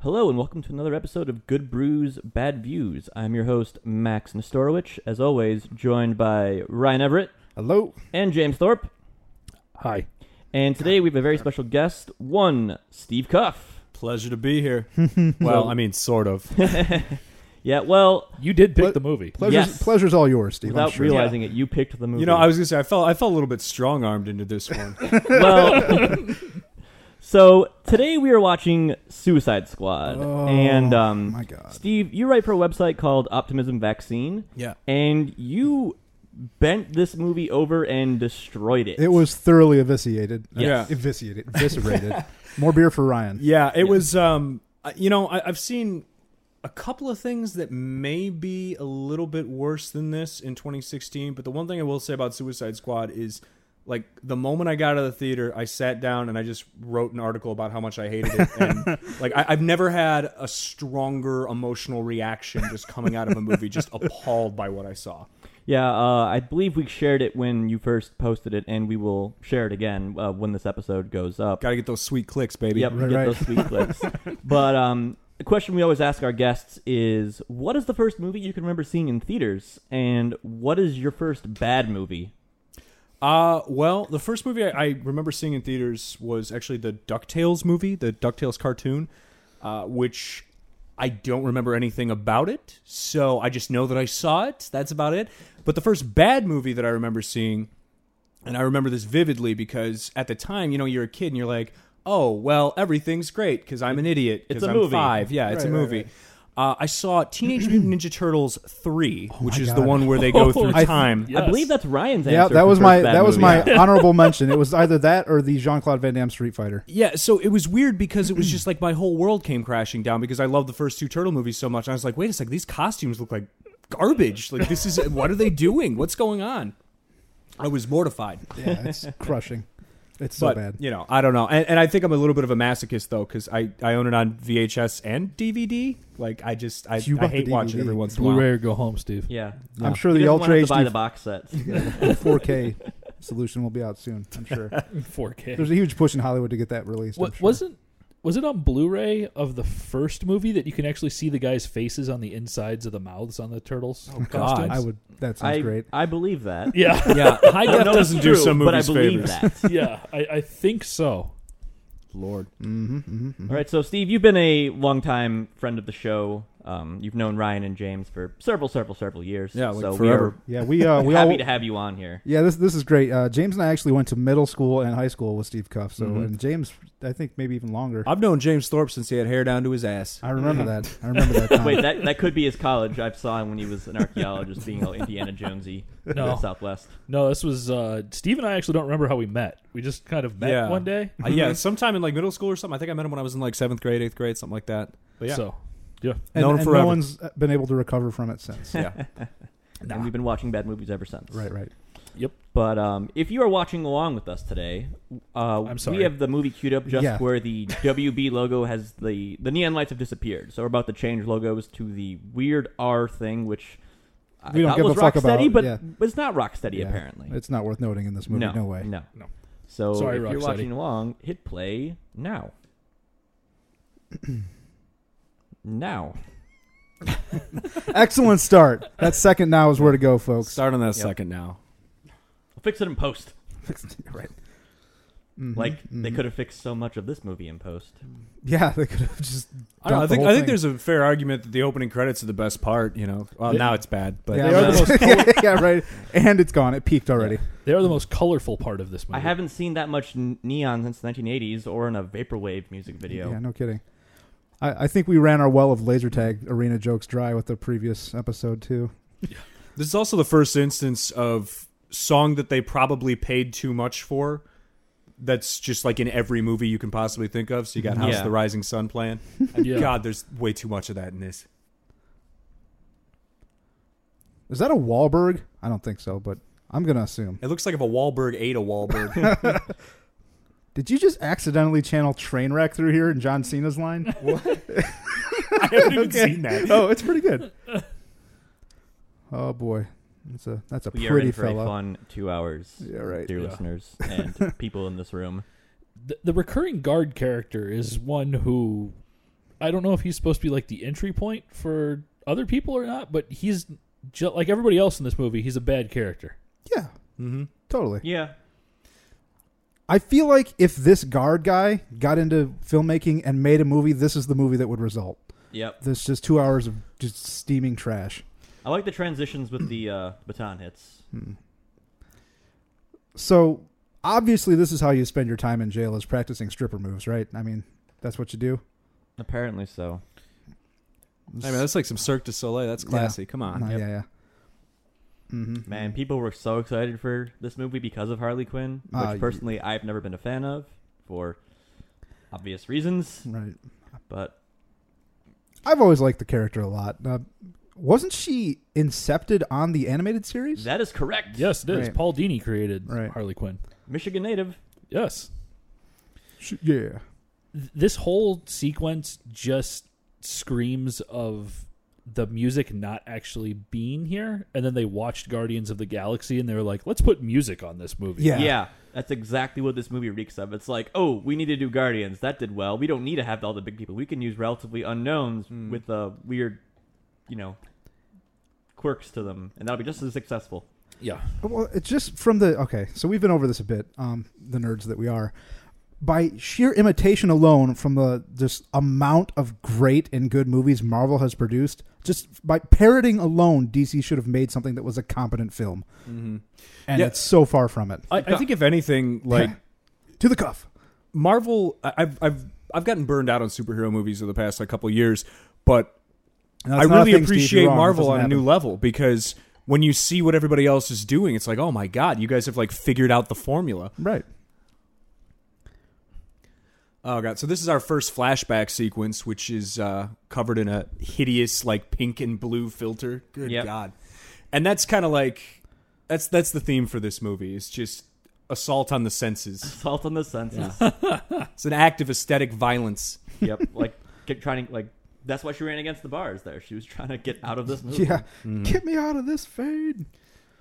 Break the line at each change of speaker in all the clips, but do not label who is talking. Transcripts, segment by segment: Hello and welcome to another episode of Good Brews, Bad Views. I'm your host, Max Nestorowicz, as always, joined by Ryan Everett
Hello.
and James Thorpe.
Hi.
And today we have a very special guest, one, Steve Cuff.
Pleasure to be here. well, I mean, sort of.
Yeah, well,
You did pick
Ple-
the movie.
Pleasure's,
Yes.
pleasure's all yours, Steve. I'm
without
sure.
realizing it, you picked the movie.
You know, I was gonna say I felt I felt a little bit strong armed into this one.
well, so today we are watching Suicide Squad,
Oh,
and um,
my God.
Steve, you write for a website called Optimism Vaccine,
yeah.
and you bent this movie over and destroyed it.
It was thoroughly eviscerated.
Yes.
Uh, Eviscerated. Eviscerated. More beer for Ryan.
Yeah, it was. Um, I- you know, I, I've seen a couple of things that may be a little bit worse than this in 2016, but the one thing I will say about Suicide Squad is, like, the moment I got out of the theater, I sat down and I just wrote an article about how much I hated it. And like, I, I've never had a stronger emotional reaction just coming out of a movie, just appalled by what I saw.
Yeah, uh, I believe we shared it when you first posted it, and we will share it again uh, when this episode goes up.
Got to get those sweet clicks, baby.
Yep,
Right,
get
right.
those sweet clips. But um, a question we always ask our guests is, what is the first movie you can remember seeing in theaters, and what is your first bad movie?
Uh, well, the first movie I, I remember seeing in theaters was actually the DuckTales movie, the DuckTales cartoon, uh, which I don't remember anything about it. So I just know that I saw it. That's about it. But the first bad movie that I remember seeing, and I remember this vividly because at the time, you know, you're a kid and you're like, oh, well, everything's great because I'm an idiot.
It's
Because
a
I'm
movie.
five. Yeah, it's
Right,
a
right,
movie. Uh, I saw Teenage Mutant Ninja Turtles 3, which
Oh my
is the
God. Oh,
one where they go through
I-
time.
I believe that's Ryan's answer.
Yeah, that
for
was
first
my
bad
that was
movie.
my honorable mention. It was either that or the Jean Claude Van Damme Street Fighter.
Yeah, so it was weird because it was just like my whole world came crashing down because I loved the first two turtle movies so much. I was like, wait a second, these costumes look like garbage. Like this is what are they doing? What's going on? I was mortified.
Yeah, it's crushing. It's so
but
bad.
you know, I don't know, and, and I think I'm a little bit of a masochist though because I I own it on VHS and DVD. Like I just I,
You
I
bought the
hate watching
DVD.
every once in a
Blu-ray
while.
or go home, Steve.
Yeah,
I'm sure
He
the
doesn't wanna
Ultra
have to buy the
HD
box sets.
4K solution will be out soon. I'm sure.
4K.
There's a huge push in Hollywood to get that released. I'm
What
sure.
wasn't was it on Blu-ray of the first movie that you can actually see the guys' faces on the insides of the mouths on the turtles? Oh
God.
I would. That sounds
I
great.
I believe that.
Yeah,
Yeah, high
I don't
def
know if
doesn't
it's
do
true,
some
but I
movies
believe
favors.
that.
yeah. I, I think so.
Lord,
Mm-hmm, mm-hmm.
All right, so Steve, you've been a longtime friend of the show. Um, you've known Ryan and James for several, several, several years.
Yeah, like
so
forever.
Yeah, we uh,
We are
we
happy
all
to have you on here.
Yeah, this this is great. Uh, James and I actually went to middle school and high school with Steve Cuff. So,
Mm-hmm.
Mhm.
and James, I think maybe even longer.
I've known James Thorpe since he had hair down to his ass.
I remember that. I remember that time.
Wait, that that could be his college. I saw him when he was an archaeologist, being all Indiana Jonesy in the
No.
Southwest.
No, this was uh, Steve and I actually don't remember how we met. We just kind of met
Yeah.
one day.
Uh, yeah, sometime in like middle school or something. I think I met him when I was in like seventh grade, eighth grade, something like that. But yeah,
So yeah,
and,
known
and
forever.
no one's been able to recover from it since.
yeah.
And we've been watching bad movies ever since.
right, right.
But um, if you are watching along with us today, uh,
I'm sorry.
we have the movie queued up just
Yeah.
where the WB logo has the the neon lights have disappeared. So we're about to change logos to the weird R thing, which
We
I
don't
thought
give a
was
fuck
Rocksteady,
about,
but
yeah.
it's not Rocksteady
Yeah.
apparently.
It's not worth noting in this movie.
no,
No, way.
no,
No.
So
Sorry,
if you're
Rocksteady.
watching along, hit play now. now.
Excellent start. That second now is where to go, folks.
Start on that
Yep.
second now.
I'll fix it in post.
right. Mhm,
Like they
mhm.
could have fixed so much of this movie in post.
Yeah, they could have just.
I, don't know, I
dumped the
think
whole
I think
thing.
there's a fair argument that the opening credits are the best part. You know, well
They-
now it's bad, but
yeah,
They are the most
most yeah, right. And it's gone. It peaked already.
they are the most colorful part of this movie.
I haven't seen that much n- neon since the 1980s or in a vaporwave music video.
Yeah, no kidding. I, I think we ran our well of laser tag arena jokes dry with the previous episode too.
this is also the first instance of song that they probably paid too much for. That's just like in every movie you can possibly think of. So you got
Mm-hmm.
House
Yeah.
of the Rising Sun playing. And
Yeah.
God, there's way too much of that in this.
Is that a Wahlberg? I don't think so, but I'm gonna assume.
It looks like if a Wahlberg ate a Wahlberg.
Did you just accidentally channel Trainwreck through here in John Cena's line?
I haven't even seen that.
oh, it's pretty good. Oh boy, that's a that's a
We are
pretty
in for a
fella.
fun two hours,
Yeah, right.
dear
Yeah.
listeners and people in this room.
the, the recurring guard character is one who I don't know if he's supposed to be like the entry point for other people or not, but he's ju- like everybody else in this movie. He's a bad character.
Yeah,
Mm-hmm.
totally.
Yeah.
I feel like if this guard guy got into filmmaking and made a movie, this is the movie that would result.
Yep.
This just two hours of just steaming trash.
I like the transitions with the uh, baton hits.
Mm. So obviously, this is how you spend your time in jail is practicing stripper moves, right? I mean, that's what you do.
Apparently so.
I mean, that's like some Cirque du Soleil. That's classy. Come on.
No, Uh, Yeah, yeah. Mm-hmm.
Uh, Man, people were so excited for this movie because of Harley Quinn, which
Uh, y-
personally I've never been a fan of for obvious reasons.
Right.
But
I've always liked the character a lot. Uh, wasn't she incepted on the animated series?
that is correct.
Yes, it is.
Right.
Paul Dini created
Right.
Harley Quinn.
Michigan native.
Yes,
She- yeah.
Th- this whole sequence just screams of the music not actually being here. And then they watched Guardians of the Galaxy, and they were like, "Let's put music on this movie."
Yeah.
Yeah. That's exactly what this movie reeks of. It's like, oh, we need to do Guardians. That did well. We don't need to have all the big people. We can use relatively unknowns
Hmm.
with uh, weird, you know, quirks to them, and that'll be just as successful.
yeah.
Well, it's just from the okay. So we've been over this a bit, um, the nerds that we are. By sheer imitation alone, from the just amount of great and good movies Marvel has produced, just by parroting alone, DC should have made something that was a competent film,
Mm-hmm.
and
Yeah.
it's so far from it.
I, I think if anything, like
to the cuff.
Marvel, I- I've I've I've gotten burned out on superhero movies over the past like couple years, but
No,
I
it's not a
really
thing, Steve,
appreciate
you're wrong. It
Marvel
doesn't
on a new
happen.
level because when you see what everybody else is doing, it's like, oh my god, you guys have like figured out the formula.
Right.
Oh god! So this is our first flashback sequence, which is uh, covered in a hideous like pink and blue filter. Good
Yep.
god! And that's kind of like that's that's the theme for this movie. It's just assault on the senses.
Assault on the senses.
It's an act of aesthetic violence.
yep. Like get, trying to like. That's why she ran against the bars. There, she was trying to get out of this
Mm-hmm.
movie.
Yeah. Get me out of this fade.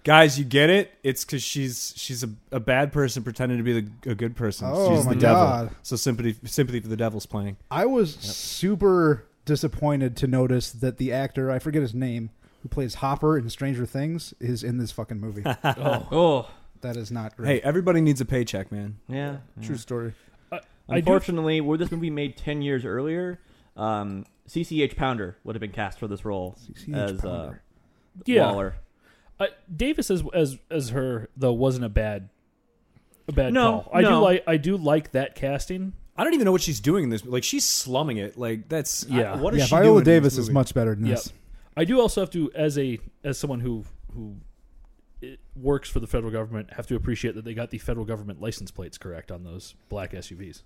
Guys, you get it? It's because she's she's a, a bad person pretending to be the, a good person.
Oh,
she's
my
the devil.
God.
So sympathy sympathy for the devil's playing.
I was super disappointed to notice that the actor, I forget his name, who plays Hopper in Stranger Things, is in this fucking movie.
Oh,
Oh,
that is not
Hey,
great.
everybody needs a paycheck, man.
yeah.
True story.
I do
Unfortunately, were this movie made ten years earlier, um, CCH Pounder would have been cast for this role
CCH
as uh,
Pounder.
Yeah.
Waller.
Uh, Davis as as as her though wasn't a bad a bad
No,
call. I do
no.
like I do like that casting.
I don't even know what she's doing in this. Like she's slumming it. Like that's I-
Yeah.
what is
Yeah,
she
Viola
doing in this
Davis is
movie?
much better than
Yep.
this.
I do also have to as a as someone who who eh, works for the federal government have to appreciate that they got the federal government license plates correct on those black SUVs.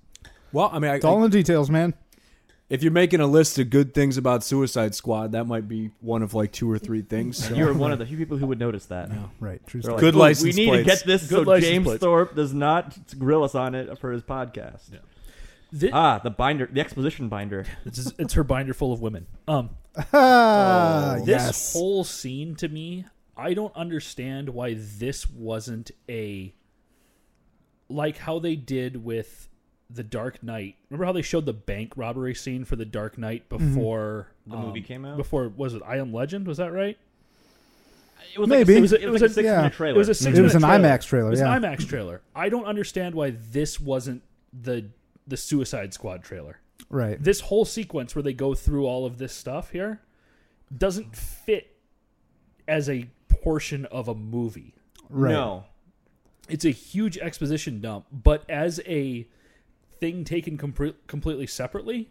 Well, I mean, I,
It's all in the details, man.
if you're making a list of good things about Suicide Squad, that might be one of like two or three things.
You were one of the few people who would notice that.
Right. True
They're
story.
like,
Good
"Ooh,
license
We need
plates.
to get this
Good
so
license
James
plates."
Thorpe does not grill us on it for his podcast.
Yeah. Thi-
Ah, the binder, the exposition binder.
It's, just- it's her binder full of women. Um,
Ah,
this
yes.
whole scene to me, I don't understand why this wasn't a like how they did with the Dark Knight. Remember how they showed the bank robbery scene for the Dark Knight
Mm-hmm.
before um,
The movie came out?
Before was it I Am Legend? Was that right?
It was
Maybe.
like a six, it
It
was
was
like a
a-
six
yeah.
minute trailer.
It was a six.
It was
minute
an
trailer.
IMAX trailer,
It was
Oh, yeah.
an IMAX trailer. I don't understand why this wasn't the the Suicide Squad trailer
Right.
this whole sequence where they go through all of this stuff here doesn't fit as a portion of a movie.
Right.
No,
It's a huge exposition dump, but as a thing taken compre- completely separately,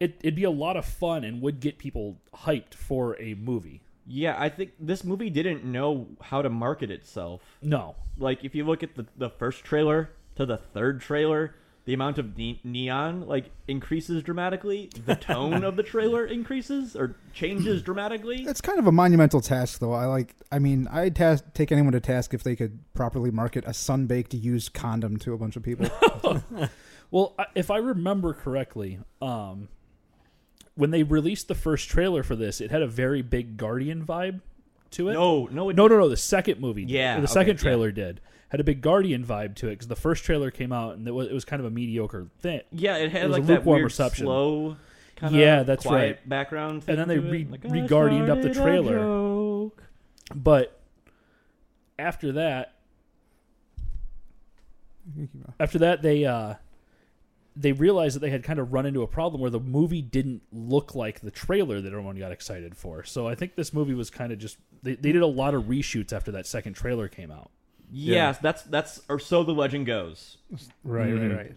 it, it'd be a lot of fun and would get people hyped for a movie.
yeah, I think this movie didn't know how to market itself.
No.
Like, if you look at the the first trailer to the third trailer, the amount of ne- neon like increases dramatically. The tone of the trailer increases or changes dramatically.
It's kind of a monumental task, though. I like. I mean, I'd task, take anyone to task if they could properly market a sun-baked used condom to a bunch of people.
Well, I- if I remember correctly, um, when they released the first trailer for this, it had a very big Guardian vibe to it.
No, no, it,
No, no, no. The second movie, did.
Yeah,
the
okay,
second
yeah.
trailer did had a big Guardian vibe to it because the first trailer came out and it was, it was kind of a mediocre thing.
Yeah, it had
It was a
like that
lukewarm
weird
reception.
slow kind of
Yeah, that's
quiet background.
And then they
thing to it,
re-
like, I
re-Guardianed up the
started a
trailer.
joke.
But after that, after that they uh they realized that they had kind of run into a problem where the movie didn't look like the trailer that everyone got excited for. So I think this movie was kind of just they, they did a lot of reshoots after that second trailer came out.
Yeah.
Yes, that's that's or so the legend goes.
Right,
Mm-hmm.
right,
right.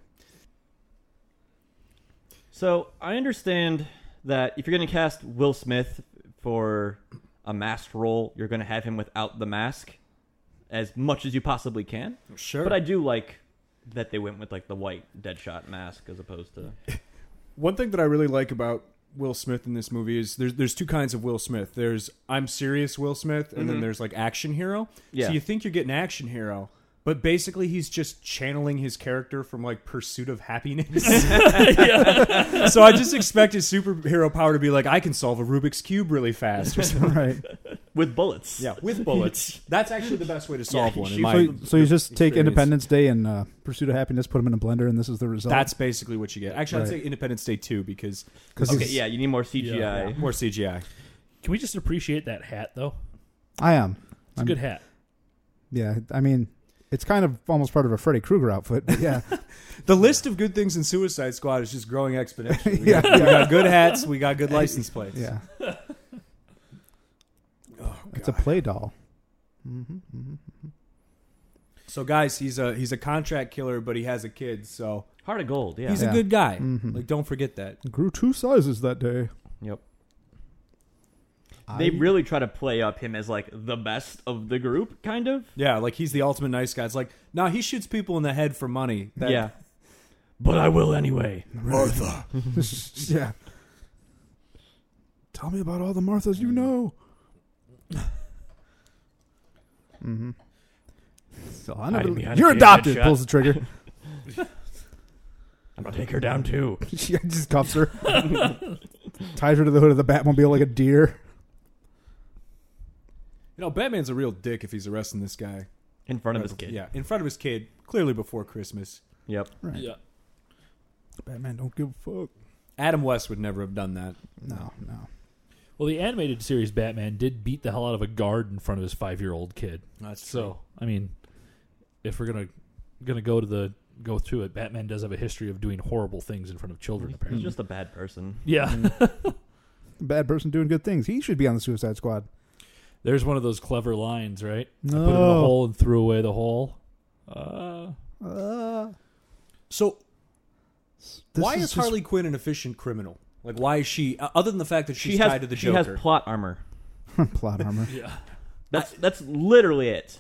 So I understand that if you're going to cast Will Smith for a masked role, you're going to have him without the mask as much as you possibly can.
Sure.
But I do like that they went with like the white Deadshot mask as opposed to
One thing that I really like about Will Smith in this movie is there's there's two kinds of Will Smith. There's I'm serious Will Smith, and then there's like action hero.
Mm-hmm. Yeah.
So you think you're getting action hero, but basically he's just channeling his character from like pursuit of happiness. so I just expect his superhero power to be like I can solve a Rubik's cube really fast or something.
right.
with bullets.
yeah, with bullets. That's actually the best way to solve
he
one. in
shoots
my-
So, so you just take
experience.
Independence Day and uh, Pursuit of Happiness, put them in a blender, and this is the result.
that's basically what you get. Actually, I'd
Right.
say Independence Day two because
because
Okay, yeah, you need more CGI.
Yeah.
more CGI.
Can we just appreciate that hat though?
I am.
It's a good hat.
Yeah, I mean, it's kind of almost part of a Freddy Krueger outfit. But yeah,
The list of good things in Suicide Squad is just growing exponentially. We,
Yeah.
got, we got good hats. We got good license plates.
yeah.
Oh,
It's a
God.
play doll. Mm-hmm, mm-hmm.
so guys, he's a he's a contract killer, but he has a kid, so
Heart of Gold, yeah. Mm.
he's
Yeah.
a good guy.
Mhm.
Like, don't forget that.
Grew two sizes that day.
Yep.
I-
They really try to play up him as like the best of the group, kind of.
Yeah, like he's the ultimate nice guy. It's like, nah, he shoots people in the head for money. That-
yeah. But I will anyway.
Martha.
yeah. Tell me about all the Marthas you know. mm-hmm. So I
Hiding
never,
behind a
you're
piano
adopted.
shot.
Pulls the trigger.
I'm gonna take her down too.
she just cuffs her, ties her to the hood of the Batmobile like a deer.
You know, Batman's a real dick if he's arresting this guy.
In front of his kid.
Yeah, in front of his kid, clearly before Christmas.
Yep.
Right.
Yeah.
Batman don't give a fuck.
Adam West would never have done that.
No, no.
Well, the animated series Batman did beat the hell out of a guard in front of his five-year-old kid.
That's
So, I mean, if we're gonna gonna go to the go through it, Batman does have a history of doing horrible things in front of children.
He's
Apparently,
just Mm. a bad person.
yeah.
Bad person doing good things. He should be on the Suicide Squad.
There's one of those clever lines, right?
No.
Put him in a hole and threw away the hole. Uh,
Uh,
So
this
why is,
just-
Harley Quinn an efficient criminal? Like, why is she? uh, Other than the fact that she's
she has
tied to the
she
Joker,
has plot armor.
plot armor?
yeah.
That's that's literally it.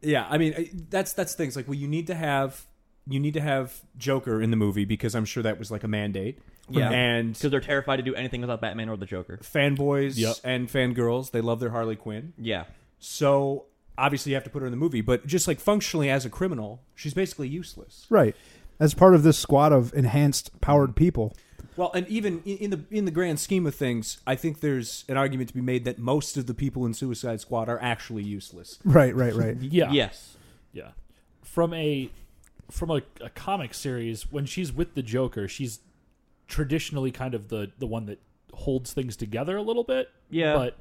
yeah. I mean, I- that's that's things like well, you need to have you need to have Joker in the movie because I'm sure that was like a mandate.
Yeah.
and
Because they're terrified to do anything without Batman or the Joker.
fanboys
Yep.
and fangirls they love their Harley Quinn.
Yeah.
So obviously you have to put her in the movie, but just like functionally as a criminal, she's basically useless.
Right. As part of this squad of enhanced powered people.
Well, and even i- in the in the grand scheme of things, I think there's an argument to be made that most of the people in Suicide Squad are actually useless.
Right, right, right.
Yeah.
Ah.
Yes.
Yeah. From a from a, a comic series, when she's with the Joker, she's traditionally kind of the the one that holds things together a little bit.
Yeah.
But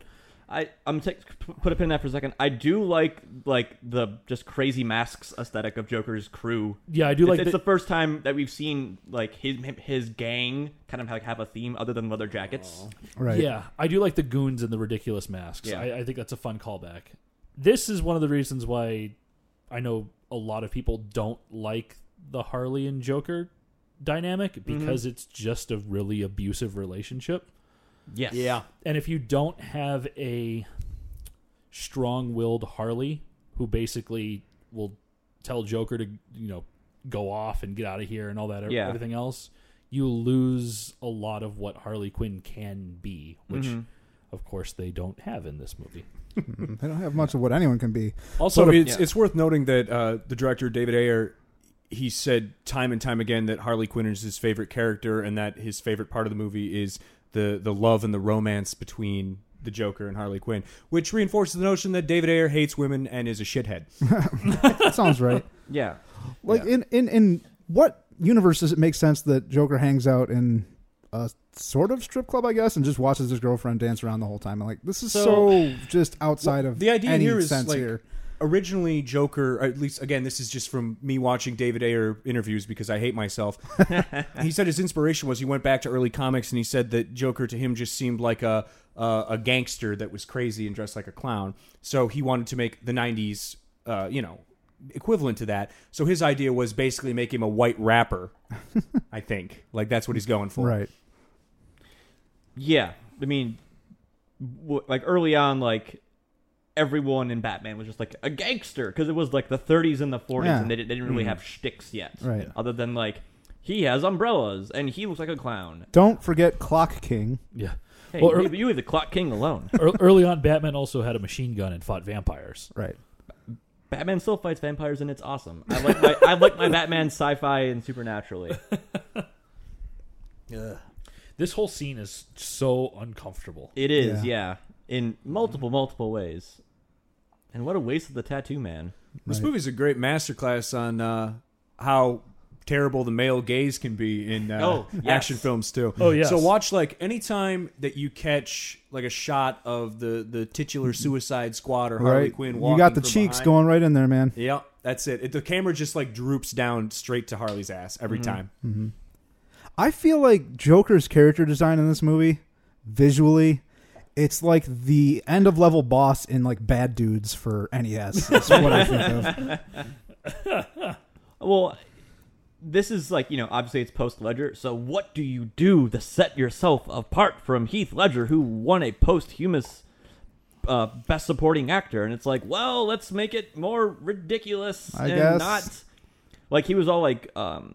I I'm t- put a pin in that for a second. I do like like the just crazy masks aesthetic of Joker's crew.
yeah, I do
it's,
like that.
it's the first time that we've seen like his his gang kind of like have a theme other than leather jackets.
Right.
Yeah, I do like the goons and the ridiculous masks.
Yeah.
I, I think that's a fun callback. This is one of the reasons why I know a lot of people don't like the Harley and Joker dynamic because it's just a really abusive relationship.
Yes.
And if you don't have a strong willed Harley who basically will tell Joker to, you know, go off and get out of here and all that,
Yeah.
everything else, you lose a lot of what Harley Quinn can be, which,
Mm-hmm.
of course, they don't have in this movie.
They don't have much of what anyone can be.
Also,
Also,
it's
yeah.
it's worth noting that uh, the director David Ayer, he said time and time again that Harley Quinn is his favorite character, and that his favorite part of the movie is the the love and the romance between the Joker and Harley Quinn, which reinforces the notion that David Ayer hates women and is a shithead.
That sounds right.
Yeah.
Like in, in in what universe does it make sense that Joker hangs out in a sort of strip club, I guess, and just watches his girlfriend dance around the whole time. And like, this is so,
So-
just outside of
the idea
any
here is
sense
like
here.
originally Joker, or at least again, this is just from me watching David Ayer interviews because I hate myself. he said his inspiration was he went back to early comics and he said that Joker to him just seemed like a uh, a gangster that was crazy and dressed like a clown. So he wanted to make the '90s, uh, you know, equivalent to that. So his idea was basically make him a white rapper. I think like that's what he's going for.
Right.
Yeah, I mean, w- like early on, like everyone in Batman was just like a gangster because it was like the 30s and the 40s,
Yeah.
and they, di- they didn't really have shticks yet,
Right.
Other than like he has umbrellas and he looks like a clown.
Don't forget Clock King.
Yeah.
Hey,
Well, er
you,
ear-
you leave the Clock King alone.
ear- early on, Batman also had a machine gun and fought vampires.
Right.
Batman still fights vampires, and it's awesome. I like my I like my Batman sci-fi and supernaturally.
This whole scene is so uncomfortable.
It is, yeah, in multiple multiple ways. And what a waste of the tattoo man.
This
Right.
movie's a great masterclass on uh, how terrible the male gaze can be in uh,
Oh, yes.
action films too.
Oh, yes.
So watch like anytime that you catch like a shot of the the titular Suicide Squad or Harley
right.
Quinn walking,
You got the
from
cheeks
behind.
going right in there, man.
Yep, that's it. it. The camera just like droops down straight to Harley's ass every time.
I feel like Joker's character design in this movie, visually, it's like the end of level boss in like Bad Dudes for NES. That's what I think of.
Well, this is like you know, obviously it's post Ledger. So what do you do to set yourself apart from Heath Ledger, who won a posthumous uh, best supporting actor? And it's like, well, let's make it more ridiculous
I
and
guess.
not like he was all like um,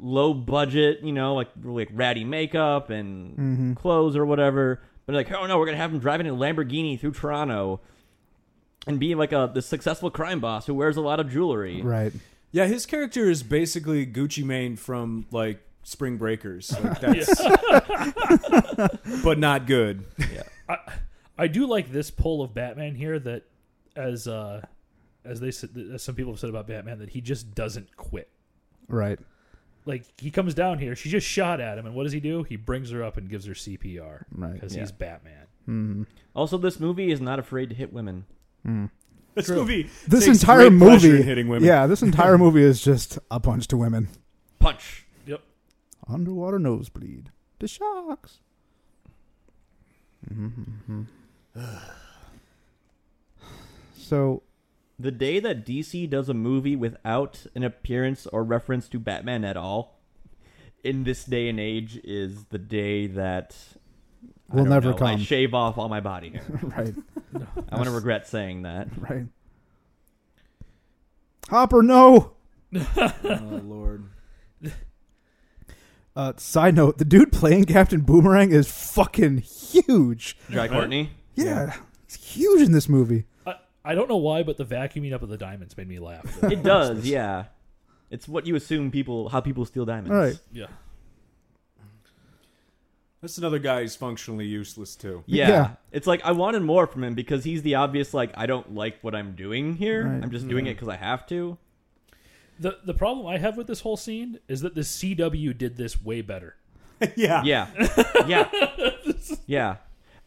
low budget, you know, like really, like ratty makeup and
Mm-hmm.
clothes or whatever. But like, oh no, we're gonna have him driving a Lamborghini through Toronto. And be like a the successful crime boss who wears a lot of jewelry.
Right.
Yeah, his character is basically Gucci Mane from like Spring Breakers. Like, that's, but not good.
I, I do like this pull of Batman here that, as uh, as they said, as some people have said about Batman, that he just doesn't quit.
Right.
Like he comes down here, she just shot at him, and what does he do? He brings her up and gives her CPR
Right.
because
Yeah.
he's Batman.
Also, this movie is not afraid to hit women.
This movie,
This
takes
entire
great pleasure
movie
in hitting women.
Yeah, this entire movie is just a bunch to women.
Punch.
Yep.
Underwater nosebleed. The sharks.
Mm-hmm.
so
The day that DC does a movie without an appearance or reference to Batman at all, in this day and age, is the day that I
Will
don't
never
know, I
come.
shave off all my body hair.
right,
I'm gonna regret saying that.
right. Hopper, no.
oh lord.
Uh, side note: the dude playing Captain Boomerang is fucking huge.
Dry Courtney.
Yeah, it's huge in this movie.
I, I don't know why, but the vacuuming up of the diamonds made me laugh.
It does, yeah. It's what you assume people how people steal diamonds.
All right,
yeah.
That's another guy who's functionally useless too.
Yeah.
Yeah.
It's like I wanted more from him because he's the obvious like I don't like what I'm doing here.
Right.
I'm just doing it because I have to.
The the problem I have with this whole scene is that the CW did this way better.
yeah.
Yeah. Yeah. yeah.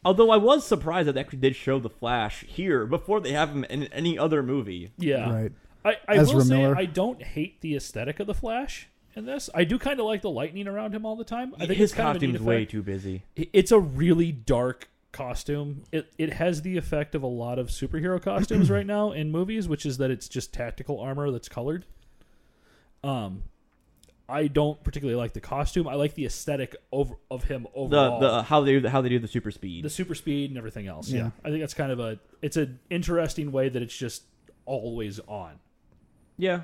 Although I was surprised that they actually did show the Flash here before they have him in any other movie.
Yeah.
right.
I, I
Ezra
will say
Miller.
I don't hate the aesthetic of the Flash in this. I do kind of like the lightning around him all the time. I think
His
it's kind
costume's
of a neat
way
effect.
too busy.
It- It's a really dark costume. It it has the effect of a lot of superhero costumes right now in movies, which is that it's just tactical armor that's colored. Um, I don't particularly like the costume. I like the aesthetic over, of him
The
overall.
the uh, how they how they do the super speed.
the super speed and everything else. Yeah.
Yeah.
I think that's kind of a it's an interesting way that it's just always on.
yeah.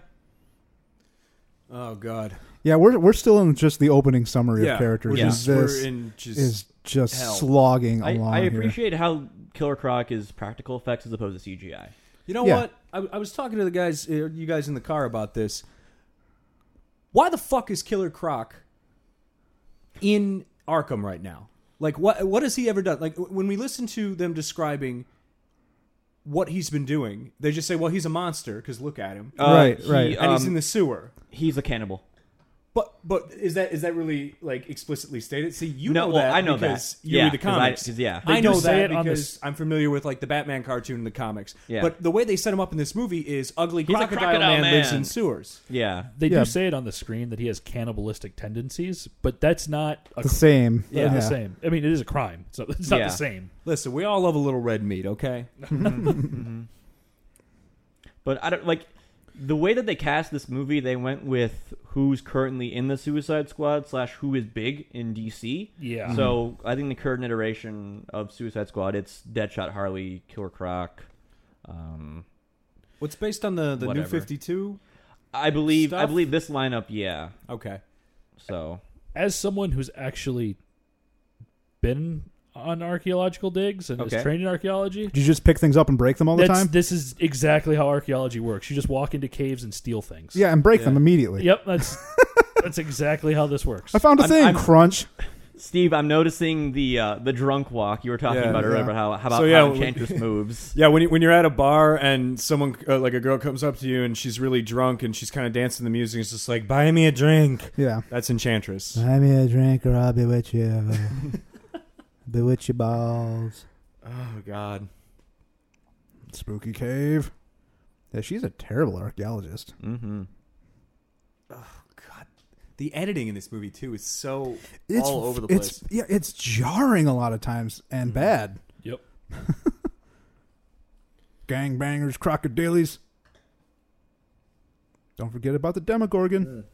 Oh god.
Yeah, we're we're still in just the opening summary
yeah.
of characters.
We're
Yeah.
just,
This
we're in just
is just
hell.
slogging
I,
along.
I
here.
appreciate how Killer Croc is practical effects as opposed to CGI.
You know
Yeah.
what? I, I was talking to the guys, uh, you guys in the car about this. Why the fuck is Killer Croc in Arkham right now? Like, what what has he ever done? Like, w- when we listen to them describing what he's been doing, they just say, "Well, he's a monster because look at him,
Right,
he,
right.
and
Uh,
he's
um,
in the sewer."
he's a cannibal.
But but is that is that really like explicitly stated? See, you
No,
know
well,
that
I know
because
that.
you
Yeah,
read the
'cause I-
comics.
'cause, yeah.
They
I
do
know
say
that
it
on
because
this-
I'm familiar with like the Batman cartoon and the comics.
Yeah.
But the way they set him up in this movie is ugly
He's a
crocodile,
crocodile
man, lives
man.
in sewers.
Yeah.
They
Yeah.
do say it on the screen that he has cannibalistic tendencies, but that's not a
The
cr-
same.
they're the same. I mean, it is a crime, so it's not
Yeah.
the same.
Listen, we all love a little red meat, okay?
But I don't like the way that they cast this movie. They went with who's currently in the Suicide Squad slash who is big in DC.
Yeah.
So I think the current iteration of Suicide Squad, it's Deadshot, Harley, Killer Croc. Um,
What's based on the the
Whatever.
new 52?
I believe I
Stuff?
believe this lineup. Yeah.
Okay.
So
As someone who's actually been on archaeological digs and
Okay.
is trained in archaeology,
Did you just pick things up and break them all the
that's,
time?
this is exactly how archaeology works. You just walk into caves and steal things.
yeah, and break
Yeah.
them immediately.
Yep, that's that's exactly how this works.
I found a
I'm-
thing.
I'm-
Crunch.
Steve, I'm noticing the uh, the drunk walk you were talking
Yeah,
about
yeah.
earlier. How, how about
So, yeah,
how
we-
Enchantress moves?
Yeah, when you, when you're at a bar and someone uh, like a girl comes up to you and she's really drunk and she's kind of dancing the music, it's just like buy me a drink.
Yeah.
That's Enchantress.
Buy me a drink or I'll bewitch you. bewitch your balls.
Oh God.
Spooky cave. Yeah, she's a terrible archaeologist.
Mm-hmm.
God. The editing in this movie too is so
It's,
all over the
it's-
place.
yeah, it's jarring a lot of times and bad.
Yep.
Gangbangers, crocodilies. Don't forget about the Demogorgon.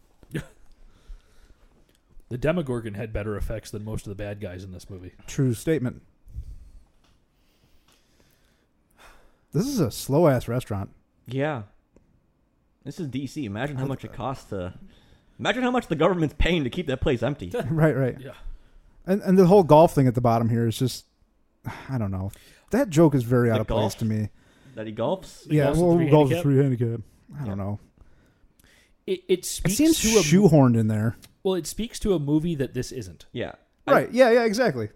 The Demogorgon had better effects than most of the bad guys in this movie.
True statement. This is a slow ass restaurant.
Yeah. This is DC. Imagine how much it costs to. Imagine how much the government's paying to keep that place empty.
right, right.
Yeah.
And and the whole golf thing at the bottom here is just I don't know. That joke is very out
The
of
golf?
place to me.
That he golfs.
The
yeah,
golf's a
well,
three
golf's a
handicap?
three handicap. I don't know.
It, it
It
speaks
seems
to a
shoehorned in there.
well, it speaks to a movie that this isn't.
Yeah. I-
Right. Yeah. Yeah. Exactly.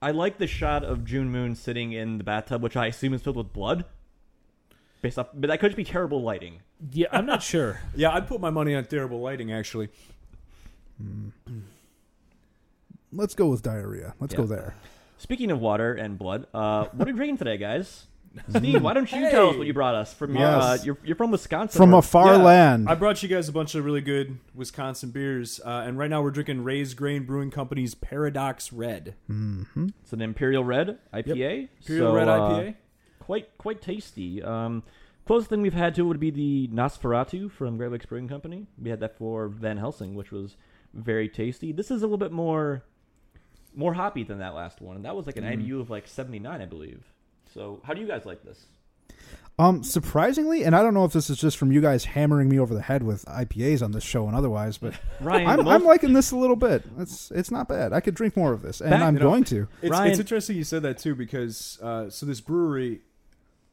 I like the shot of June Moon sitting in the bathtub, which I assume is filled with blood. Based off, but that could just be terrible lighting.
Yeah, I'm not sure.
Yeah, I'd put my money on terrible lighting actually.
Let's go with diarrhea. Let's
Yeah.
go there.
Speaking of water and blood, uh, what are you drinking today, guys? Steve, why don't you tell us
Hey!
what you brought us from your?
Yes.
Uh, you're, you're from Wisconsin.
From
or-
a far
Yeah,
land.
I brought you guys a bunch of really good Wisconsin beers, uh, and right now we're drinking Ray's Grain Brewing Company's Paradox Red.
it's an Imperial Red IPA.
Imperial
so,
Red
uh,
IPA.
quite quite tasty. Um, closest thing we've had to it would be the Nosferatu from Great Lakes Brewing Company. We had that for Van Helsing, which was very tasty. This is a little bit more more hoppy than that last one, and that was like an
Mm.
IBU of like seventy nine, I believe. So, how do you guys like this?
Um, surprisingly, and I don't know if this is just from you guys hammering me over the head with IPAs on this show and otherwise, but
Ryan,
I'm,
most-
I'm liking this a little bit. It's it's not bad. I could drink more of this, and
Back-
I'm
you know,
going to.
It's,
Ryan-
it's interesting you said that too because uh, so this brewery,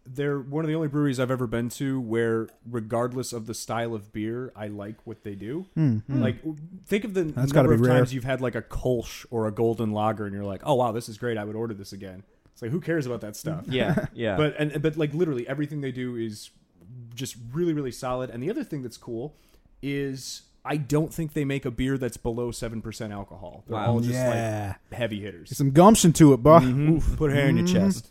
they're one of the only breweries I've ever been to where, regardless of the style of beer, I like what they do. Like, w- think of the
Hmm, That's gotta
number
be
of
rare.
times you've had like a Kolsch or a Golden Lager, and you're like, oh wow, this is great. I would order this again. It's like who cares about that stuff?
yeah, yeah,
But and but like literally everything they do is just really really solid. And the other thing that's cool is I don't think they make a beer that's below seven percent alcohol. They're
Wow.
all just
yeah,
like Mm-hmm. heavy hitters.
get some gumption to it, bro.
Put hair in your
Mm-hmm.
chest.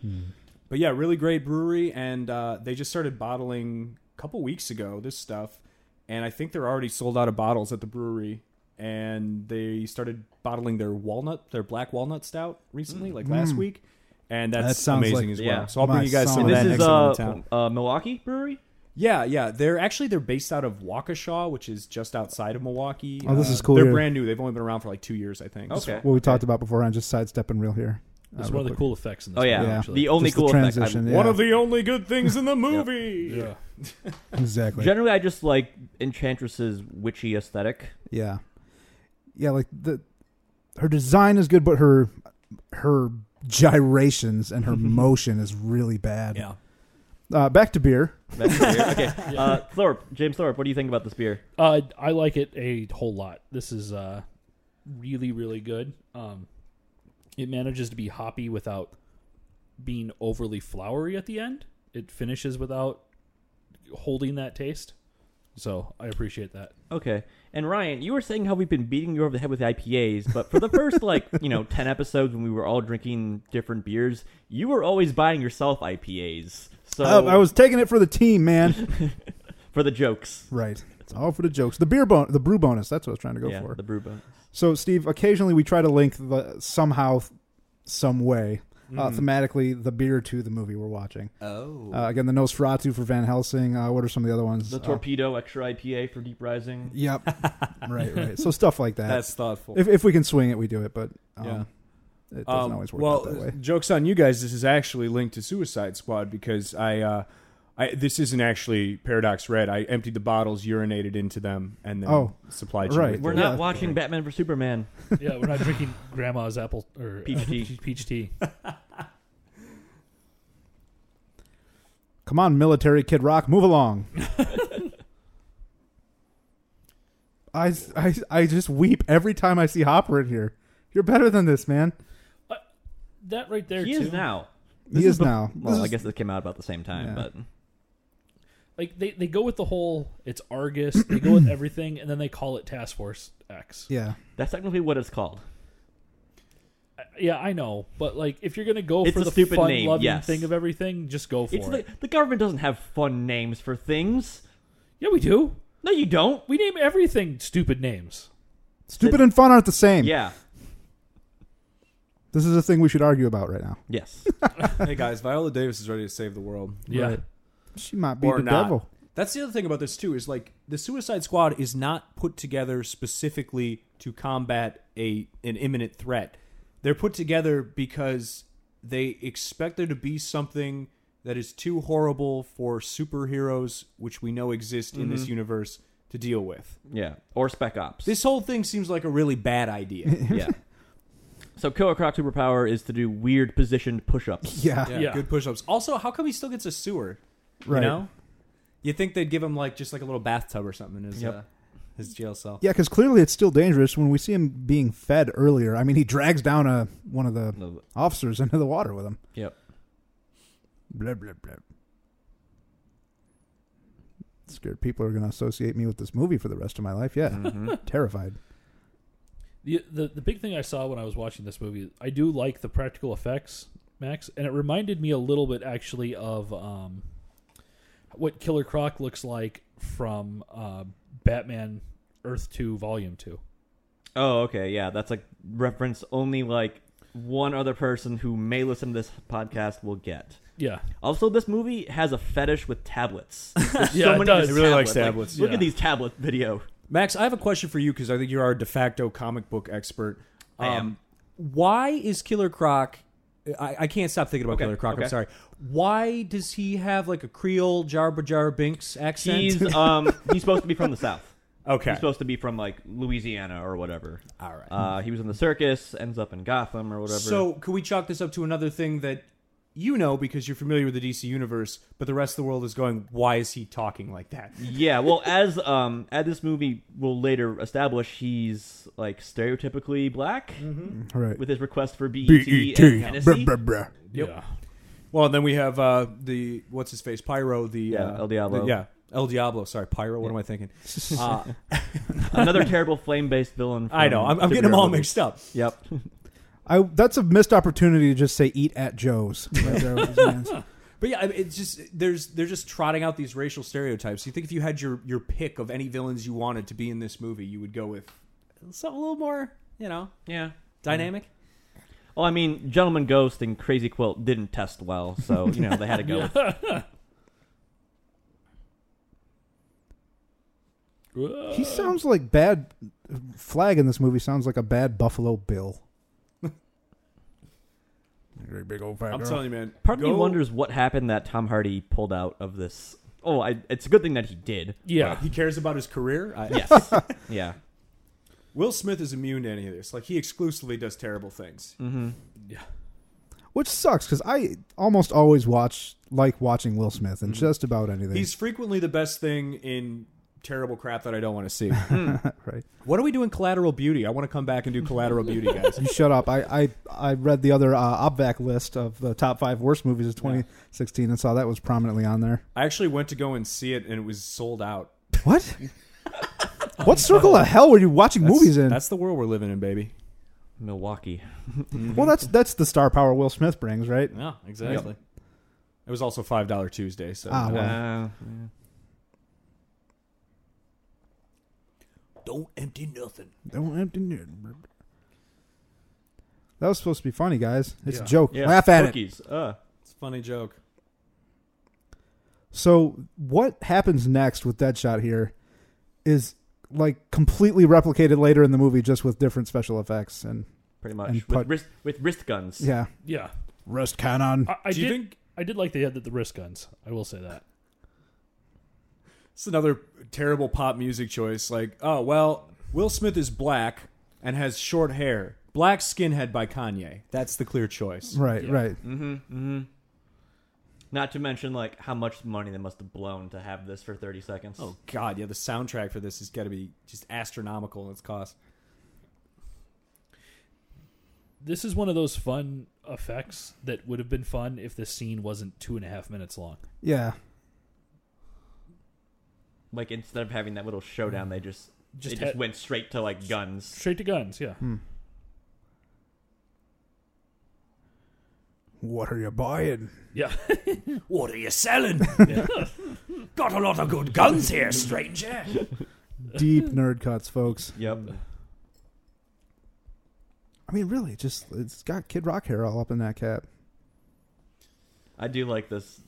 Hmm. But yeah, really great brewery, and uh, they just started bottling a couple weeks ago this stuff, and I think they're already sold out of bottles at the brewery. And they started bottling their walnut, their black walnut stout recently, like last week, and that's
Mm. That sounds
amazing
like-
as well.
yeah.
So I'll bring
My
you guys
son.
some
And
of
this
that
is
next time I'm in
uh,
town.
uh, Milwaukee Brewery.
Yeah, yeah. They're actually they're based out of Waukesha, which is just outside of Milwaukee.
Oh, this
Uh,
is cool,
They're
yeah.
brand new. They've only been around for like two years, I think.
Okay.
What we talked about beforehand, just sidestepping real here. Uh,
It's
real
one of the
quick.
cool effects in this
Oh yeah,
movie.
Yeah.
Actually.
the only
Just the
cool effect. I-
transition,
One
Yeah.
of the only good things in the movie.
yeah.
Exactly.
Generally, I just like Enchantress's witchy aesthetic.
yeah, yeah. Like the her design is good, but her her gyrations and her motion is really bad.
Yeah.
Uh, back to beer.
That's weird. okay, uh, Thorpe, James Thorpe, what do you think about this beer?
Uh, I like it a whole lot. This is uh, really, really good. Um, it manages to be hoppy without being overly flowery at the end. It finishes without holding that taste. So I appreciate that.
Okay. And Ryan, you were saying how we've been beating you over the head with IPAs, but for the first like, you know, 10 episodes when we were all drinking different beers, you were always buying yourself IPAs. So
Oh, I was taking it for the team, man.
for the jokes.
right. It's all for the jokes. The beer bon- the brew bonus. That's what I was trying to go
yeah,
for.
the brew bonus.
So, Steve, occasionally we try to link the somehow, some way, uh, thematically, the beer to the movie we're watching.
Oh.
Uh, again, the Nosferatu for Van Helsing. Uh, what are some of the other ones?
The
Uh,
torpedo extra IPA for Deep Rising.
Yep. right, right. So stuff like that.
That's thoughtful.
if, if we can swing it, we do it, but um,
Yeah.
it doesn't
Um,
always work
well,
out that way.
jokes on you guys. This is actually linked to Suicide Squad because I, uh, I this isn't actually Paradox Red. I emptied the bottles, urinated into them, and then
Oh,
supplied you
right.
with
We're
it.
not
Yeah.
watching Batman for Superman.
Yeah, we're not drinking grandma's apple or
Peach
apple
tea.
Peach tea.
Come on, military kid rock, move along. I, I, I just weep every time I see Hopper in here. You're better than this, man.
That right there
he
too.
is now.
He is,
bef-
now.
Well,
This
I
is-
guess it came out about the same time,
Yeah.
but
Like they, they go with the whole it's Argus, they go with everything, and then they call it Task Force X.
Yeah.
that's technically what it's called.
I- Yeah, I know, but like if you're gonna go
It's
for
a
the
stupid
fun
name,
loving
yes.
thing of everything, just go for
It's
it.
the, the government doesn't have fun names for things.
yeah, we do.
No, you don't.
We name everything stupid names.
Stupid and fun aren't the same.
Yeah.
This is a thing we should argue about right now.
Yes.
hey guys, Viola Davis is ready to save the world.
Yeah.
Right. She might be
Or
the
not.
devil.
That's the other thing about this too is like the Suicide Squad is not put together specifically to combat a an imminent threat. They're put together because they expect there to be something that is too horrible for superheroes, which we know exist in
Mm-hmm.
this universe, to deal with.
Yeah. Or Spec Ops.
This whole thing seems like a really bad idea.
yeah. So Killer Croc's superpower is to do weird positioned push-ups.
Yeah.
Yeah.
Good push-ups. Also, how come he still gets a sewer?
Right.
You know, you think they'd give him like just like a little bathtub or something in his
Yep.
uh, his jail cell.
Yeah, because clearly it's still dangerous when we see him being fed earlier. I mean, he drags down a one of the
No,
officers into the water with him.
Yep.
Blah blah blah. Scared people are going to associate me with this movie for the rest of my life. Yeah,
Mhm.
terrified.
The, the the big thing I saw when I was watching this movie, I do like the practical effects, Max, and it reminded me a little bit actually of um, what Killer Croc looks like from uh, Batman Earth Two Volume Two.
Oh, okay. Yeah, that's like reference only like one other person who may listen to this podcast will get.
Yeah,
Also, this movie has a fetish with tablets.
yeah,
so many
it does.
of these
It really likes
Like,
tablets,
look
yeah.
at these tablet video.
Max, I have a question for you because I think you're our de facto comic book expert. Um,
I am.
Why is Killer Croc? I, I can't stop thinking about
Okay,
Killer Croc.
okay.
I'm sorry. Why does he have like a Creole Jar Jar Binks accent?
He's um he's supposed to be from the south.
okay.
He's supposed to be from like Louisiana or whatever.
All right.
Uh, he was in the circus, ends up in Gotham or whatever.
so could we chalk this up to another thing that you know because you're familiar with the DC universe, but the rest of the world is going, why is he talking like that?
yeah, well, as um as this movie will later establish, he's like stereotypically black
Mm-hmm.
All right. E
with his request for BET,
BET.
and
Blah,
Hennessy.
blah, blah.
yeah.
Well, then we have uh, the what's his face, Pyro, the
Yeah,
uh,
El Diablo.
the- yeah, El Diablo. Sorry, Pyro. What am I thinking? Uh,
Another terrible flame based villain. From
I know. I'm, I'm getting them
superhero
all
movies.
mixed up.
Yep.
I, that's a missed opportunity to just say eat at Joe's. Right there with his hands.
But yeah, I mean, it's just there's they're just trotting out these racial stereotypes. You think if you had your your pick of any villains you wanted to be in this movie, you would go with something a little more, you know,
yeah.
dynamic.
Well, I mean, Gentleman Ghost and Crazy Quilt didn't test well, so you know they had to go. with
he sounds like bad. Flag in this movie sounds like a bad Buffalo Bill. You're a big old fat
I'm
girl.
telling you, man.
Part of me
go-
wonders what happened that Tom Hardy pulled out of this. Oh, I, it's a good thing that he did.
yeah.
He cares about his career. I,
Yes. yeah.
Will Smith is immune to any of this. Like he exclusively does terrible things.
Which sucks because I almost always watch like watching Will Smith and just about anything.
He's frequently the best thing in terrible crap that I don't want to see.
right.
what are we doing? Collateral Beauty. I want to come back and do Collateral Beauty, guys.
You shut up. I, I, I read the other uh, Obvac list of the top five worst movies of 2016 and saw that was prominently on there.
I actually went to go and see it, and it was sold out.
What? what circle of hell were you watching
That's-
movies in?
That's the world we're living in, baby.
Milwaukee.
well, that's that's the star power Will Smith brings, right?
Yeah, exactly. It was also five dollar Tuesday, so
Ah, well.
Uh,
don't empty nothing.
Don't empty it. That was supposed to be funny, guys. It's
Yeah.
a joke.
yeah.
Laugh at it.
Cookies. Uh,
It's a funny joke.
So what happens next with Deadshot here is like completely replicated later in the movie, just with different special effects and
pretty much.
And
With,
put-
wrist, with wrist guns.
yeah,
Yeah,
rest cannon.
I, I
Do
did.
you think
I did like they had the, the wrist guns. I will say that.
it's another terrible pop music choice? Like, oh well, Will Smith is black and has short hair. Black skinhead by Kanye. That's the clear choice.
Right,
Yeah.
right.
Mm-hmm. Mm-hmm. Not to mention like how much money they must have blown to have this for 30 seconds.
Oh God, yeah, the soundtrack for this has got to be just astronomical in its cost.
This is one of those fun effects that would have been fun if this scene wasn't two and a half minutes long.
Yeah,
Like instead of having that little showdown, they just
Just
they just
had-
went straight to like guns.
Straight to guns. Yeah.
What are you buying?
Yeah.
What are you selling? Got a lot of good guns here, stranger.
Deep nerd cuts, folks.
Yep.
I mean, really, just it's got Kid Rock hair all up in that cap.
I do like this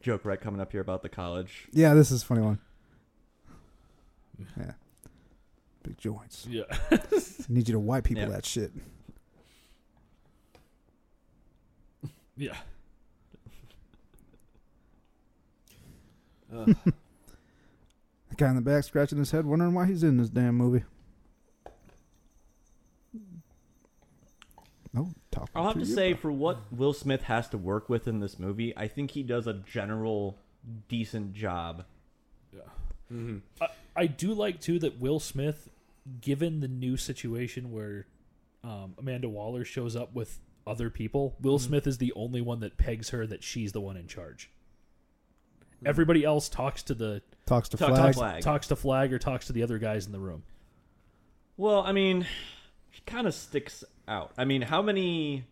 joke right coming up here about the college.
Yeah, this is a funny one. Yeah, big joints.
yeah.
Need you to white people
Yeah.
that shit.
Yeah.
The guy in the back scratching his head, wondering why he's in this damn movie. No, Oh, talk.
I'll have to
you.
say, for what Will Smith has to work with in this movie, I think he does a general decent job.
Mm-hmm.
I, I do like too that Will Smith, given the new situation where um, Amanda Waller shows up with other people, Will Smith is the only one that pegs her that she's the one in charge. Everybody else talks to the
talks to
Talk-
flag.
talk
flags.
flag.
talks to Flag or talks to the other guys in the room.
Well, I mean, she kind of sticks out. I mean, how many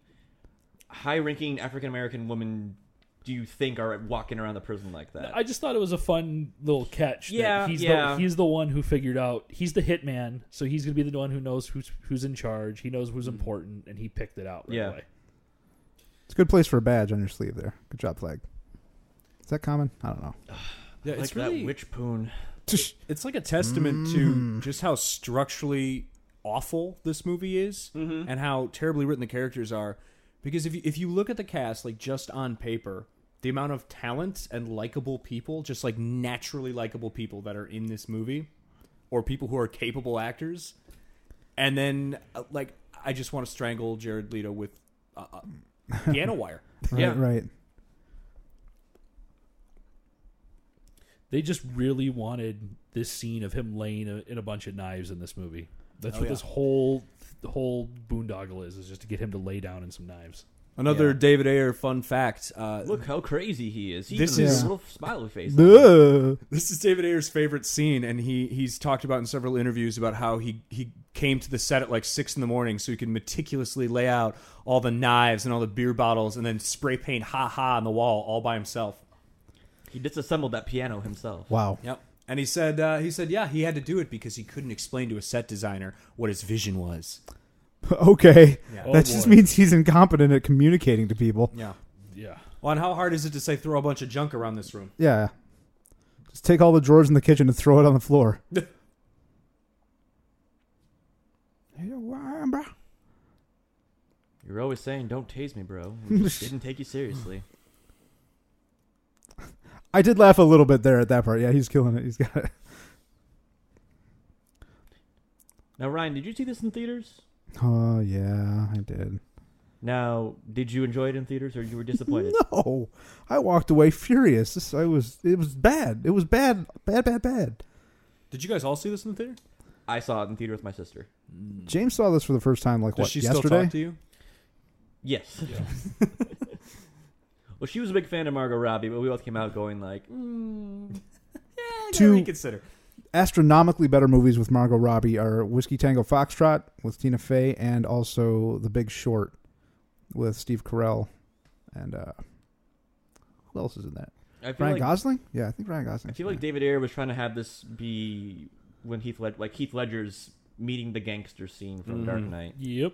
high-ranking African American women do you think are walking around the prison like that?
I just thought it was a fun little catch. that
Yeah,
he's
yeah.
The, he's the one who figured out. He's the hitman, so he's gonna be the one who knows who's who's in charge. He knows who's important, and he picked it out right
Mm-hmm. Yeah.
away.
It's a good place for a badge on your sleeve there. Good job, flag. Is that common? I don't know.
Yeah,
like
it's really
that witch poon.
it's like a testament to just how structurally awful this movie is and how terribly written the characters are because if you, if you look at the cast like just on paper the amount of talent and likable people just like naturally likable people that are in this movie or people who are capable actors and then uh, like i just want to strangle jared leto with uh, uh, piano wire
Right,
Yeah.
right.
They just really wanted this scene of him laying a, in a bunch of knives in this movie. That's
Oh,
what
yeah.
this whole the whole boondoggle is is just to get him to lay down in some knives.
another
Yeah.
david ayer fun fact uh,
Look how crazy he is. He
This
even has
is-
a little smiley face.
Ugh.
This is David Ayer's favorite scene, and he he's talked about in several interviews about how he he came to the set at like six in the morning so he could meticulously lay out all the knives and all the beer bottles, and then spray paint "ha ha" on the wall all by himself.
He disassembled that piano himself.
Wow.
Yep. And he said uh, he said yeah he had to do it because he couldn't explain to a set designer what his vision was.
okay.
Yeah.
Oh,
that just
boy.
means he's incompetent at communicating to people.
Yeah.
Yeah.
Well, and how hard is it to say throw a bunch of junk around this room?
Yeah. Just take all the drawers in the kitchen and throw it on the floor.
Yeah.
Hey, why, bruh?
You're always saying, "Don't tase me, bro." We just didn't take you seriously.
I did laugh a little bit there at that part. Yeah, he's killing it. He's got it.
Now, Ryan, did you see this in theaters?
Oh yeah, I did.
Now, did you enjoy it in theaters, or you were disappointed?
No, I walked away furious. This, I was. It was bad. It was bad. Bad. Bad. Bad.
Did you guys all see this in the theater?
I saw it in theater with my sister.
Mm.
James saw this for the first time like
Does
what
she
yesterday.
still talk to you?
Yes. well, she was a big fan of Margot Robbie, but we both came out going like, mm, "Yeah,
I gotta
Two-
reconsider.
astronomically better movies with Margot Robbie are Whiskey Tango Foxtrot with Tina Fey and also The Big Short with Steve Carell and uh who else is in that?
I feel
Ryan
like
Gosling? Yeah, I think Ryan Gosling.
I feel like David Ayer was trying to have this be when Heath Led- like Heath Ledger's meeting the gangster scene from Dark
Mhm.
Knight.
Yep.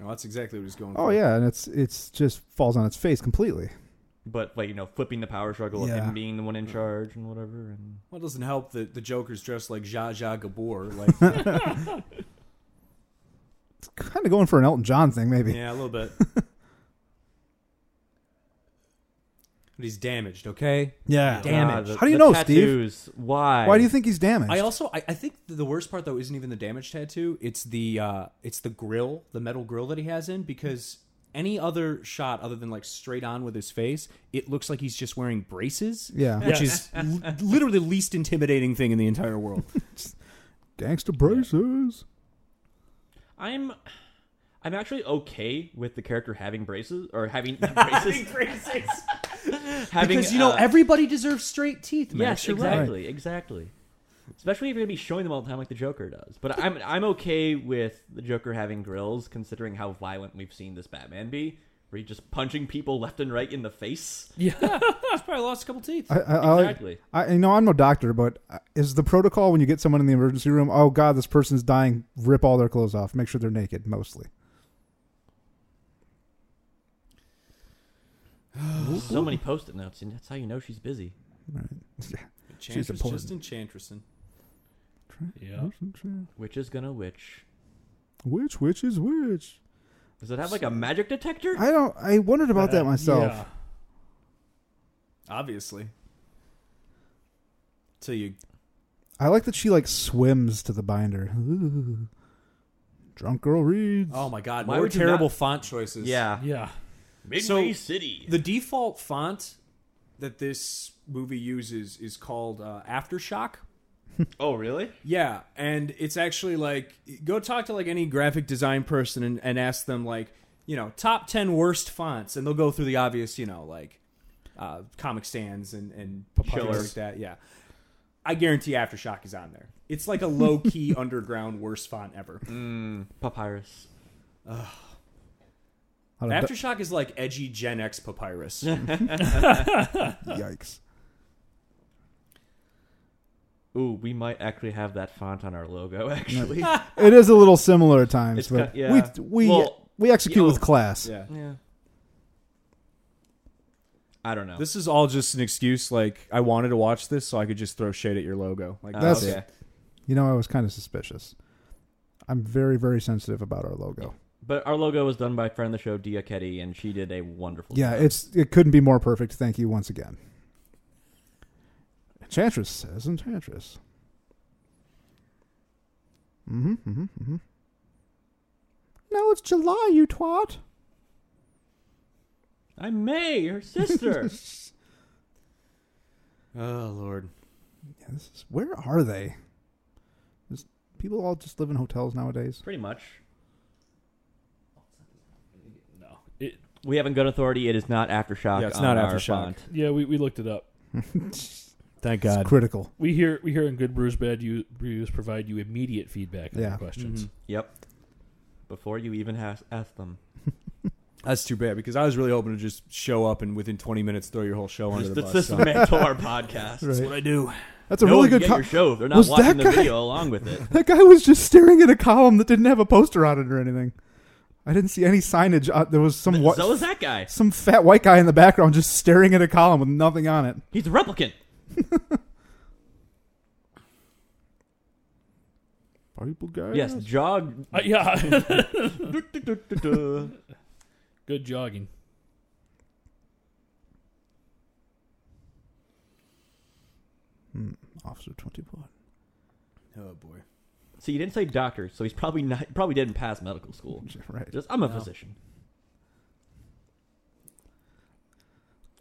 No, that's exactly what he's going.
Oh
for.
yeah, and it's it's just falls on its face completely.
But like you know, flipping the power struggle of
Yeah.
him being the one in charge and whatever. And
Well, it doesn't help that the Joker's dressed like Zsa Zsa Gabor. Like,
It's kind of going for an Elton John thing, maybe.
yeah, a little bit. But he's damaged. Okay.
Yeah.
Damn
God,
it.
Ah, the-
How do you
the
know, Steve?
tattoos, Steve? Why?
Why do you think he's damaged?
I also I, I think the worst part though isn't even the damage tattoo. It's the uh it's the grill, the metal grill that he has in because any other shot other than like straight on with his face, it looks like he's just wearing braces.
Yeah.
Which is l- literally the least intimidating thing in the entire world.
Gangster braces.
I'm I'm actually okay with the character having braces or having braces having
because you know
uh,
everybody deserves straight teeth, man.
yes exactly exactly. Especially if you're gonna be showing them all the time like the Joker does. But I'm I'm okay with the Joker having grills considering how violent we've seen this Batman be. Where he's just punching people left and right in the face.
He's probably lost a couple teeth.
I, I, I like-
Exactly.
I, I know I'm no doctor, but uh, is the protocol when you get someone in the emergency room? Oh God, this person's dying. Rip all their clothes off. Make sure they're naked, mostly.
So many post-it notes, and that's how you know she's busy.
She's
Enchantress,
important.
just enchantress.
Yeah.
Which is gonna which?
Which which is which?
Does it have like a magic detector?
I don't. I wondered about
Uh,
that myself.
Yeah.
Obviously. Till you
I like that she like swims to the binder. Ooh. Drunk girl reads.
Oh my god,
Why
more
would you
terrible
not-
font choices.
yeah.
Yeah.
Midway
So-
City.
The default font that this movie uses is called uh, Aftershock.
oh really?
Yeah, and it's actually like go talk to like any graphic design person and, and ask them like you know top ten worst fonts, and they'll go through the obvious you know like uh, comic stands and and things
Chillers.
like that. Yeah, I guarantee Aftershock is on there. It's like a low key underground worst font ever.
Mm, Papyrus.
Out of
Aftershock is like edgy Gen X papyrus.
du- yikes!
Ooh, we might actually have that font on our logo. Actually,
It is a little similar at times,
It's
but
ki- yeah.
we we
Well,
we execute
yo-
with class.
yeah.
yeah. I don't know.
This is all just an excuse. Like I wanted to watch this so I could just throw shade at your logo. Like
Uh,
That's-
okay.
You know, I was kind of suspicious. I'm very very sensitive about our logo.
But our logo was done by friend of the show Dia Ketty, and she did a wonderful.
Yeah,
job.
it's it couldn't be more perfect. Thank you once again. Enchantress says Enchantress. Mm-hmm, mm-hmm, mm-hmm. No, it's July, you twat.
I'm May, her sister.
Oh lord.
Yeah, this is, where are they? Is, people all just live in hotels nowadays.
Pretty much.
No. It,
We haven't got authority. It is not aftershock.
Yeah, it's
on
not
our
Aftershock.
font.
yeah. We, we looked it up.
Thank
It's critical.
We hear we hear in good brews bad you, brews provide you immediate feedback on
Yeah.
your questions.
Yep. Before you even has- ask them,
That's too bad because I was really hoping to just show up and within 20 minutes throw your whole show under
just
the bus. so-
dismantle our podcast.
Right.
I do.
That's a
no one
really
can
good.
get
Co-
your show. if They're not
Was
watching
that
the
guy-
video along with it.
that guy was just staring at a column that didn't have a poster on it or anything. I didn't see any signage. Uh, there was some what?
So is that guy.
some fat white guy in the background just staring at a column with nothing on it.
He's a replicant.
People guys.
Yes, jog.
Uh, yeah.
Duh.
good jogging.
Officer 21.
Oh boy.
So you didn't say doctor, so he's probably not probably didn't pass medical school.
Right.
Just I'm a
No.
physician.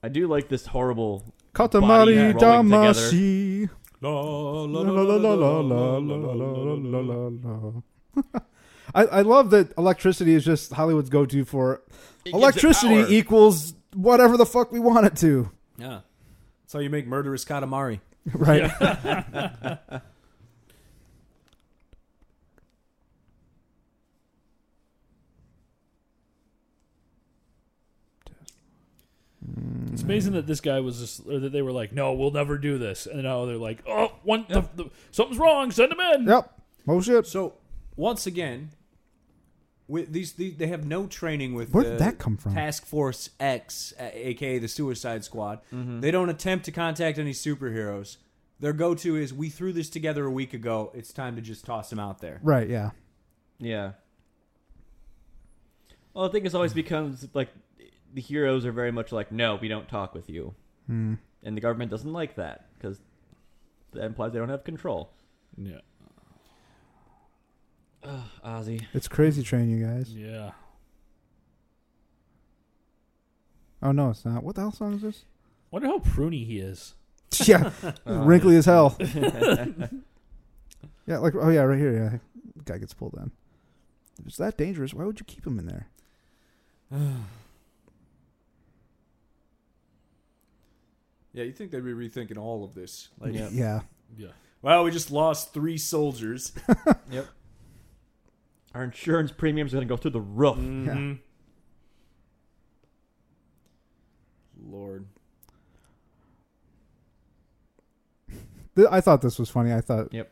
I do like this horrible. Body
Katamari
rolling
Damashi.
la,
La, la, la, la, la, la, la, la, la, la. I, I love that electricity is just Hollywood's go to for
It gives it
electricity
power.
equals whatever the fuck we want it to.
Yeah. That's how you make murderous Katamari.
right?
It's amazing that this guy was just, or that they were like, no, we'll never do this, and now they're like, oh, one, the, the, something's wrong, send him in.
Yep. Oh shit.
So once again, with these, these they have no training with.
Where did
the
that come from?
Task Force X, a- aka the Suicide Squad. They don't attempt to contact any superheroes. Their go-to is, "We threw this together a week ago. It's time to just toss them out there."
Right. Yeah.
Yeah. Well, I think it's always becomes like the heroes are very much like, no, we don't talk with you,
Hmm.
and the government doesn't like that because that implies they don't have control.
Yeah.
Ozzy,
It's crazy train, you guys.
Yeah.
Oh no, it's not. What the hell song is this?
Wonder how pruny he is.
yeah,
Oh,
wrinkly as hell. yeah, like oh yeah, right here. Yeah, guy gets pulled in. If it's that dangerous, why would you keep him in there?
Yeah, you think they'd be rethinking all of this? Like,
Yeah,
Yeah.
wow, we just lost three soldiers.
our insurance premiums are gonna go through the roof.
Mhm. Lord,
Th- I thought this was funny. I thought
Yep.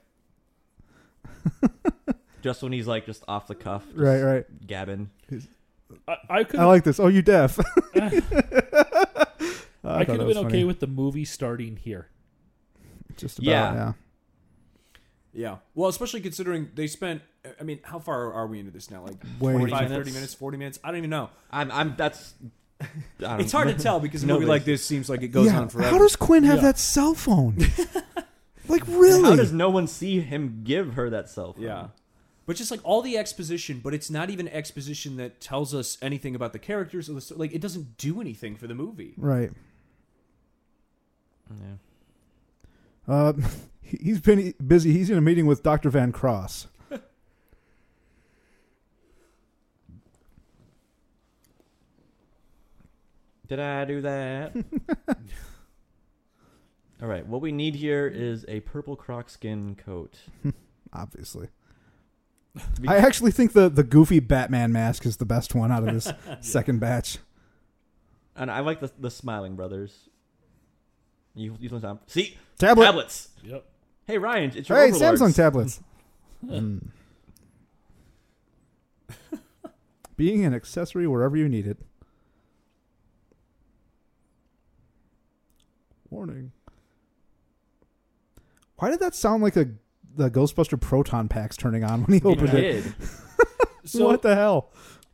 just when he's like just off the cuff, just
right, right.
gabbing.
I, I could
I
have
like this. Oh, you deaf?
I, could have been okay with the movie starting here.
just about,
about, Yeah.
yeah.
Yeah. Well, especially considering they spent. I mean, how far are we into this now? Like
Way
25,
minutes.
30 minutes, 40 minutes? I don't even know.
I'm, I'm. That's. I don't
It's hard to tell because a
No,
movie
there's-
like this seems like it goes on forever.
How does Quinn have
Yeah.
that cell phone? like
How
really?
does no one see him give her that cell phone?
yeah. Um, But just like all the exposition, but it's not even exposition that tells us anything about the characters or the sto- like. It doesn't do anything for the movie.
right.
yeah.
Uh, he- he's been busy. He's in a meeting with Doctor Van Cross.
Did I do that? All right. What we need here is a purple croc skin coat.
Obviously, I actually think the the goofy Batman mask is the best one out of this second batch.
And I like the, the smiling brothers. You, you don't see
Tablet.
tablets.
Yep.
Hey Ryan, it's your
Hey,
overlords.
Samsung tablets. Mm. Being an accessory wherever you need it. Warning. Why did that sound like a the Ghostbuster proton packs turning on when he
It
opened it?
did.
So
what the hell?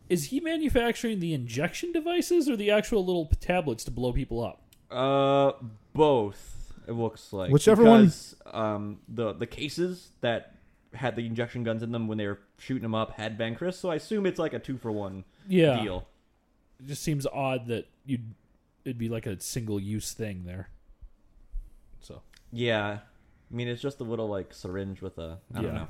is he manufacturing the injection devices or the actual little tablets to blow people up?
Uh, both. It looks like
Whichever one-
because, Um, the the cases that had the injection guns in them when they were shooting them up had Van Chris, so I assume it's like a two for one
Yeah.
deal.
It just seems odd that you'd it'd be like a single use thing there. So
Yeah. I mean, it's just a little like syringe with a I don't
Yeah.
know.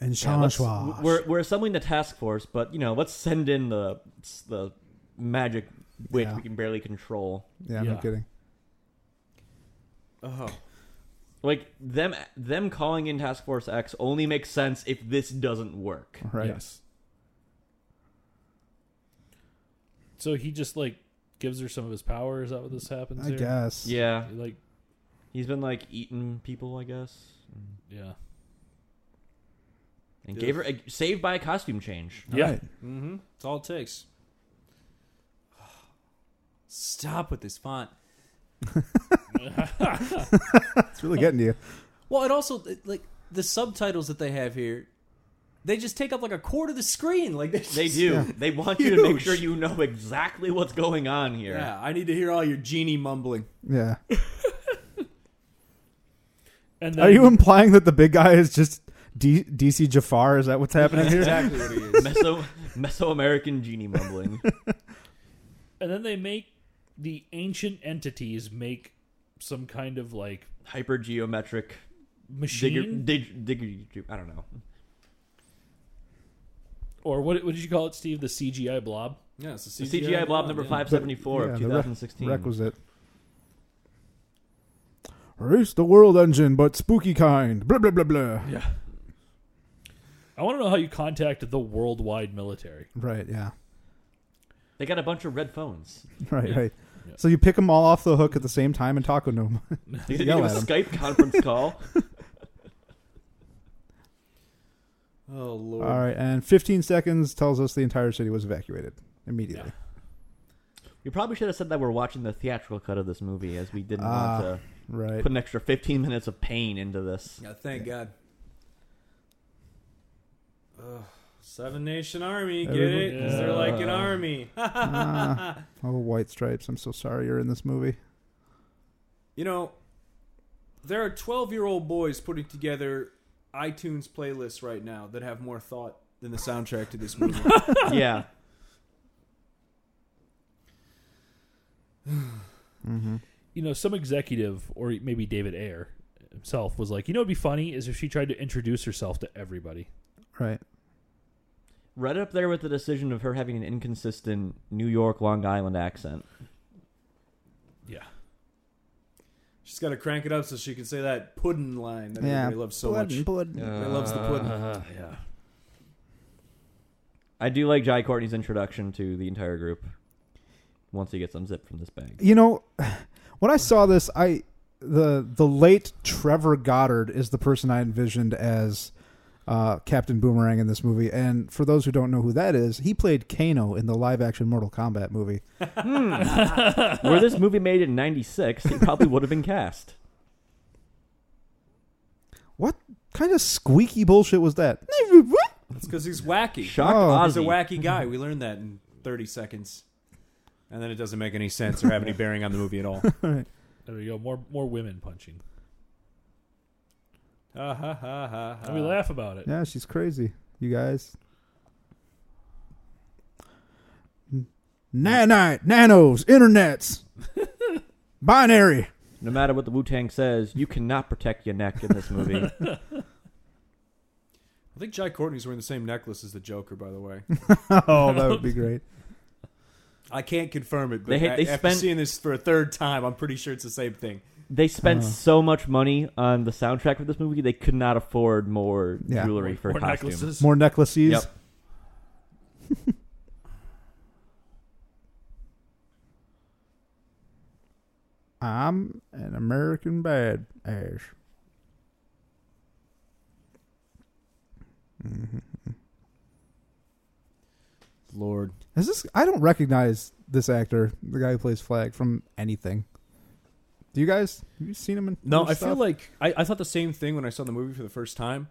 And
Yeah,
Sean
let's- We're we're assembling the task force, but you know, let's send in the the magic which
Yeah.
we can barely control.
Yeah, no
Yeah.
kidding.
Oh,
Like them them calling in Task Force X only makes sense if this doesn't work.
Right.
yes. So he just like gives her some of his power. Is that what this happens?
I
here?
guess.
Yeah,
Like
he's been like eating people, I guess,
yeah.
and
Yeah.
gave her a, saved by a costume change.
All
yeah.
right.
mm-hmm. It's all it takes. Stop with this font.
It's really getting to you.
Well, it also it- like the subtitles that they have here. They just take up like a quarter of the screen. Like they,
They
just-
do. They want you to make
Huge.
sure you know exactly what's going on here.
Yeah, I need to hear all your genie mumbling.
Yeah.
And then
Are you implying that the big guy is just D- DC Jafar? Is that what's happening here?
exactly what he is.
Meso Mesoamerican genie mumbling.
and then they make the ancient entities make some kind of like
hyper geometric digger,
machine
dig, digger, I don't know.
or what, what did you call it, Steve? The CGI blob.
Yeah, it's
The CGI, blob number five seventy four
yeah,
of
the
two
re-
thousand sixteen.
Requisite. Race the world engine, but spooky kind. Blah blah blah blah.
yeah.
I want to know how you contact the worldwide military.
Right. Yeah.
They got a bunch of red phones.
Right.
Yeah.
Right.
Yeah.
So you pick them all off the hook at the same time and talk with them.
They did
Yell
a
at 'em.
Skype conference call.
Oh
all
lord.
right. And 15 seconds tells us the entire city was evacuated immediately.
You probably should have said that we're watching the theatrical cut of this movie, as we didn't want
Ah.
to
Right.
put an extra fifteen minutes of pain into this.
Yeah, thank God. Ugh, Seven Nation Army, get it? 'Cause they're like an
Yeah.
army.
Ah. oh, white stripes. I'm so sorry you're in this movie.
You know, there are 12 year old boys putting together iTunes playlists right now that have more thought than the soundtrack to this movie.
yeah.
Mm-hmm.
You know, some executive or maybe David Ayer himself was like, you know, what'd be funny is if she tried to introduce herself to everybody.
Right.
Right up there with the decision of her having an inconsistent New York Long Island accent.
Yeah.
She's got to crank it up so she can say that puddin' line that
Yeah.
everybody loves so
Blood
much.
and blood.
loves the pudding.
Uh, yeah.
I do like Jai Courtney's introduction to the entire group. Once he gets unzipped from this bag,
You know, when I saw this, I the the late Trevor Goddard is the person I envisioned as uh, Captain Boomerang in this movie. And for those who don't know who that is, he played Kano in the live action Mortal Kombat movie.
Hmm.
were this movie made in '96, he probably would have been cast.
What kind of squeaky bullshit was that?
That's because he's wacky.
Shock
Oh.
Ozzy.
He's a wacky guy. We learned that in 30 seconds. And then it doesn't make any sense or have any bearing on the movie at all.
There we go. More more women punching.
Ha ha ha ha.
And we
ha.
laugh about it.
Yeah, she's crazy, you guys. Nanite, nanos, internets, binary.
No matter what the Wu Tang says, you cannot protect your neck in this movie.
I think Jai Courtney's wearing the same necklace as the Joker, by the way.
Oh, that would be great.
I can't confirm it, but
They had-
I-
they
after
spent-
seeing this for a third time, I'm pretty sure it's the same thing.
they spent
Uh-huh.
Uh.
so much money on the soundtrack for this movie, they could not afford more
Yeah.
jewelry for
Or
costumes.
necklaces.
More necklaces.
Yep.
I'm an American bad ass.
Lord.
Is this? I don't recognize this actor, the guy who plays Flag, from anything. Do you guys? Have you seen him in?
No,
other
I feel
stuff?
like I, I thought the same thing when I saw the movie for the first time.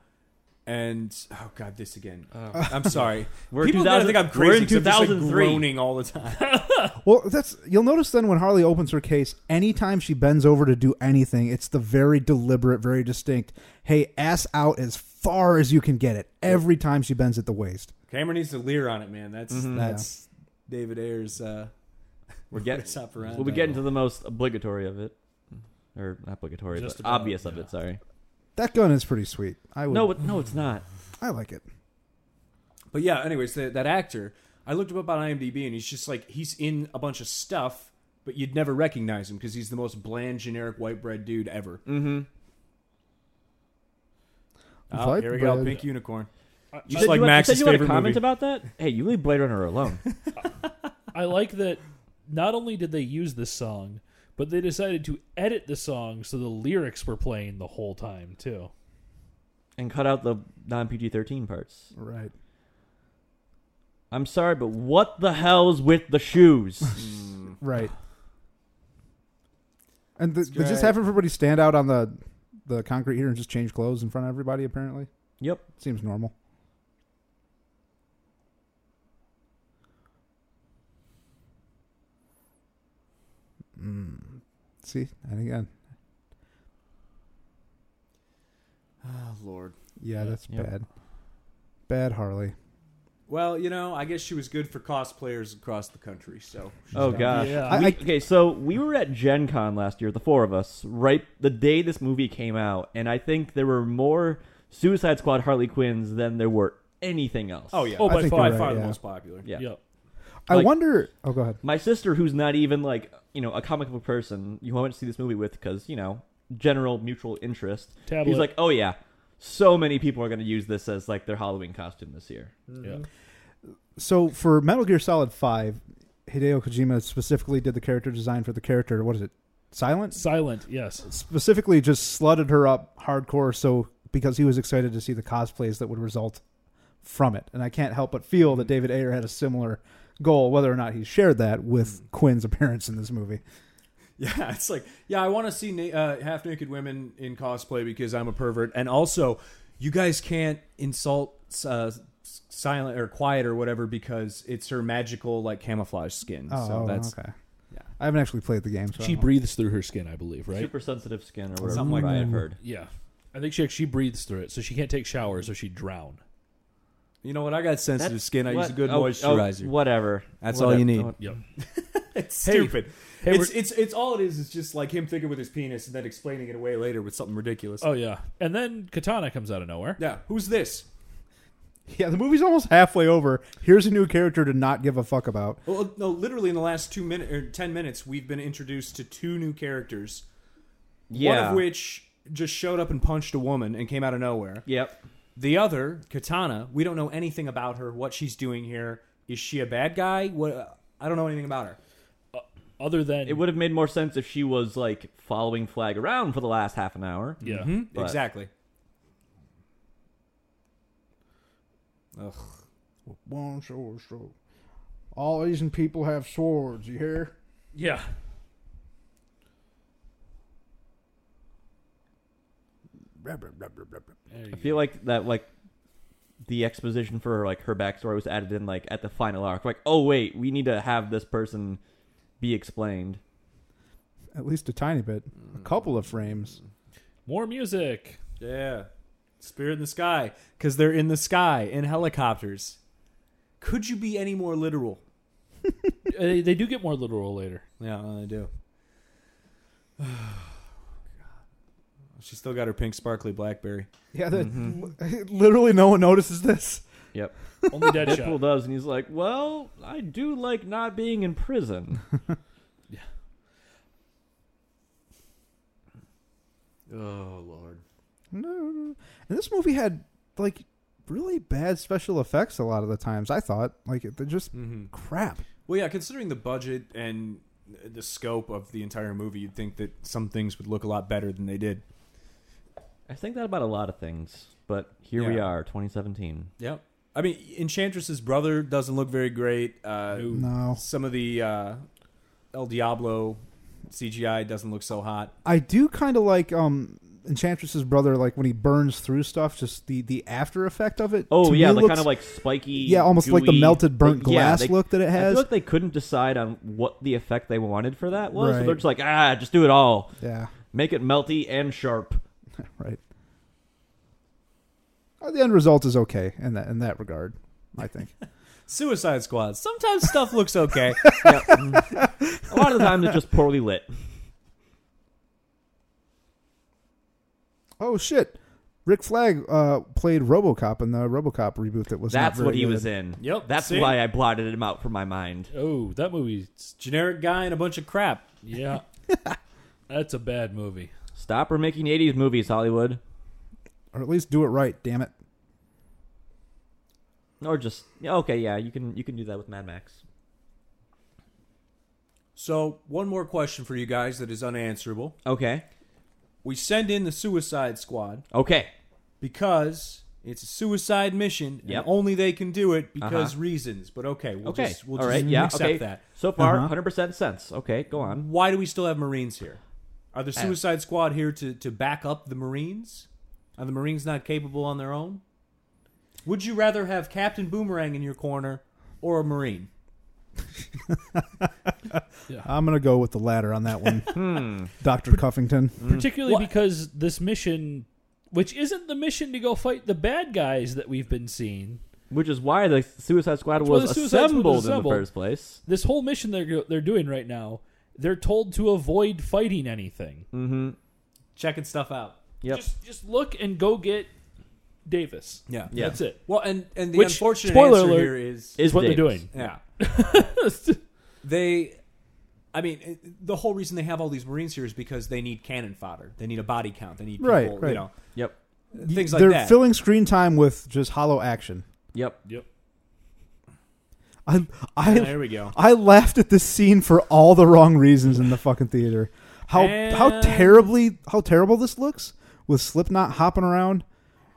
And oh god, this again. I'm sorry.
Oh. We're
People gotta
2000
think I'm crazy.
We're in
'cause I'm just, like,
2003.
groaning all the time.
Well, that's you'll notice then when Harley opens her case, anytime she bends over to do anything, it's the very deliberate, very distinct. Hey, ass out as far as you can get it. Every time she bends at the waist.
Cameron needs to leer on it, man. That's
Mhm.
that's David Ayer's. Uh,
We're getting
Modus operandi.
we'll be getting to the most obligatory of it, or not obligatory,
Just
but
about,
obvious of
yeah.
it. Sorry.
That gun is pretty sweet. I would.
No, it, no, it's not.
I like it.
But yeah, anyways, the, that actor. I looked him up on IMDb, and he's just like he's in a bunch of stuff, but you'd never recognize him because he's the most bland, generic white bread dude ever.
Mm-hmm.
Oh,
White
here we go,
bread.
Pink Unicorn.
I-
You
I-
Just
Uh, you,
like
had-
Max's
you said you had a
favorite
comment
movie.
about that. Hey, you leave Blade Runner alone.
I like that not only did they use this song, but they decided to edit the song so the lyrics were playing the whole time too.
and cut out the non PG thirteen parts.
Right.
I'm sorry, but what the hell's with the shoes?
Right. And the,
That's
they just
right.
have everybody stand out on the the concrete here and just change clothes in front of everybody. Apparently,
yep.
seems normal. Mm. See, and again,
Ah,
Oh Lord.
yeah, that's
Yep.
bad. Bad Harley.
Well, you know, I guess she was good for cosplayers across the country. So
Oh gosh.
Yeah.
We-
I-
okay, so we were at Gen Con last year, the four of us, right the day this movie came out, and I think there were more Suicide Squad Harley Quinns than there were anything else.
Oh yeah.
Oh,
I
by
think
far,
you're
by far
right,
the
yeah.
most popular.
Yeah.
Yep.
I
Like-
wonder. Oh, go ahead.
My sister, who's not even like you know a comic book person, you went to see this movie with because you know general mutual interest.
Tablet.
He's like, oh yeah, so many people are going to use this as like their Halloween costume this year.
yeah.
So for Metal Gear Solid Five, Hideo Kojima specifically did the character design for the character. What is it? Silent.
silent. Yes,
Specifically, just slutted her up hardcore. So because he was excited to see the cosplays that would result from it, and I can't help but feel that David Ayer had a similar goal, whether or not he shared that with
Mm.
Quinn's appearance in this movie.
Yeah, it's like, yeah, I want to see na- uh, half naked women in cosplay because I'm a pervert, and also, you guys can't insult uh, s- silent or quiet or whatever because it's her magical like camouflage skin.
Oh,
so that's
okay.
yeah.
I haven't actually played the game. So I
she
don't know.
breathes through her skin, I believe. Right?
Super sensitive skin or whatever
Something like
I had
that.
heard.
Yeah, I think she she breathes through it, so she can't take showers or she drown.
You know what? I got sensitive
That's
skin. I use
what-
a good
oh, oh,
moisturizer.
whatever.
That's all you need.
Don't-
Yep.
It's
Hey,
stupid.
hey,
it's,
we're-
it's it's all it is. It's just like him thinking with his penis and then explaining it away later with something ridiculous.
Oh yeah, and then Katana comes out of nowhere.
yeah. Who's this?
Yeah, the movie's almost halfway over. Here's a new character to not give a fuck about.
Well, no. Literally in the last two minutes or ten minutes, we've been introduced to two new characters.
Yeah.
One of which just showed up and punched a woman and came out of nowhere.
Yep.
The other, Katana, we don't know anything about her. What she's doing here? Is she a bad guy? What? uh, I don't know anything about her.
Other than
It would have made more sense if she was like following Flag around for the last half an hour.
yeah.
But-
Exactly. Ugh.
One sword stroke. All Asian people have swords, you hear?
Yeah. There you
I feel like that like the exposition for like her backstory was added in like at the final arc. Like, oh wait, we need to have this person be explained.
At least a tiny bit.
Mm.
A couple of frames.
go. More music.
Yeah. Spirit in the sky. Because they're in the sky in helicopters. Could you be any more literal?
Uh, they, they do get more literal later.
Yeah, I do. Oh, She still got her pink sparkly blackberry.
Yeah, that, literally no one notices this.
Yep.
Only Deadshot.
Deadpool does, and he's like, "Well, I do like not being in prison."
Oh lord.
No. And this movie had, like, really bad special effects a lot of the times, I thought. Like, they're just
Mm-hmm.
crap.
Well, yeah. Considering the budget and the scope of the entire movie, you'd think that some things would look a lot better than they did.
I think that about a lot of things, but here we
Yeah.
are, 2017.
Yep. I mean, Enchantress's brother doesn't look very great. Uh,
No.
Some of the uh, El Diablo CGI doesn't look so hot.
I do kind of like um Enchantress's brother, like, when he burns through stuff, just the, the after effect of it.
Oh
to
yeah,
me
the
looks-
kind of like spiky.
Yeah, almost like the
gooey-
melted burnt
Yeah,
glass
they-
look that it
I
has.
feel like they couldn't decide on what the effect they wanted for that was. So
Right.
they're just like, ah, just do it all.
Yeah,
Make it melty and sharp.
right. Uh, The end result is okay in that in that regard, I think.
Suicide Squad. Sometimes stuff looks okay.
A lot of the time, they're just poorly lit.
oh shit! Rick Flag uh, played RoboCop in the RoboCop reboot that was.
That's what he was in.
Yep,
That's
see?
why I blotted him out from my mind.
Oh, that movie's
Generic guy and a bunch of crap.
yeah. That's a bad movie.
Stop her making 80s movies, Hollywood.
Or at least do it right. Damn it!
Or just yeah, okay, yeah, you can you can do that with Mad Max.
So, one more question for you guys that is unanswerable.
Okay,
We send in the Suicide Squad
okay,
because it's a suicide mission
Yep.
and only they can do it because
Uh-huh.
reasons. But okay, we'll
okay.
just we'll
All
just
right, yeah,
accept
okay.
that.
So far,
Uh-huh.
100 percent sense. Okay, go on.
Why do we still have Marines here? Are the Suicide Squad here to, to back up the Marines? Are the Marines not capable on their own? Would you rather have Captain Boomerang in your corner or a Marine?
I'm gonna go with the latter on that one.
Hmm.
Doctor Cuffington.
Mm.
Particularly
What?
because this mission, which isn't the mission to go fight the bad guys that we've been seeing,
Which is why the Suicide Squad
why
was
the Suicide Squad
assembled in
was
the
assembled.
first place.
this whole mission they're go- they're doing right now, they're told to avoid fighting anything.
Checking stuff out.
Mm, Yep.
Just just look and go get Davis.
Yeah.
Yeah.
That's it.
Well, and, and the
Which,
unfortunate
spoiler
answer
alert,
here is
is
what they're
Davis.
doing.
yeah. they i mean it- the whole reason they have all these marines here is because they need cannon fodder they need a body count they need people,
Right,
you
right.
know
Yep.
things like
They're
that
filling screen time with just hollow action.
Yep.
yep.
I I
there we go
I laughed at this scene for all the wrong reasons in the fucking theater. How how
And-
terribly how terrible this looks with Slipknot hopping around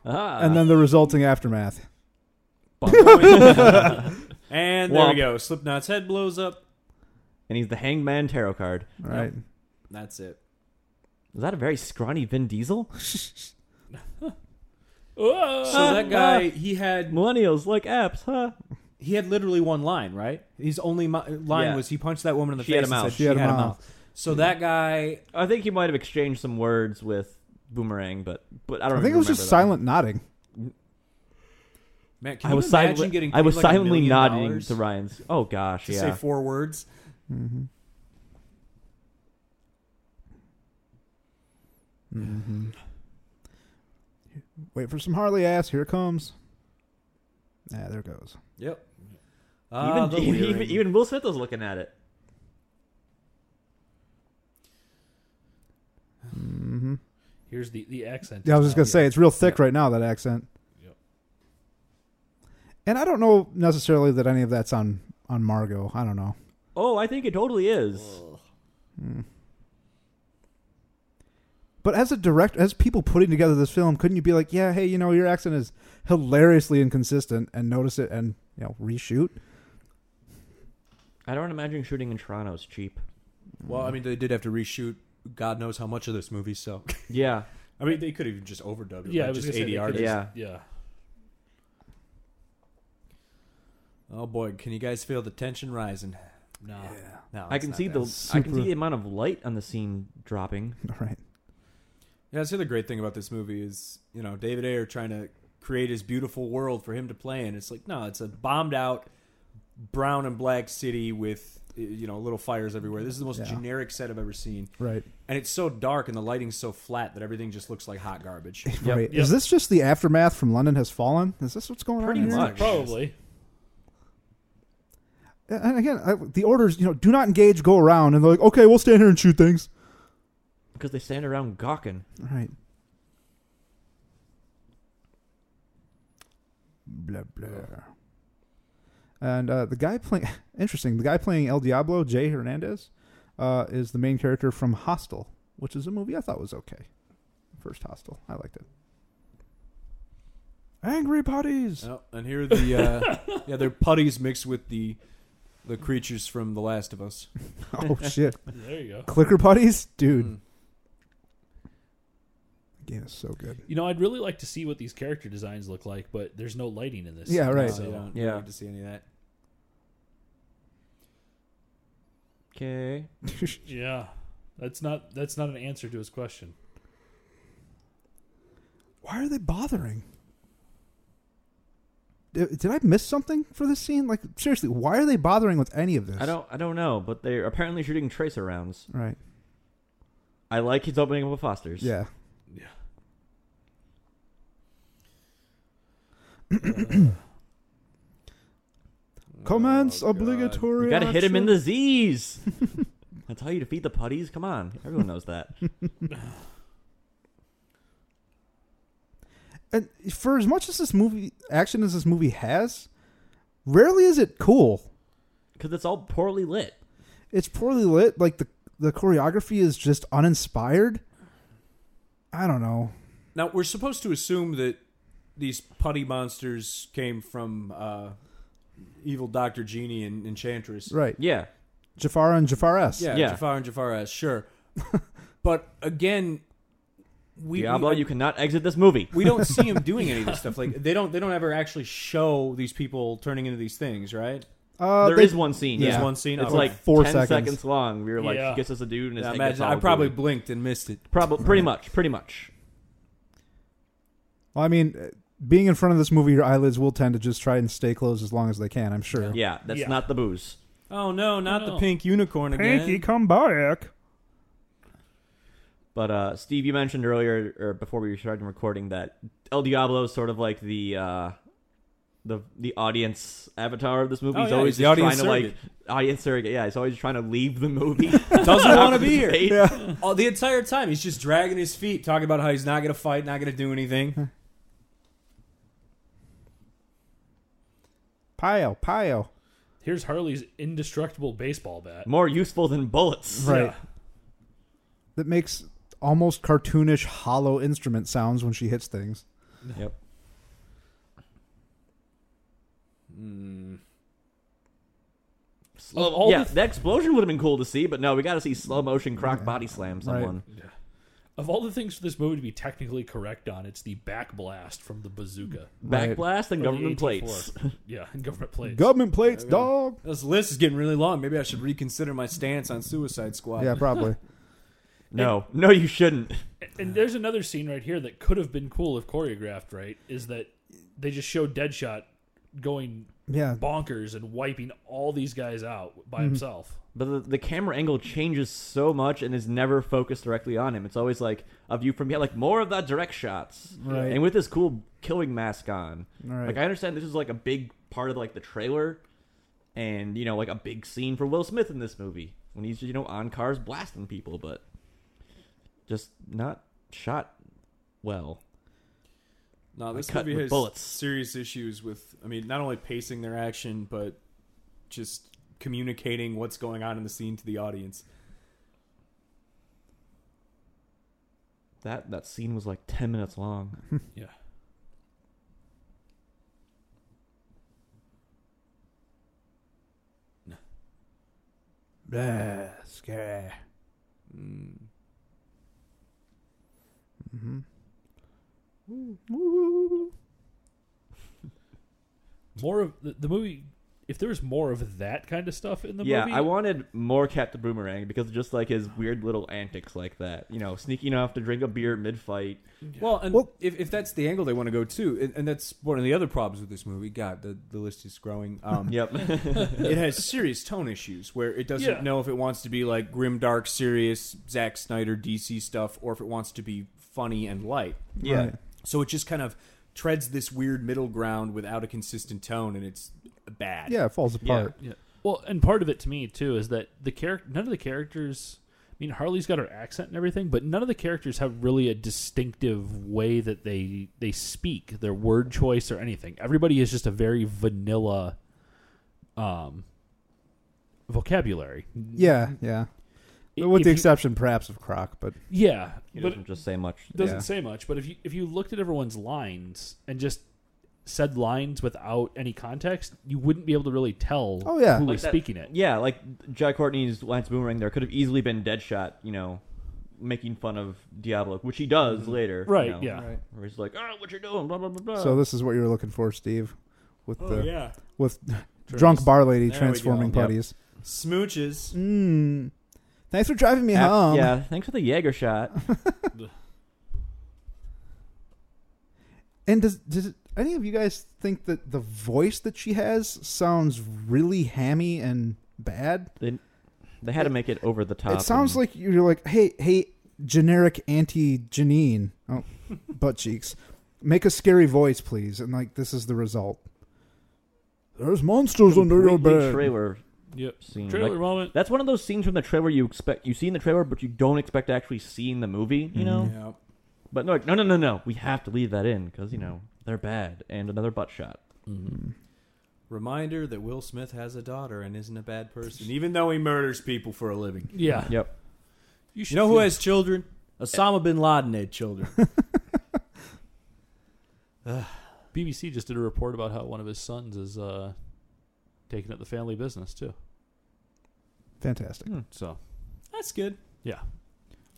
Ah.
and then the resulting aftermath.
and there we
Womp.
go slipknot's head blows up
and he's the Hangman tarot card.
Right.
that's it
Is that a very scrawny Vin Diesel? Ah,
so
Oh,
that guy he had
Millennials like apps, huh?
he had literally one line right his only mo- line
Yeah.
was he punched that woman in the
She
face
had a
and
mouth.
said she had, a mouth, so that guy
I think he might have exchanged some words with Boomerang, but but I don't.
I think
even
it
remember
was just
that.
silent nodding.
man can
I
you
was
imagine
silently.
getting
I was
paid, like, a
silently
million
nodding
dollars
to Ryan's. Oh gosh,
to
yeah.
say four words
Wait for some Harley ass. Here it comes. Yeah, there it goes.
yep Ah,
even,
the
even, even
leering.
even Will Smith was looking at it.
Here's the the accent.
Yeah, I was
as
just gonna
well.
say it's real thick right now. That accent.
Yep.
And I don't know necessarily that any of that's on on Margot. I don't know.
Oh, I think it totally is.
But as a director, as people putting together this film, couldn't you be like, yeah, hey, you know, your accent is hilariously inconsistent, and notice it, and you know, reshoot.
I don't imagine shooting in Toronto is cheap.
Well, I mean, they did have to reshoot God knows how much of this movie, so
Yeah,
I mean, they could have just overdubbed it.
Yeah,
like,
I was
just
gonna say they
ADR.
could've-
it.
yeah.
Yeah.
Oh boy, can you guys feel the tension rising? No, no,
I
it's
can
not
see
that.
the I can
Super-
see the amount of light on the scene dropping.
All right.
Yeah, that's the other great thing about this movie is you know David Ayer trying to create his beautiful world for him to play in. It's like no, it's a bombed out brown and black city with eh, you know little fires everywhere. This is the most
Yeah.
generic set I've ever seen,
Right.
and it's so dark and the lighting's so flat that everything just looks like hot garbage.
Yep.
Right.
Yep.
Is this just the aftermath from London Has Fallen? Is this what's going
Pretty
on? here?
much.
Probably.
And again, I, the orders, you know, do not engage, go around, and they're like, okay, we'll stand here and shoot things.
Because they stand around gawking.
All right. Blah blah. And uh, the guy playing, interesting, the guy playing El Diablo, Jay Hernandez, uh, is the main character from Hostel, which is a movie I thought was okay. First Hostel, I liked it. Angry putties.
Oh, and here are the uh, yeah, they're putties mixed with the the creatures from The Last of Us.
oh shit,
There you go.
clicker putties, dude.
Hmm.
Mm.
The game is so good.
You know, I'd really like to see what these character designs look like, but there's no lighting in this.
Yeah, right.
So,
So,
you don't
Yeah.
need to see any of that.
Okay.
yeah. That's not that's not an answer to his question.
Why are they bothering? D- Did I miss something for this scene? Like seriously, why are they bothering with any of this?
I don't I don't know, but they're apparently shooting tracer rounds.
Right.
I like he's opening up with Foster's.
Yeah.
Yeah.
Comments
Oh, God.
obligatory.
You gotta hit him in
action.
the Z's. That's how you defeat the putties. Come on, everyone knows that.
And for as much as this movie action as this movie has, rarely is it cool.
Because it's all poorly lit.
It's poorly lit. Like the the choreography is just uninspired. I don't know.
Now we're supposed to assume that these putty monsters came from uh, evil Doctor Genie and Enchantress.
Right.
Yeah,
Jafar and Jafar S.
Yeah,
Yeah.
Jafar and Jafar S. Sure, but again, we
Diablo,
we,
you cannot exit this movie.
we don't see him doing any of this stuff. Like they don't they don't ever actually show these people turning into these things, right?
Uh,
there
they-
is one scene.
There's
yeah.
one scene?
It's
Okay.
like
Four
ten
seconds.
seconds. long. We were like,
Yeah.
gets us a dude, and his
Now
head gets
imagine
all
I probably
gooey.
blinked and missed it.
Prob- pretty much, pretty much.
Well, I mean, uh, being in front of this movie, your eyelids will tend to just try and stay closed as long as they can. I'm sure.
Yeah, that's
Yeah.
not the booze.
Oh no, not
no.
the pink unicorn again.
come back.
But uh, Steve, you mentioned earlier or before we started recording that El Diablo is sort of like the uh, the the audience avatar of this movie.
Oh,
he's
yeah,
always
he's the
just
audience
trying to like audience surrogate. Yeah, he's always trying to leave the movie. Doesn't
Doesn't want to be here.
Yeah.
All, the entire time, he's just dragging his feet, talking about how he's not going to fight, not going to do anything.
Pio, Pio.
Here's Harley's indestructible baseball bat.
More useful than bullets.
Right.
Yeah.
That makes almost cartoonish hollow instrument sounds when she hits things.
Yep.
Of all
yeah,
the-
that explosion would have been cool to see, but no, we got to see slow motion croc body slam someone.
Of all the things for this movie to be technically correct on, it's the back blast from the bazooka.
Right.
Backblast and
From the
government plates.
AT-4. yeah, and government plates.
Government plates, dog.
This list is getting really long. Maybe I should reconsider my stance on Suicide Squad.
Yeah, probably.
No, no, you shouldn't.
And there's another scene right here that could have been cool if choreographed right. Is that they just showed Deadshot going
Yeah.
bonkers and wiping all these guys out by himself.
But the, the camera angle changes so much and is never focused directly on him. It's always like a view from behind, like more of the direct shots.
Right.
And with this cool killing mask on.
Right.
Like I understand this is like a big part of like the trailer and you know, like a big scene for Will Smith in this movie. When he's, you know, on cars blasting people, but just not shot well.
No, this
cut
movie
with
has
bullets.
serious issues with. I mean, not only pacing their action, but just communicating what's going on in the scene to the audience.
That that scene was like ten minutes long.
Yeah.
Yeah, scary.
Mm.
More of the, the movie. If there was more of that kind of stuff in the
yeah,
movie,
I wanted more Captain Boomerang because of just like his weird little antics like that. You know, sneaking off to drink a beer mid fight.
Well, and
Well-
if, if that's the angle they want to go to, and, and that's one of the other problems with this movie. God, the, the list is growing. Um,
Yep.
it has serious tone issues where it doesn't
Yeah.
know if it wants to be like grim, dark, serious Zack Snyder DC stuff, or if it wants to be funny and light.
yeah.
Right.
So it just kind of treads this weird middle ground without a consistent tone, and it's bad.
Yeah, it falls apart.
Well, and part of it to me too is that the character, none of the characters. I mean, Harley's got her accent and everything, but none of the characters have really a distinctive way that they they speak, their word choice or anything. Everybody is just a very vanilla, um, vocabulary.
Yeah, yeah. With
If
the
you-
exception, perhaps, of Croc, but
yeah,
He
but
doesn't just say much.
doesn't
Yeah.
say much. But if you if you looked at everyone's lines and just said lines without any context, you wouldn't be able to really tell.
Oh, yeah.
who
Like
was
that-
speaking it.
Yeah, like Jack Courtney's Lance Boomerang there could have easily been Deadshot, you know, making fun of Diablo, which he does later. you
Right,
know,
yeah.
Right.
Where he's like, oh, what you're doing, blah, blah, blah, blah.
so this is what you were looking for, Steve, with
Oh
the
yeah.
with drunk bar lady
There we
transforming
go. Yep.
putties.
Smooches.
Mm. Thanks for driving me
Af-
home.
yeah, thanks for the Jaeger shot.
And does does any of you guys think that the voice that she has sounds really hammy and bad?
they, they had to make it over the top.
It sounds
and-
like you're like, hey, hey, generic Auntie Janine, oh, butt cheeks, make a scary voice, please, and like this is the result. There's monsters under your
completely
bed.
trailer
Yep.
scene.
Trailer
Like,
moment.
that's one of those scenes from the trailer you expect you see in the trailer, but you don't expect to actually see in the movie. You know,
Mm-hmm. Mm.
Yeah.
but no, like, no, no, no, no. We have to leave that in because you know they're bad. And another butt shot.
Reminder that Will Smith has a daughter and isn't a bad person, even though he murders people for a living.
Yeah.
Yep.
You know who has children? Osama bin Laden had children.
BBC just did a report about how one of his sons is uh, taking up the family business too.
Fantastic.
So
That's good.
yeah.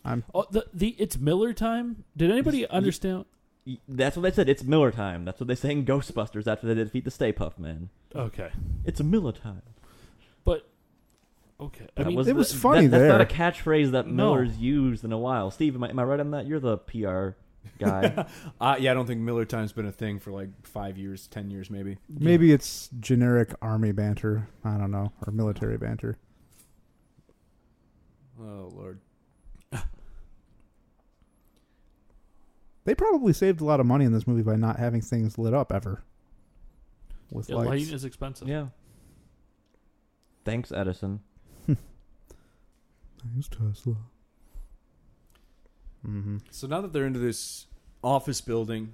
I'm-
Oh, the the it's Miller time. Did anybody understand?
Y- That's what they said. It's Miller time. That's what they say in Ghostbusters after they defeat the Stay Puff Man.
Okay,
It's a Miller time.
but okay. I
That
mean,
it
the-
was funny
That's not
there.
a catchphrase that
No.
Miller's used in a while. Steve, am I, am I right on that? You're the PR guy.
Uh, yeah, I don't think Miller time's been a thing for like five years, ten years maybe.
Maybe it's generic army banter. I don't know, or military banter.
Oh lord.
They probably saved a lot of money in this movie by not having things lit up ever. with
Yeah,
lights.
light is expensive.
Yeah. Thanks, Edison.
Thanks, Tesla. Mm-hmm.
So now that they're into this office building,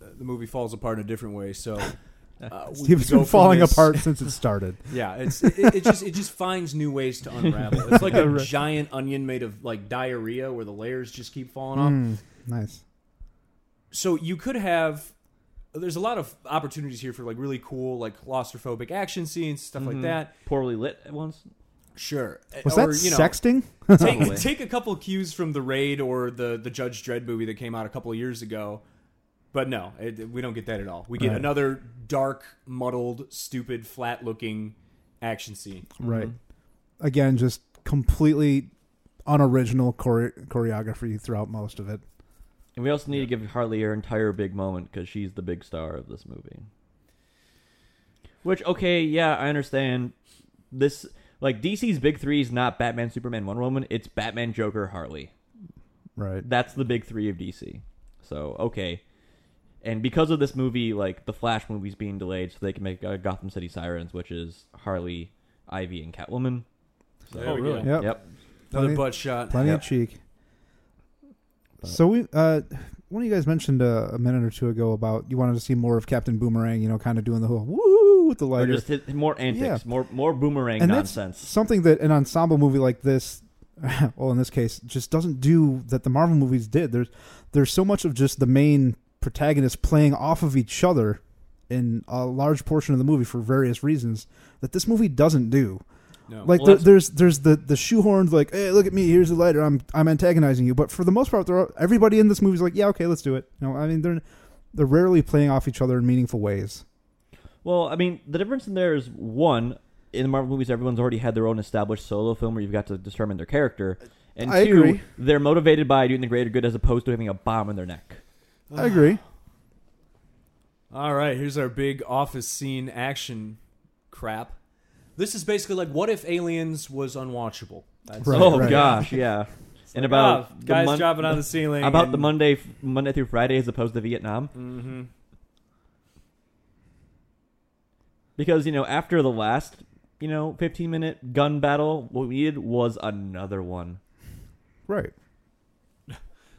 uh, the movie falls apart in a different way. So uh, we
Steve's
go
been
from
falling
this-
apart since it started.
Yeah, it's it, it just it just finds new ways to unravel. It's like a giant onion made of like diarrhea, where the layers just keep falling off.
Mm, nice.
so you could have there's a lot of opportunities here for like really cool like claustrophobic action scenes stuff like
Mhm.
that
Poorly lit at once.
sure
Mm-hmm. Was
or,
that
you know,
sexting?
take,
Probably.
take a couple cues from the raid or the the judge dredd movie that came out a couple of years ago but no it, we don't get that at all we get
Right.
another dark muddled stupid flat looking action scene
Right. Again, just completely unoriginal chore- choreography throughout most of it.
And we also need to give Harley her entire big moment because she's the big star of this movie. Which, okay, yeah, I understand. This, like, DC's big three is not Batman, Superman, Wonder Woman. It's Batman, Joker, Harley.
Right.
That's the big three of DC. So, okay. And because of this movie, like, the Flash movie's being delayed so they can make uh, Gotham City Sirens, which is Harley, Ivy, and Catwoman.
There
Oh,
we
really?
go.
Yep.
Yep.
another
Plenty-
butt shot
Plenty
Yep.
of cheek. So we, uh, one of you guys mentioned uh, a minute or two ago about you wanted to see more of Captain Boomerang, you know, kind of doing the whole woo with the
Or
lighter.
just hit more antics,
Yeah.
more more boomerang
And that's
nonsense.
something that an ensemble movie like this well in this case just doesn't do that the marvel movies did there's there's so much of just the main protagonists playing off of each other in a large portion of the movie for various reasons that this movie doesn't do
no.
like
Oh, Well,
there,
that's-
there's there's the the shoehorned like hey look at me here's the lighter i'm i'm antagonizing you but for the most part they're all, everybody in this movie's like yeah okay let's do it you know i mean they're they're rarely playing off each other in meaningful ways
Well, I mean, the difference in there is one in the Marvel movies, everyone's already had their own established solo film where you've got to determine their character, and
I
two,
agree.
they're motivated by doing the greater good as opposed to having a bomb in their neck.
i agree
All right, here's our big office scene action crap. This is basically like what if aliens was unwatchable? That's
Right,
oh
right.
gosh, yeah. and about
oh,
Ah,
the
guys
mon-
dropping on the ceiling.
about the Monday Monday through Friday as opposed to Vietnam.
Mm-hmm.
Because, you know, after the last, you know, 15 minute gun battle, what we needed was another one.
right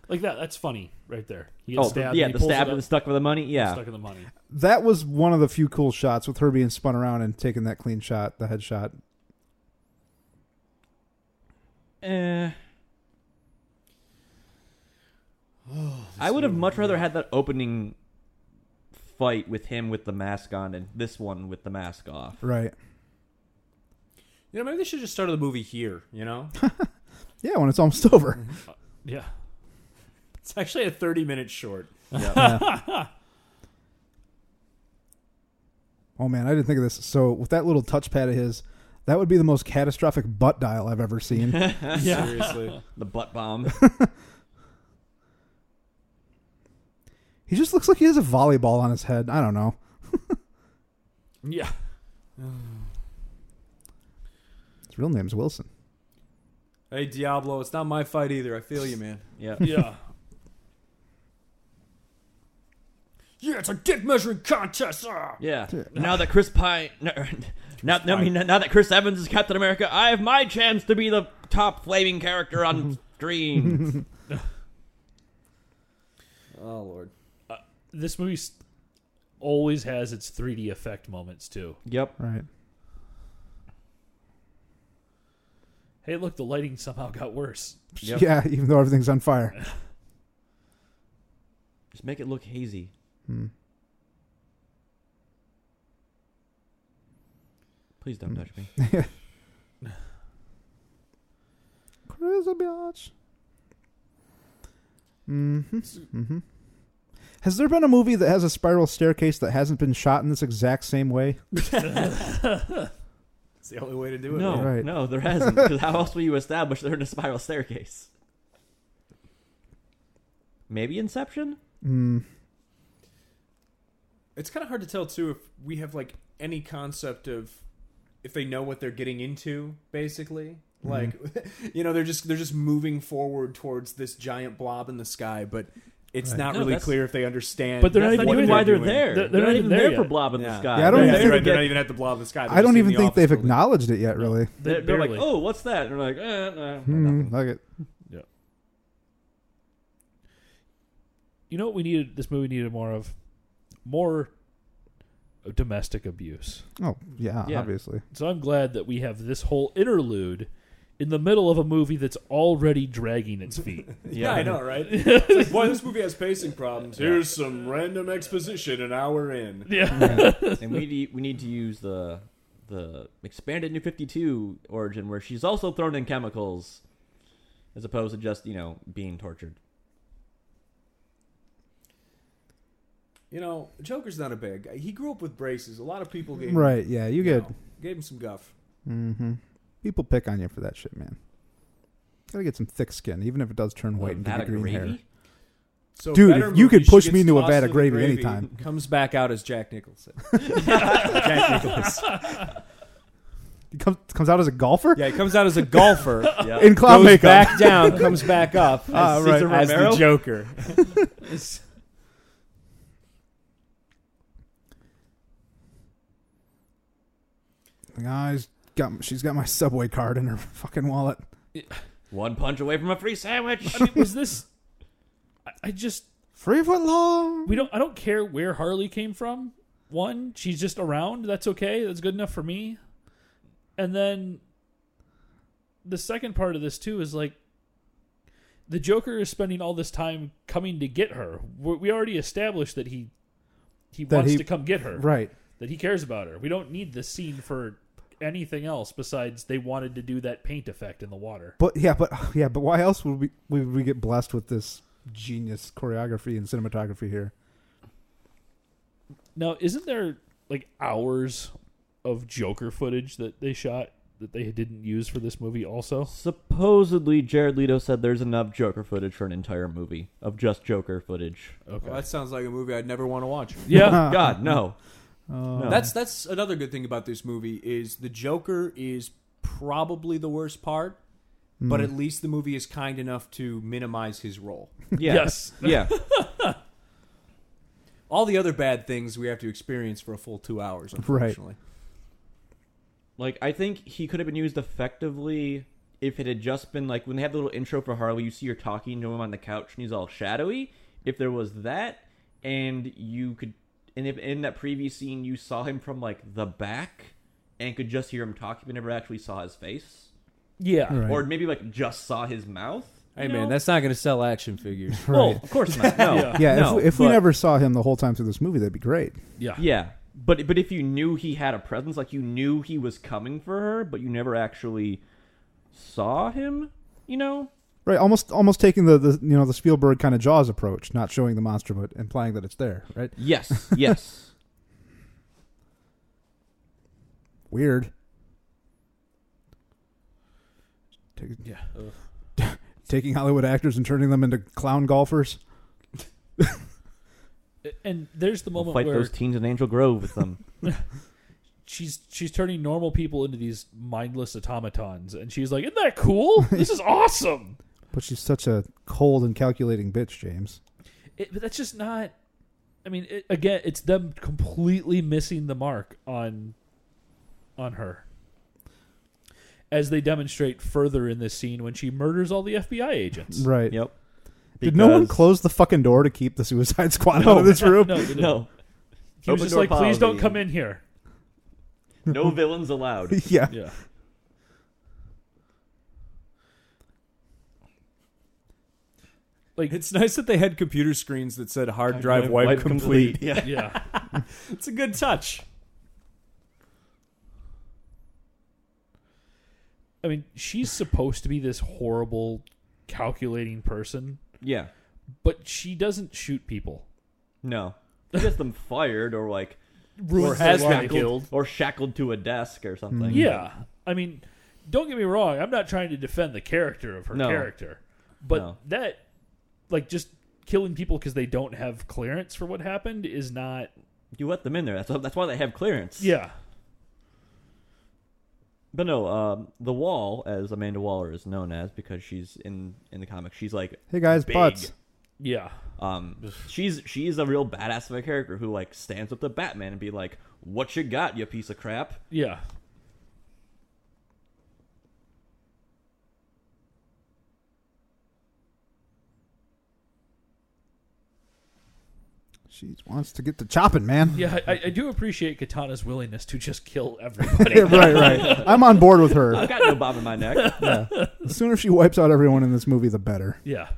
Like that. That's funny right there. He gets
Oh,
stabbed.
yeah,
and he
the
pulls
stab
it up,
and stuck with the money. Yeah.
Stuck in the money.
that was one of the few cool shots with her being spun around and taking that clean shot, the headshot.
Eh. I would have much rather had that opening fight with him with the mask on and this one with the mask off.
Right.
You know, maybe they should just start the movie here. You know,
Yeah, when it's almost over.
Yeah.
it's actually a 30 minute short.
Oh man, I didn't think of this. So with that little touchpad of his, that would be the most catastrophic butt dial I've ever seen.
Yeah.
Seriously,
The butt bomb.
he just looks like he has a volleyball on his head. I don't know.
Yeah.
His real name's Wilson.
hey Diablo, it's not my fight either. I feel you, man.
yeah.
Yeah.
Yeah, it's a dick measuring contest. ah!
Yeah. Now that Chris Pine, no, now, now- I mean, now that Chris Evans is Captain America, I have my chance to be the top flaming character on screen.
Oh lord.
This movie s- always has its 3D effect moments too.
yep.
Right.
Hey, look, the lighting somehow got worse.
Yep.
Yeah, even though everything's on fire.
Just make it look hazy.
Hmm.
Please don't touch me.
Crazy bitch. Mm-hmm. Mm-hmm. Has there been a movie that has a spiral staircase that hasn't been shot in this exact same way?
It's the only way to do it.
No,
man.
Right.
no, there hasn't. Because how else will you establish they're in a spiral staircase? Maybe Inception.
Mm.
It's kind of hard to tell too if we have like any concept of if they know what they're getting into basically.
Mm-hmm.
Like you know, they're just they're just moving forward towards this giant blob in the sky, but it's
Right.
not
No,
really
that's-
clear if they understand.
But they're not
That's
even
not even
doing
why
that.
they're
doing.
there.
They're-
They're,
they're
not even there for
yet.
Blob in
Yeah.
the Sky.
Yeah, I don't even
yeah, you're
think
right, they're
they-
not even at the blob of the sky.
I don't even think they've acknowledged it yet, really.
They're, they're like,
Barely.
oh, what's that? And they're like, eh, eh,
Hmm, like it.
You know what we needed? This movie needed more of, more domestic abuse.
Oh, yeah,
Yeah.
obviously.
So I'm glad that we have this whole interlude in the middle of a movie that's already dragging its feet.
Yeah, I know, right? It's like, boy, this movie has pacing problems. Here's some random exposition an hour in.
and we need, we need to use the the expanded New Fifty Two origin where she's also thrown in chemicals, as opposed to just you know being tortured.
You know, Joker's not a bad guy. He grew up with braces. A lot of people gave him,
Right, yeah, you get
know, gave him some guff.
hmm people pick on you for that shit, man. Gotta get some thick skin, even if it does turn white and give you
Vada
green hair.
gravy?
So
Dude,
better
if you
movie,
could
she
push
gets
me into a
tossed
vat of
the
gravy anytime.
Comes back out as Jack Nicholson. Jack Nicholson.
He comes comes out as a golfer
Yeah, he comes out as a golfer,
in clown
goes
makeup.
back down, comes back up
Ah,
as,
right.
Cesar as the
Romero?
Joker.
Like, "Ah, he's got, she's got my subway card in her fucking wallet.
One punch away from a free sandwich.
I mean, was this? I, I just
Free foot long.
we don't. I don't care where Harley came from. One, she's just around. That's okay. That's good enough for me. And then the second part of this too is like the Joker is spending all this time coming to get her. We we already established that he he
That
wants
he-
to come get her.
Right.
That he cares about her. We don't need this scene for anything else besides they wanted to do that paint effect in the water.
But yeah, but yeah, but why else would we would we get blessed with this genius choreography and cinematography here?
Now, isn't there like hours of Joker footage that they shot that they didn't use for this movie? Also,
Supposedly, Jared Leto said there's enough Joker footage for an entire movie of just Joker footage.
okay,
Well, that sounds like a movie I'd never want to watch.
yeah,
God, no.
Uh,
No.
That's that's another good thing about this movie is the Joker is probably the worst part, but
Hmm.
at least the movie is kind enough to minimize his role.
Yeah.
yes,
Yeah.
All the other bad things we have to experience for a full two hours, unfortunately.
Like I think he could have been used effectively if it had just been like when they had the little intro for Harley, you see her talking to him on the couch and he's all shadowy. If there was that and you could and if in that previous scene you saw him from like the back and could just hear him talking but never actually saw his face.
yeah.
Right.
Or maybe like just saw his mouth.
Hey man, that's not going to sell action figures.
Oh,
Right.
of course not.
No.
yeah.
yeah,
no,
if, we, if we
but-
never saw him the whole time through this movie, that'd be great.
yeah,
Yeah. But but if you knew he had a presence, like you knew he was coming for her, but you never actually saw him, you know?
Right, almost almost taking the, the you know the Spielberg kind of Jaws approach, not showing the monster but implying that it's there. Right,
Yes, yes.
weird. Take-
Yeah.
taking Hollywood actors and turning them into clown golfers.
And there's the moment
fight
where
those teens in Angel Grove with them.
she's she's turning normal people into these mindless automatons, and she's like, "Isn't that cool? this is awesome."
But she's such a cold and calculating bitch, James.
It, but that's just not. I mean, it, again, it's them completely missing the mark on on her, as they demonstrate further in this scene when she murders all the FBI agents.
Right.
yep.
Did no one
Because-
close the fucking door to keep the Suicide Squad out of this room?
No, they didn't.
No,
he was
Open
just
door
like, "Please don't
policy.
come in here."
no villains allowed.
yeah.
Yeah. Like
It's nice that they had computer screens that said hard drive wipe, complete.
Yeah.
yeah,
It's a good touch.
I mean, she's supposed to be this horrible, calculating person,
Yeah.
but she doesn't shoot people.
No. He gets them fired or like
Ruins their
has been
life.
killed.
or shackled to a desk or something.
Mm-hmm. Yeah, I mean, don't get me wrong. I'm not trying to defend the character of her
No.
character, but
No.
that, like, just killing people because they don't have clearance for what happened is not.
You let them in there. That's that's why they have clearance.
Yeah,
But no, um, the wall, as Amanda Waller is known as, because she's in in the comic, she's like
Hey guys,
big.
butts.
Yeah.
Um, she's she's a real badass of a character who like stands up to Batman and be like, "What you got, you piece of crap?"
Yeah.
She wants to get to chopping, man.
Yeah, I, I do appreciate Katana's willingness to just kill everybody.
right, right. I'm on board with her.
I've got no bob in my neck,
The sooner she wipes out everyone in this movie, the better.
yeah.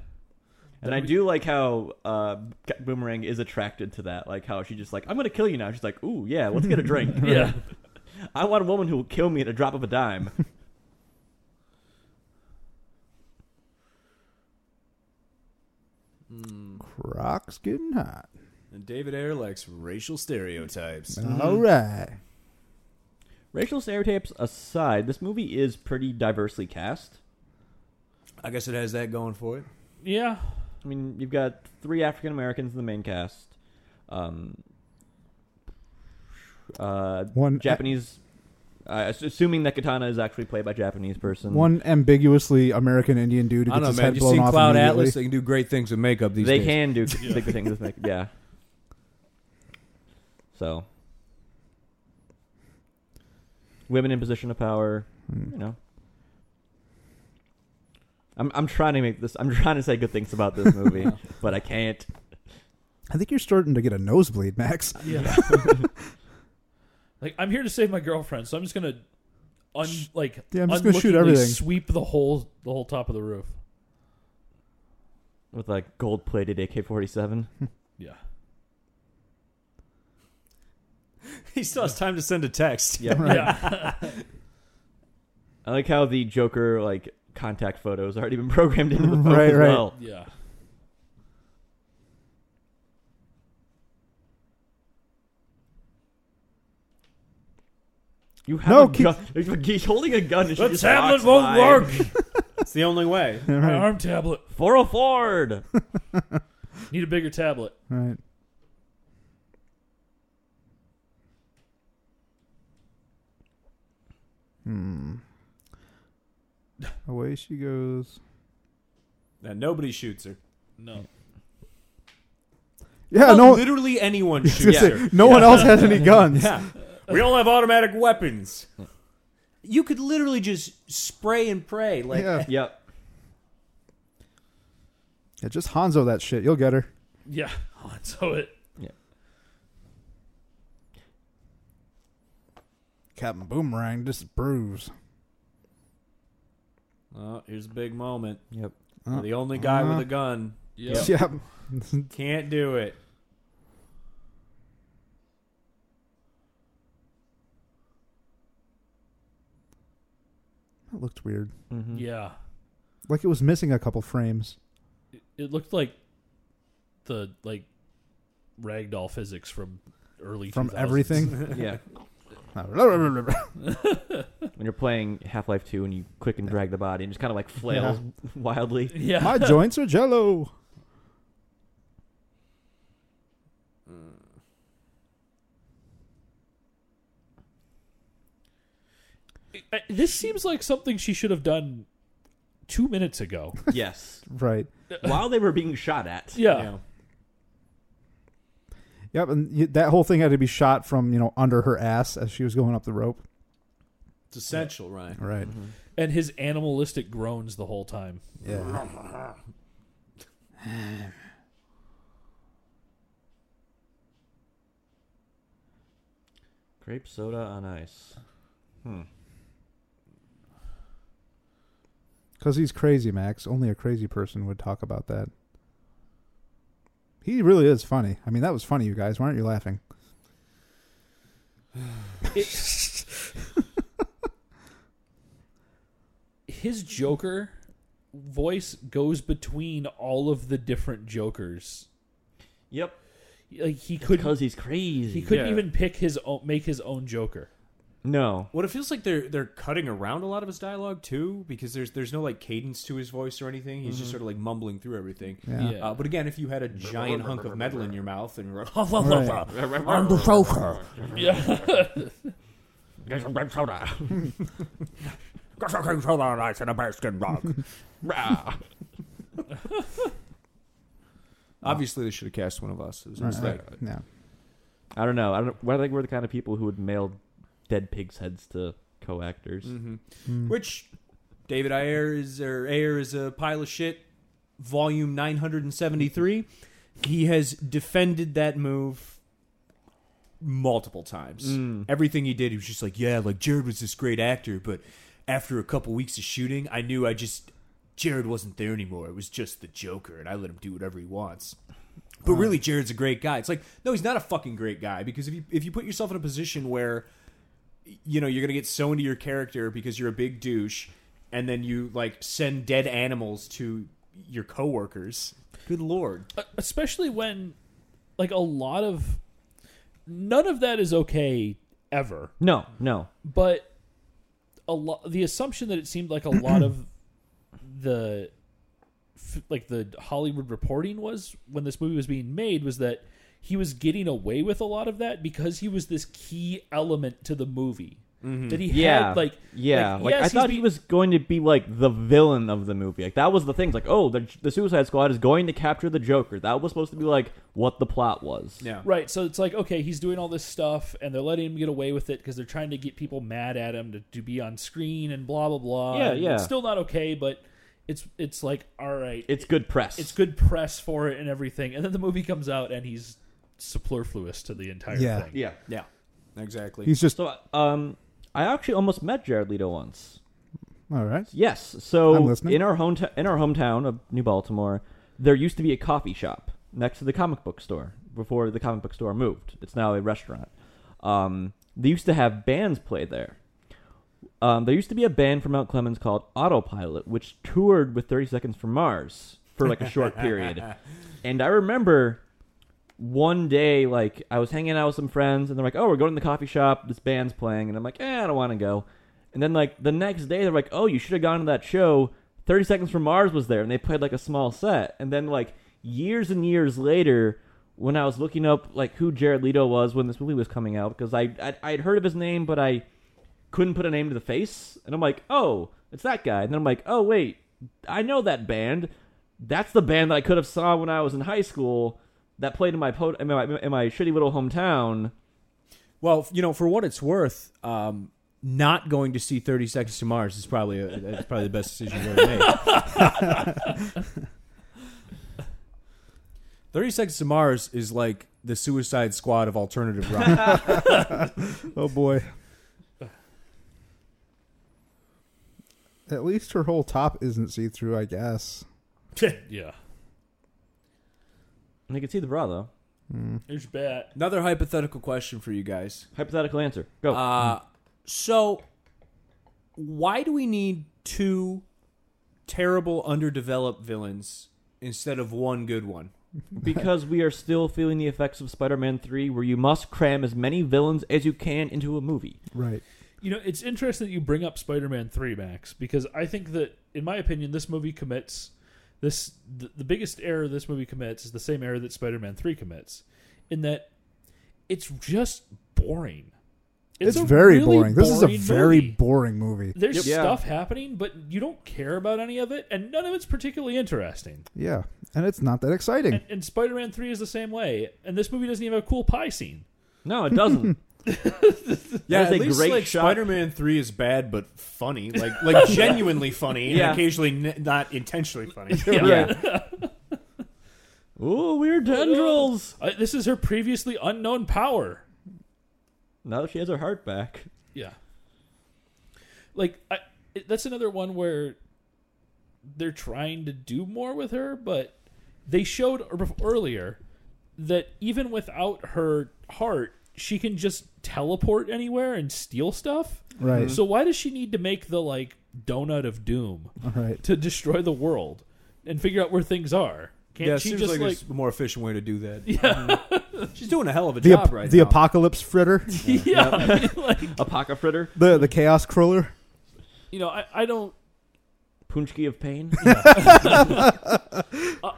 and I do like how uh, Boomerang is attracted to that. Like how she just like, "I'm gonna kill you now." She's like, "Ooh, yeah, let's get a drink."
Yeah.
I want a woman who will kill me at a drop of a dime.
Croc's getting hot.
And David Ayer likes racial stereotypes.
Mm-hmm.
All right.
Racial stereotypes aside, this movie is pretty diversely cast.
I guess it has that going for it.
Yeah.
I mean, you've got three African Americans in the main cast. Um, uh,
One
Japanese. Uh, ass- assuming that Katana is actually played by a Japanese person.
one ambiguously American Indian dude who
I
gets
don't know,
his
man.
head
You
blown
seen
off
Cloud
immediately.
Atlas? They can do great things with makeup these
they
days.
can do big things with make yeah. So, women in position of power,
Hmm.
you know. I'm I'm trying to make this. I'm trying to say good things about this movie, but I can't.
I think you're starting to get a nosebleed, Max.
Yeah. like I'm here to save my girlfriend, so I'm just gonna un like
Yeah, I'm just gonna shoot
unlookingly
everything.
Sweep the whole the whole top of the roof.
With like gold plated AK forty seven.
Yeah.
He still has time to send a text.
Yeah.
Yeah.
I like how the Joker like contact photo has already been programmed into the phone
Right,
as
right.
well.
Yeah.
You have
No,
a
keep-
gun. He's holding a gun. And she
The
just
tablet
walks
won't
by.
work.
It's the only way.
All
My
right.
arm tablet.
For a Ford.
Need a bigger tablet.
All right. Hmm. Away she goes.
And nobody shoots her.
No.
Yeah, no.
literally anyone
I was
shoots
gonna
her.
say, no one else has any guns.
Yeah. We all have automatic weapons. You could literally just spray and pray. Like
yeah.
Yep.
Yeah, just Hanzo that shit. You'll get her.
Yeah. So it
Captain Boomerang disapproves.
Oh, here's a big moment.
Yep.
Uh,
the only guy
uh.
with a gun.
yeah.
Yep.
Can't do it.
That looked weird.
Mm-hmm.
Yeah.
Like it was missing a couple frames.
It, it looked like the like ragdoll physics from early
From
2000s.
everything.
Yeah.
yeah,
When you're playing Half Life Two and you click and drag the body and just kind of like flails wildly.
Yeah.
my joints are jello.
I- this seems like something she should have done 2 minutes ago.
Yes.
Right.
While they were being shot at.
Yeah.
You know.
Yep, and y- that whole thing had to be shot from you know under her ass as she was going up the rope.
It's essential, Ryan.
Right.
And his animalistic groans the whole time.
Yeah.
Grape soda on ice. Hmm.
Because he's crazy, Max. Only a crazy person would talk about that. He really is funny. I mean, that was funny, you guys. Why aren't you laughing?
his Joker voice goes between all of the different Jokers.
Yep.
Like he couldn't
Because he's crazy.
he couldn't
Yeah.
even pick his own make his own Joker.
No.
What it feels like they're they're cutting around a lot of his dialogue too, because there's there's no like cadence to his voice or anything. He's just sort of like mumbling through everything.
Yeah.
Yeah.
Uh, but again, if you had a giant hunk of metal in your mouth and you're like, "Huh,
Right.
I'm
the sofa.
Yeah.
Get some grape soda. Get some grape soda and ice in a basket, dog.
Rah.
Obviously, they should have cast one of us. It was a
Right,
mistake.
right. Yeah.
I don't know. I don't. I think we're the kind of people who would mail dead pigs' heads to co-actors.
Mm-hmm.
Mhm. Which David Ayer is or Ayer is a pile of shit. Volume nine hundred and seventy three. He has defended that move multiple times.
Mm.
Everything he did, he was just like, yeah, like Jared was this great actor, but after a couple weeks of shooting, I knew I just Jared wasn't there anymore. It was just the Joker, and I let him do whatever he wants. But really, Jared's a great guy. It's like, no, he's not a fucking great guy because if you if you put yourself in a position where you know you're gonna get so into your character because you're a big douche and then you like send dead animals to your coworkers good lord
Uh, especially when like a lot of none of that is okay ever
No, no.
but a lot the assumption that it seemed like a lot of the f- like the hollywood reporting was when this movie was being made was that he was getting away with a lot of that because he was this key element to the movie that he
Mm-hmm. Yeah,
had like
yeah. Like,
yes,
I
he's
thought he
being-
was going to be like the villain of the movie. Like that was the thing. It's Like oh, the, the Suicide Squad is going to capture the Joker. That was supposed to be like what the plot was.
yeah
Right, so it's like okay, he's doing all this stuff, and they're letting him get away with it because they're trying to get people mad at him to, to be on screen and blah blah blah.
Yeah,
And
yeah.
It's still not okay, but it's it's like all right,
It's good press.
it's good press for it and everything. And then the movie comes out, and he's superfluous to the entire
Yeah.
thing.
Yeah.
yeah exactly
He's just
So um, I actually almost met Jared Leto once.
all right.
Yes.
I'm
So
listening.
in our home in our hometown of New Baltimore, there used to be a coffee shop next to the comic book store before the comic book store moved. It's now a restaurant. Um, they used to have bands play there. Um, there used to be a band from Mount Clemens called Autopilot, which toured with Thirty Seconds from Mars for like a short period. And I remember one day, like I was hanging out with some friends, and they're like, "Oh, we're going to the coffee shop. This band's playing," and I'm like, "Eh, I don't want to go." And then like the next day, they're like, "Oh, you should have gone to that show. Thirty Seconds from Mars was there, and they played like a small set." And then like years and years later, when I was looking up like who Jared Leto was when this movie was coming out, because I I I'd heard of his name, but I couldn't put a name to the face, and I'm like, "Oh, it's that guy." And then I'm like, "Oh, wait, I know that band. That's the band that I could have saw when I was in high school." That played in my, po- in my in my shitty little hometown.
well you know for what it's worth um not going to see 30 seconds to mars is probably a, that's probably the best decision you've ever made 30 seconds to mars is like the suicide squad of alternative rock
Oh boy. At least her whole top isn't see through, I guess.
yeah.
And they could see the bra though.
There's bat.
another hypothetical question for you guys
Hypothetical answer. Go.
Uh, so why do we need two terrible underdeveloped villains instead of one good one?
because we are still feeling the effects of Spider-Man 3 where you must cram as many villains as you can into a movie.
Right.
You know, it's interesting that you bring up Spider-Man 3, Max, because I think that, in my opinion, this movie commits this the, the biggest error this movie commits is the same error that Spider-Man 3 commits, in that it's just boring.
It's,
a
very
really
boring. This is a
boring
very
movie.
boring movie.
There's
Yeah.
stuff happening, but you don't care about any of it, and none of it's particularly interesting.
Yeah. And it's not that exciting.
And, and Spider-Man 3 is the same way, and this movie doesn't even have a cool pie scene.
No, it doesn't.
Yeah,
That is
at
a
least
great
like
shot.
Spider-Man Three is bad but funny, like like genuinely funny, and
Yeah.
occasionally n- not intentionally funny.
yeah. Ooh, weird tendrils.
Uh, this is her previously unknown power.
Now that she has her heart back.
Yeah. Like I, it- that's another one where they're trying to do more with her, but they showed r- earlier that even without her heart, she can just teleport anywhere and steal stuff.
Right.
So why does she need to make the like donut of doom
All right.
to destroy the world and figure out where things are? Can't
Yeah, it
she
seems
just
like,
like,
there's a more efficient way to do that. Mm-hmm. Yeah, she's doing a hell of a
The,
job
ap-
right
the
now.
apocalypse fritter,
yeah, I mean, like
Apoca fritter.
the the chaos crawler.
you know, I, I don't
Punchki of pain.
I-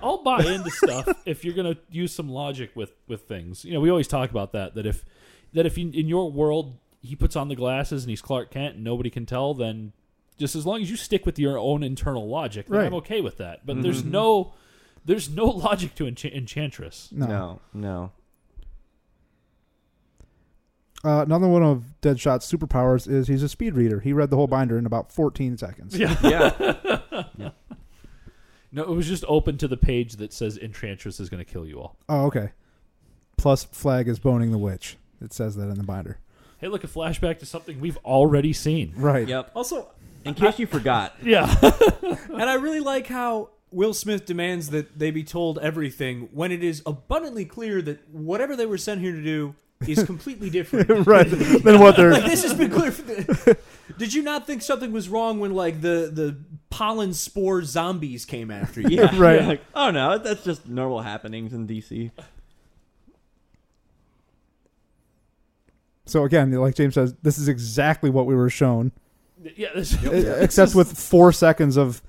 I'll buy into stuff if you're gonna use some logic with with things. You know, we always talk about that. That if that if you, in your world he puts on the glasses and he's Clark Kent and nobody can tell, then just as long as you stick with your own internal logic, then
Right.
Mm-hmm. I'm okay with that. But there's no There's no logic to Encha- Enchantress.
No.
no, no.
Uh, another one of Deadshot's superpowers is he's a speed reader. He read the whole binder in about 14 seconds.
Yeah.
Yeah,
No, it was just open to the page that says Enchantress is going to kill you all.
Oh, okay. Plus, Flag is boning the witch. It says that in the binder.
Hey, look, a flashback to something we've already seen.
Right.
yep.
Also,
In case you forgot,
Yeah.
and I really like how Will Smith demands that they be told everything when it is abundantly clear that whatever they were sent here to do is completely different.
right. then what
like
they're.
this has been clear. For the, did you not think something was wrong when like the the pollen spore zombies came after you?
yeah,
Right.
Like, oh no, that's just normal happenings in DC.
So, again, like James says, this is exactly what we were shown,
yeah. This,
E-, except with four seconds of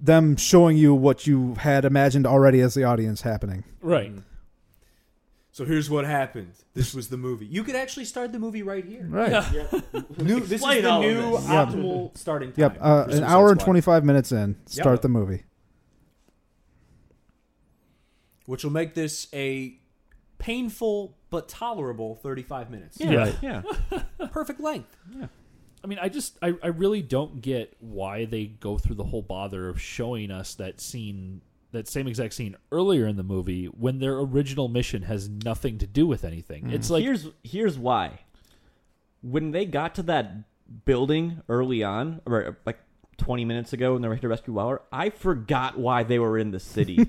them showing you what you had imagined already as the audience happening.
right.
So here's what happened. This was the movie. You could actually start the movie right here.
Right.
New, this is
Explain
the
all of
new
this.
Yeah.
optimal starting time.
Yep. Uh,
for
an
Suicide
hour and
Squad,
25 minutes in, start
Yep.
the movie.
which will make this a painful but tolerable 35 minutes.
Yeah.
Yeah,
Perfect length.
I mean, I just, I, I really don't get why they go through the whole bother of showing us that scene, that same exact scene earlier in the movie when their original mission has nothing to do with anything. It's like,
here's here's why. When they got to that building early on, or like twenty minutes ago, when they were here to rescue Waller, I forgot why they were in the city.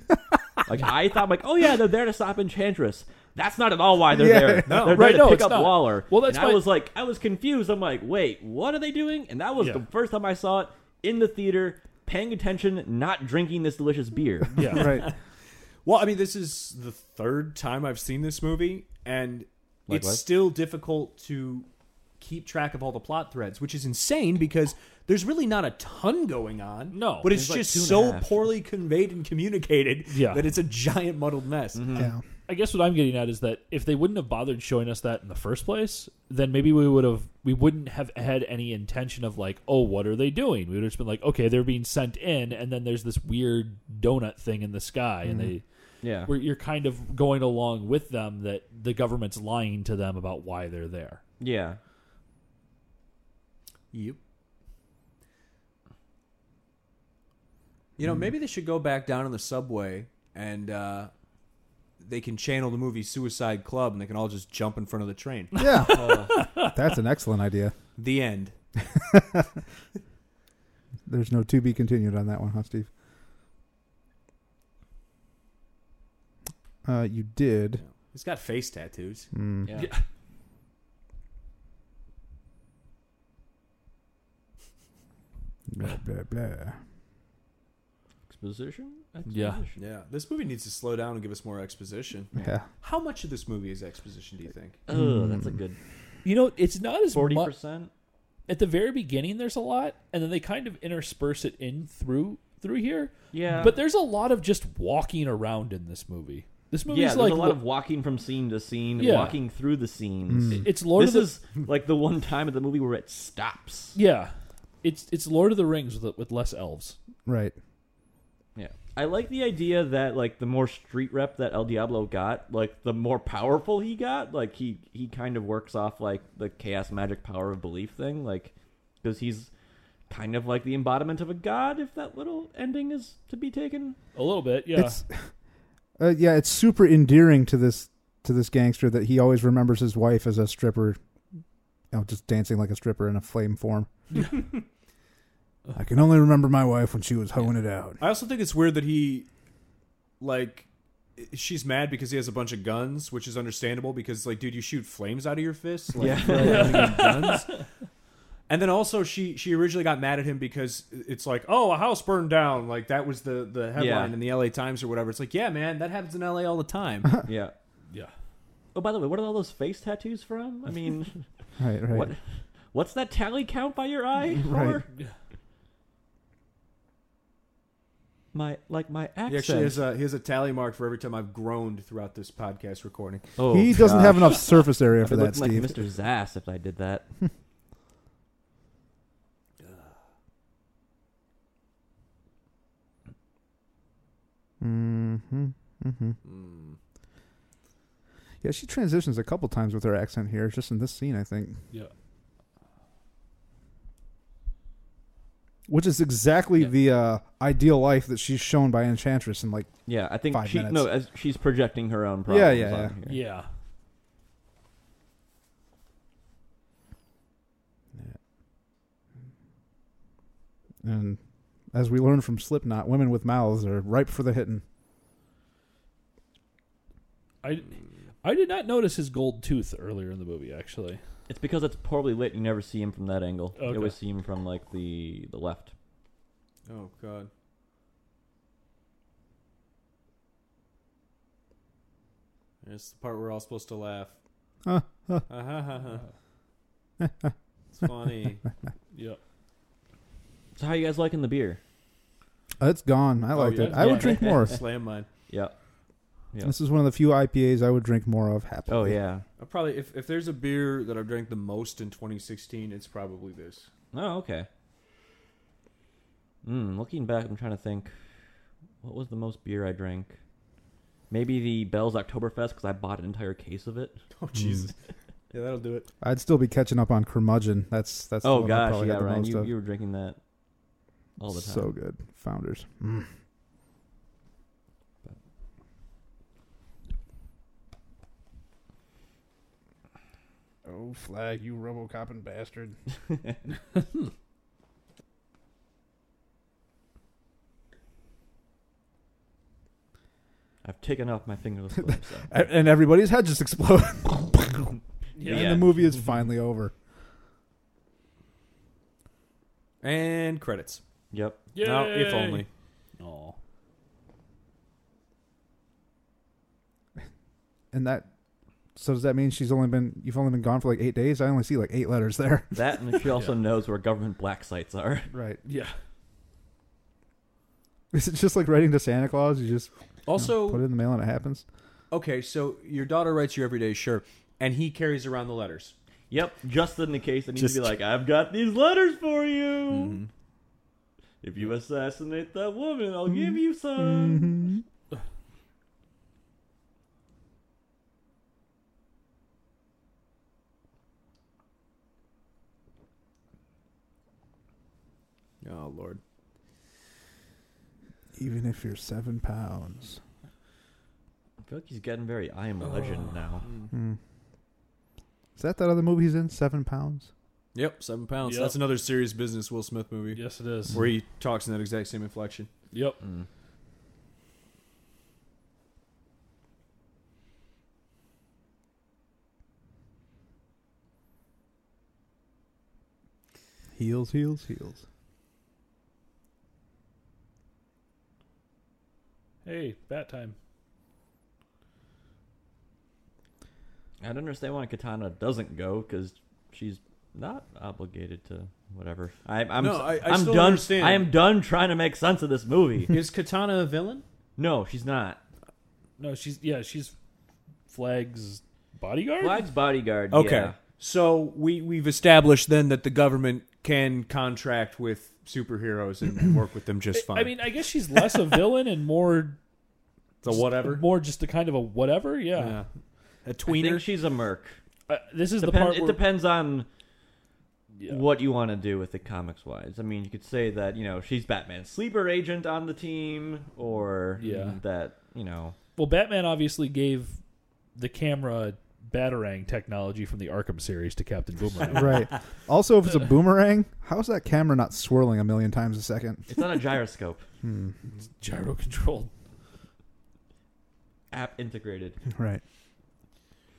like I thought, like, oh yeah, they're there to stop Enchantress. That's not at all why they're
Yeah.
there.
No.
they're there
Right,
to
no,
pick
it's
up
not.
Waller.
Well, that's
and
why-
I was like, I was confused. I'm like, wait, what are they doing? And that was
Yeah.
the first time I saw it in the theater, paying attention, not drinking this delicious beer.
yeah.
Right.
Well, I mean, this is the third time I've seen this movie, and
Likewise.
it's still difficult to keep track of all the plot threads, which is insane because there's really not a ton going on.
No,
But it's
there's like
just
two and a
so
half.
poorly conveyed and communicated
Yeah.
that it's a giant muddled mess.
Mm-hmm.
Yeah.
I guess what I'm getting at is that if they wouldn't have bothered showing us that in the first place, then maybe we would have we wouldn't have had any intention of like, oh, what are they doing? We would have just been like, okay, they're being sent in, and then there's this weird donut thing in the sky, and they
yeah.
where you're kind of going along with them that the government's lying to them about why they're there.
Yeah.
Yep. You
Mm.
know, maybe they should go back down on the subway and uh, they can channel the movie Suicide Club and they can all just jump in front of the train.
Yeah. That's an excellent idea.
the end.
There's no to be continued on that one, huh, Steve? Uh, you did.
He's got face tattoos.
Mm.
Yeah.
Blah, blah, blah.
Exposition?
Yeah.
Exposition.
Yeah, this movie needs to slow down and give us more exposition.
Yeah.
How much of this movie is exposition, do you think?
Mm.
Oh, that's a good
You know, it's not as
forty
much
percent.
at the very beginning. There's a lot, and then they kind of intersperse it in through through here.
Yeah,
But there's a lot of just walking around in this movie. This movie's
yeah, there's
like
a lot of walking from scene to scene,
Yeah.
walking through the scenes.
it's Lord
this
of the
is like the one time of the movie where it stops.
Yeah, it's it's Lord of the Rings with with less elves.
Right.
Yeah, I like the idea that like the more street rep that El Diablo got, like the more powerful he got. Like he he kind of works off like the chaos magic power of belief thing, like because he's kind of like the embodiment of a god. If that little ending is to be taken,
A little bit, yeah.
It's uh, yeah, it's super endearing to this to this gangster that he always remembers his wife as a stripper, you know, just dancing like a stripper in a flame form. I can only remember my wife when she was hoeing it out.
I also think it's weird that he, like, she's mad because he has a bunch of guns, which is understandable because, like, dude, you shoot flames out of your fists. Like, for having guns. And then also she she originally got mad at him because it's like, oh, a house burned down. Like that was the the headline
Yeah.
in the L.A. Times or whatever. It's like, yeah, man, that happens in L.A. all the time.
yeah.
yeah.
Oh, by the way, what are all those face tattoos from? I mean.
Right, right.
What? What's that tally count by your eye?
Right.
For? My like my
He
accent.
actually has a he has a tally mark for every time I've groaned throughout this podcast recording.
oh,
he doesn't have
gosh.
enough surface area for
I'd
that,
look like
Steve.
Mr. Zass if I did that.
Mm-hmm. Mm-hmm.
Mm.
Yeah, she transitions a couple times with her accent here, just in this scene, I think.
Yeah.
Which is exactly
Yeah.
the uh, ideal life that she's shown by Enchantress, and like,
Yeah, I think
Five
she
minutes.
no, as she's projecting her own problems.
Yeah, yeah,
on here.
Yeah.
and as we learn from Slipknot, women with mouths are ripe for the hitting.
I, I did not notice his gold tooth earlier in the movie, actually.
It's because it's poorly lit. You never see him from that angle.
Okay.
You always see him from like the the left.
Oh God. It's the part we're all supposed to laugh.
Huh, huh.
it's funny.
Yeah.
So how you guys liking the beer?
Uh, It's gone. I
Oh,
liked
yeah.
it. I would
Yeah.
drink more.
Slam mine.
Yeah. Yeah.
This is one of the few IPAs I would drink more of happily.
Oh yeah.
I probably if, if there's a beer that I've drank the most in 2016, it's probably this.
Oh okay. Mm, looking back, I'm trying to think. What was the most beer I drank? Maybe the Bell's Oktoberfest because I bought an entire case of it.
Oh Jesus. yeah, that'll do it.
I'd still be catching up on curmudgeon. That's that's. the
oh
one I
gosh,
probably
yeah,
got the
Ryan,
most
you,
of.
you were drinking that all the time.
So good, founders. Mm. Oh, flag, you robocopping bastard!
I've taken off my fingerless gloves. so.
And everybody's head just explodes,
Yeah.
and the movie is finally over.
And credits.
Yep.
Now,
Yay!
if only.
Aw.
And that, so does that mean she's only been you've only been gone for like eight days? I only see like eight letters there.
That and she also knows where government black sites are.
Right?
Yeah.
Is it just like writing to Santa Claus? You just
Also,
put it in the mail and it happens.
okay, so your daughter writes you every day, sure, and he carries around the letters.
Yep, just in the case I need
Just-
to be like, I've got these letters for you.
Mm-hmm.
Mm-hmm.
If you assassinate that woman,
Mm-hmm.
I'll give you
Uh.
some.
Oh Lord.
Even if you're seven pounds.
I feel like he's getting very I am legend now.
Hmm. Is that that other movie he's in? Seven pounds.
Yep, seven pounds.
Yep.
That's another serious business Will Smith movie
Yes, it is.
where he talks in that exact same inflection.
Yep.
Mm.
Heels, heels, heels.
Hey, bat time.
I don't understand why Katana doesn't go because she's not obligated to whatever. I, I'm
No, I- I
am
still
done.
understand.
I am done trying to make sense of this movie.
Is Katana a villain?
no, she's not.
No, she's yeah, she's Flag's bodyguard.
Flag's bodyguard.
Okay.
yeah.
So we we've established then that the government can contract with superheroes and work with them just fine.
I mean, I guess she's less a villain and more
the whatever.
more just a kind of a whatever. Yeah.
Yeah. A
I
tweener.
think she's a merc.
Uh, this is the
Depend-
part
it
where
depends on
Yeah.
what you want to do with it comics wise. I mean, you could say that, you know, she's Batman's sleeper agent on the team, or
Yeah.
that, you know.
well, Batman obviously gave the camera batarang technology from the Arkham series to Captain Boomerang.
Right. also, if it's a boomerang, how is that camera not swirling a million times a second?
It's not a gyroscope.
Gyro controlled.
App integrated.
Right.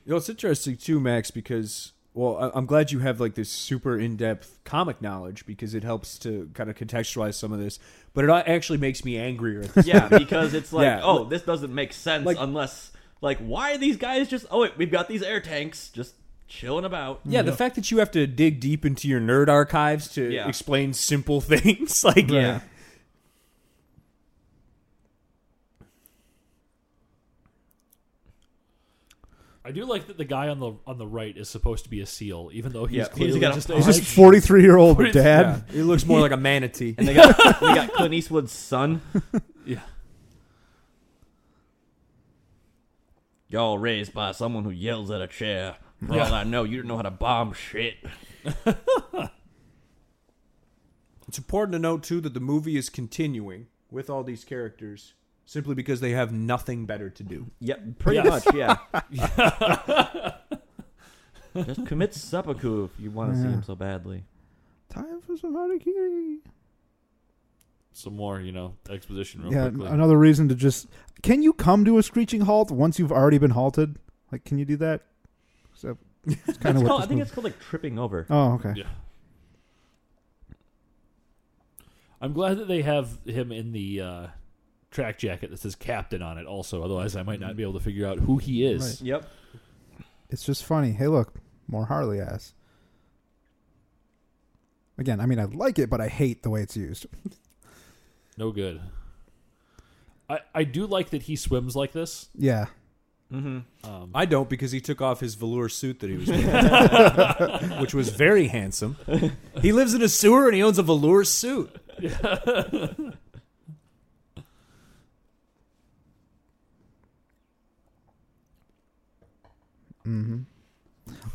You know, it's interesting too, Max, because well, I- I'm glad you have like this super in-depth comic knowledge because it helps to kind of contextualize some of this. But it uh, actually makes me angrier. At this.
Yeah, because it's like,
Yeah.
oh, this doesn't make sense
Like-
unless, like, why are these guys just, oh, wait, we've got these air tanks just chilling about.
yeah, the fact that you have to dig deep into your nerd archives to
Yeah.
explain simple things, like
Yeah.
I do like that the guy on the on the right is supposed to be a seal, even though he's
Yeah, he's
clearly
got a
just
He's
a-
this forty-three-year-old
Forty-
yeah,
dad.
it looks more like a manatee.
And they got, they got Clint Eastwood's son.
Yeah.
Y'all raised by someone who yells at a chair. For all I know, you didn't know how to bomb shit.
It's important to note too that the movie is continuing with all these characters simply because they have nothing better to do.
Yep, pretty
Yes.
much, yeah. Just commit seppuku if you want to see
Yeah.
him so badly.
Time for some Harakiri.
Some more, you know, exposition real
Yeah,
quickly.
another reason to just. Can you come to a screeching halt once you've already been halted? Like, can you do that? So, it's kind of
It's
what
called, I
this
think
movie-
it's called like tripping over.
Oh, okay.
Yeah. I'm glad that they have him in the uh, track jacket that says captain on it also, otherwise I might not be able to figure out who he is.
Yep.
It's just funny. Hey, look, more Harley ass. Again, I mean, I like it, but I hate the way it's used.
No good. I, I do like that he swims like this.
Yeah.
Um,
I don't because he took off his velour suit that he was wearing, which was very handsome. He lives in a sewer and he owns a velour suit.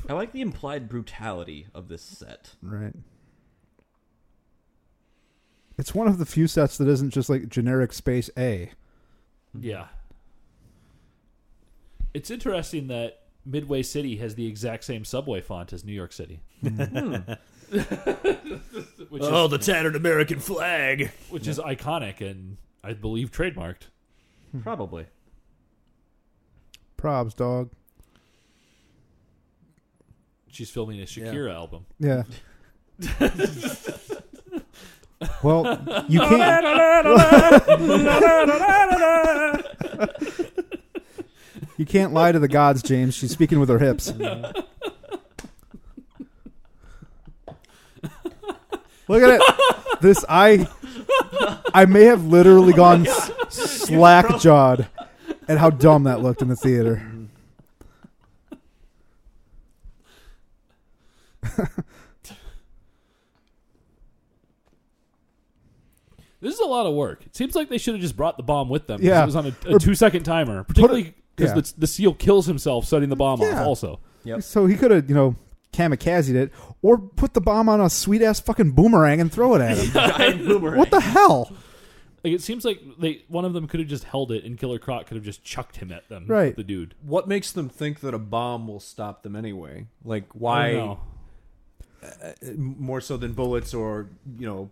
I like the implied brutality of this set.
Right. It's one of the few sets that isn't just like generic space A.
yeah. It's interesting that Midway City has the exact same subway font as New York City. which is,
Oh, the tattered American flag.
which is iconic and I believe trademarked.
Probably.
Probs, dog.
She's filming a Shakira album.
Yeah. well, you
Oh,
can't. you can't lie to the gods, James. She's speaking with her hips. Look at it. This I I may have literally gone s- slack jawed at how dumb that looked in the theater.
This is a lot of work. It seems like they should have just brought the bomb with them. 'cause
Yeah.
It was on a,
Or-
a two second timer, particularly because
yeah.
the, the seal kills himself setting the bomb
Yeah.
off, also.
Yep.
So he could have, you know, kamikazed it or put the bomb on a sweet ass fucking boomerang and throw it at him.
Giant boomerang.
What the hell?
Like it seems like they one of them could have just held it, and Killer Croc could have just chucked him at them.
Right.
the dude.
What makes them think that a bomb will stop them anyway? Like why
I don't know.
more so than bullets or, you know,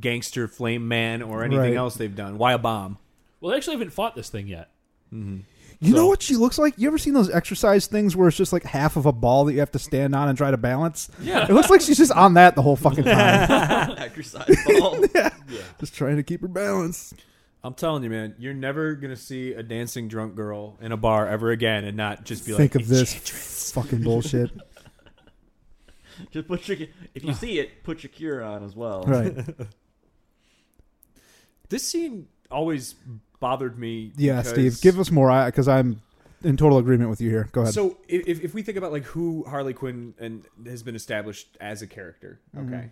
gangster flame man or anything
Right.
else they've done? Why a bomb?
Well, they actually haven't fought this thing yet.
You know
So-
what she looks like? You ever seen those exercise things where it's just like half of a ball that you have to stand on and try to balance? Yeah. It looks like she's just on that the whole fucking time.
Exercise ball.
just trying to keep her balance.
I'm telling you, man, you're never gonna see a dancing drunk girl in a bar ever again and not just be
Think
like
of this fucking bullshit.
Just put your, if you see it, put your cure on as well.
Right.
This scene always bothered me.
Yeah,
because-
Steve, give us more because I'm in total agreement with you here. Go ahead.
So i- if, if we think about like who Harley Quinn and has been established as a character,
Mm-hmm,
okay,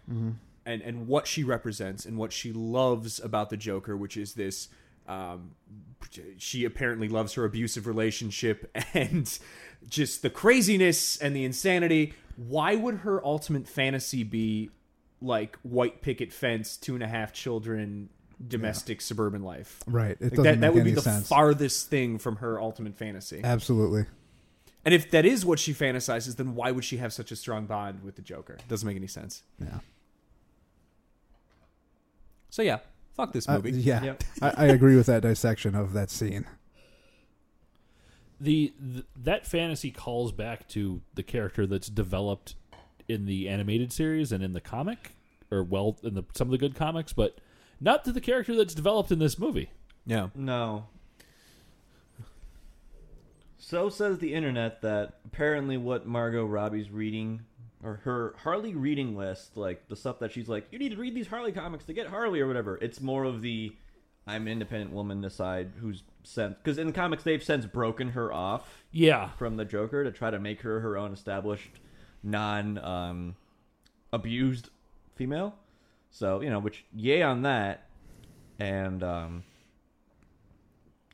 and and what she represents and what she loves about the Joker, which is this, um, she apparently loves her abusive relationship and just the craziness and the insanity. Why would her ultimate fantasy be like white picket fence, two and a half children, domestic suburban life?
right. It
Like,
doesn't
that
make
that would
any
be the
sense.
farthest thing from her ultimate fantasy.
Absolutely.
And if that is what she fantasizes, then why would she have such a strong bond with the Joker? Doesn't make any sense.
Yeah.
So yeah, fuck this
Uh,
movie.
yeah.
Yep.
I, I agree with that dissection of that scene.
The, th that fantasy calls back to the character that's developed in the animated series and in the comic, or well, in the some of the good comics, but not to the character that's developed in this movie.
No.
No. So says the internet that apparently what Margot Robbie's reading or her Harley reading list, like the stuff that she's like, you need to read these Harley comics to get Harley or whatever. It's more of the I'm an independent woman decide who's sent because in the comics they've since broken her off
Yeah,
from the Joker to try to make her her own established, non um, abused female. So you know, which yay on that, and um,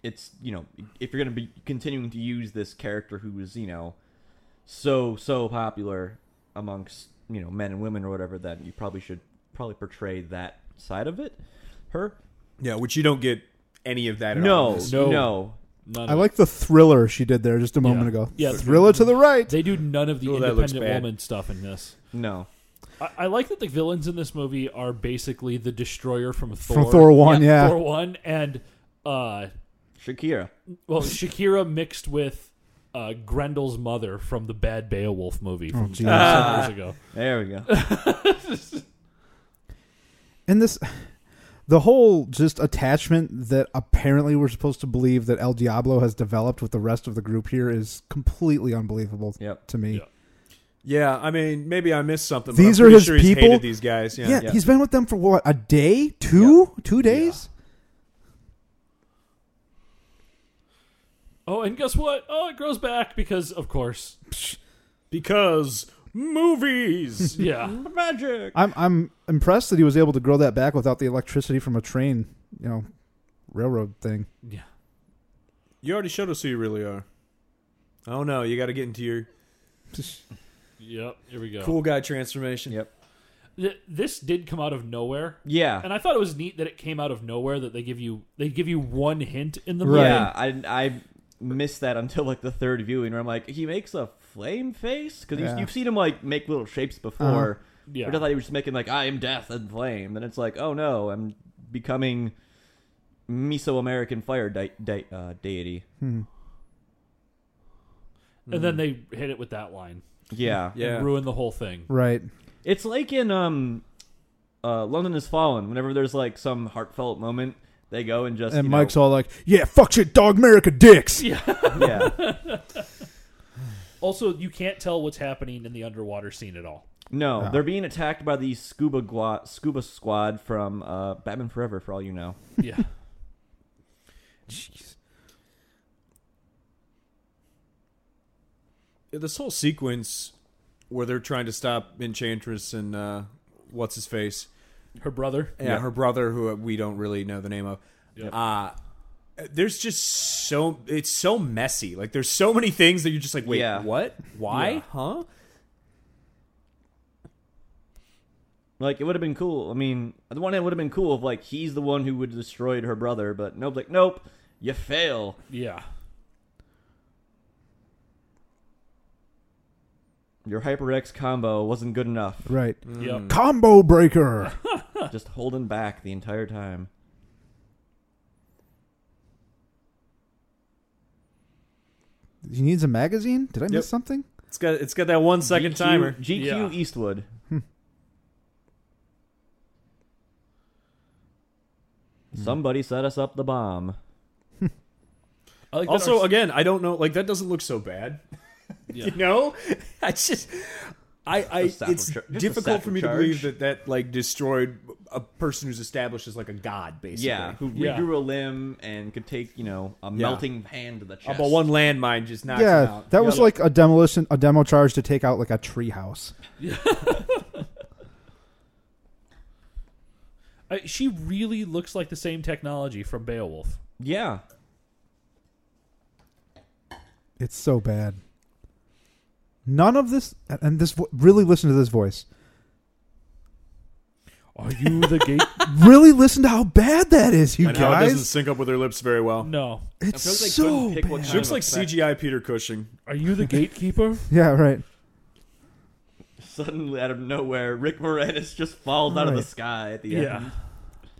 it's you know if you're going to be continuing to use this character who was you know so so popular amongst you know men and women or whatever, then you probably should probably portray that side of it. Her
Yeah, which you don't get any of that. At
no
all. It's-
no
No.
no
None
I
of
like the thriller she did there just a moment ago.
Yeah,
thriller to the right.
They do none of the
Oh, that looks
independent
bad.
woman stuff in this.
no.
I, I like that the villains in this movie are basically the destroyer from Thor.
From Thor 1, yeah.
Thor one and uh,
Shakira.
well, Shakira mixed with uh, Grendel's mother from the Bad Beowulf movie from
geez.
some
Ah.
years ago.
There we go.
And this, the whole just attachment that apparently we're supposed to believe that El Diablo has developed with the rest of the group here is completely unbelievable
Yep.
to me.
Yeah.
Yeah, I mean, maybe I missed something.
These
but I'm
are
pretty
his
sure he's
people?
Hated these guys. Yeah.
Yeah,
Yeah.
he's been with them for what a day, two, two days.
Oh, and guess what? Oh, it grows back because, of course,
Because movies.
yeah.
Magic.
I'm I'm impressed that he was able to grow that back without the electricity from a train, you know, railroad thing.
you already showed us who you really are. Oh no, you got to get into your
Yep, here we go.
cool guy transformation.
Yep.
Th- this did come out of nowhere.
Yeah.
And I thought it was neat that it came out of nowhere that they give you they give you one hint in the movie.
Yeah, I I missed that until like the third viewing where I'm like, he makes a flame face because
Yeah. Uh-huh.
you've seen him like make little shapes before.
Yeah.
Which I thought he was just making like I am death and flame. Then it's like, oh no, I'm becoming Mesoamerican fire di- di- uh, deity.
And then they hit it with that line.
Yeah,
Yeah.
And ruin the whole thing.
Right.
It's like in um, uh, London Has Fallen. Whenever there's like some heartfelt moment, they go and just
And
you know,
Mike's all like, "Yeah, fuck shit, dog America dicks."
yeah.
Also, you can't tell what's happening in the underwater scene at all.
Oh.
No, they're being attacked by the scuba gua- scuba squad from uh, Batman Forever. For all you know,
Yeah.
This whole sequence where they're trying to stop Enchantress and uh, what's his face.
Her brother.
yeah, her brother, who we don't really know the name of. Uh, there's just so it's so messy. Like there's so many things that you're just like, wait,
Yeah.
what? Why?
Yeah.
Huh?
Like it would have been cool. I mean, on the one hand, it would have been cool if like he's the one who would have destroyed her brother, but nope, like nope, you fail.
Yeah.
Your HyperX combo wasn't good enough.
Right.
Mm.
Yep.
Combo breaker.
Just holding back the entire time.
he needs a magazine. Did I miss something?
It's got it's got that one second
GQ
timer.
GQ
Yeah.
Eastwood. Somebody set us up the bomb.
I like that
Also,
our-
again, I don't know. Like that doesn't look so bad. you know, I just. I, I
Just a sack
it's
of char- just a
difficult
sack
for
of
me to
charge.
believe that that like destroyed a person who's established as like a god basically.
Yeah, who
Yeah.
regrew a limb and could take you know a melting hand to the
Uh,
chest.
but one landmine just knocks him
Yeah,
out.
that was like a demolition, a demo charge to take out like a treehouse.
I- she really looks like the same technology from Beowulf.
Yeah,
It's so bad. None of this, and this vo- really listen to this voice.
Are you the gate?
Really listen to how bad that is, you
and how it doesn't
guys.
sync up with her lips very well.
No.
It's
I feel like they
so
couldn't pick what
bad.
kind
She looks
of
like
effect.
CGI Peter Cushing.
Are you the gatekeeper?
Yeah, right.
Suddenly, out of nowhere, Rick Moranis just falls out of the
Right.
sky at the end.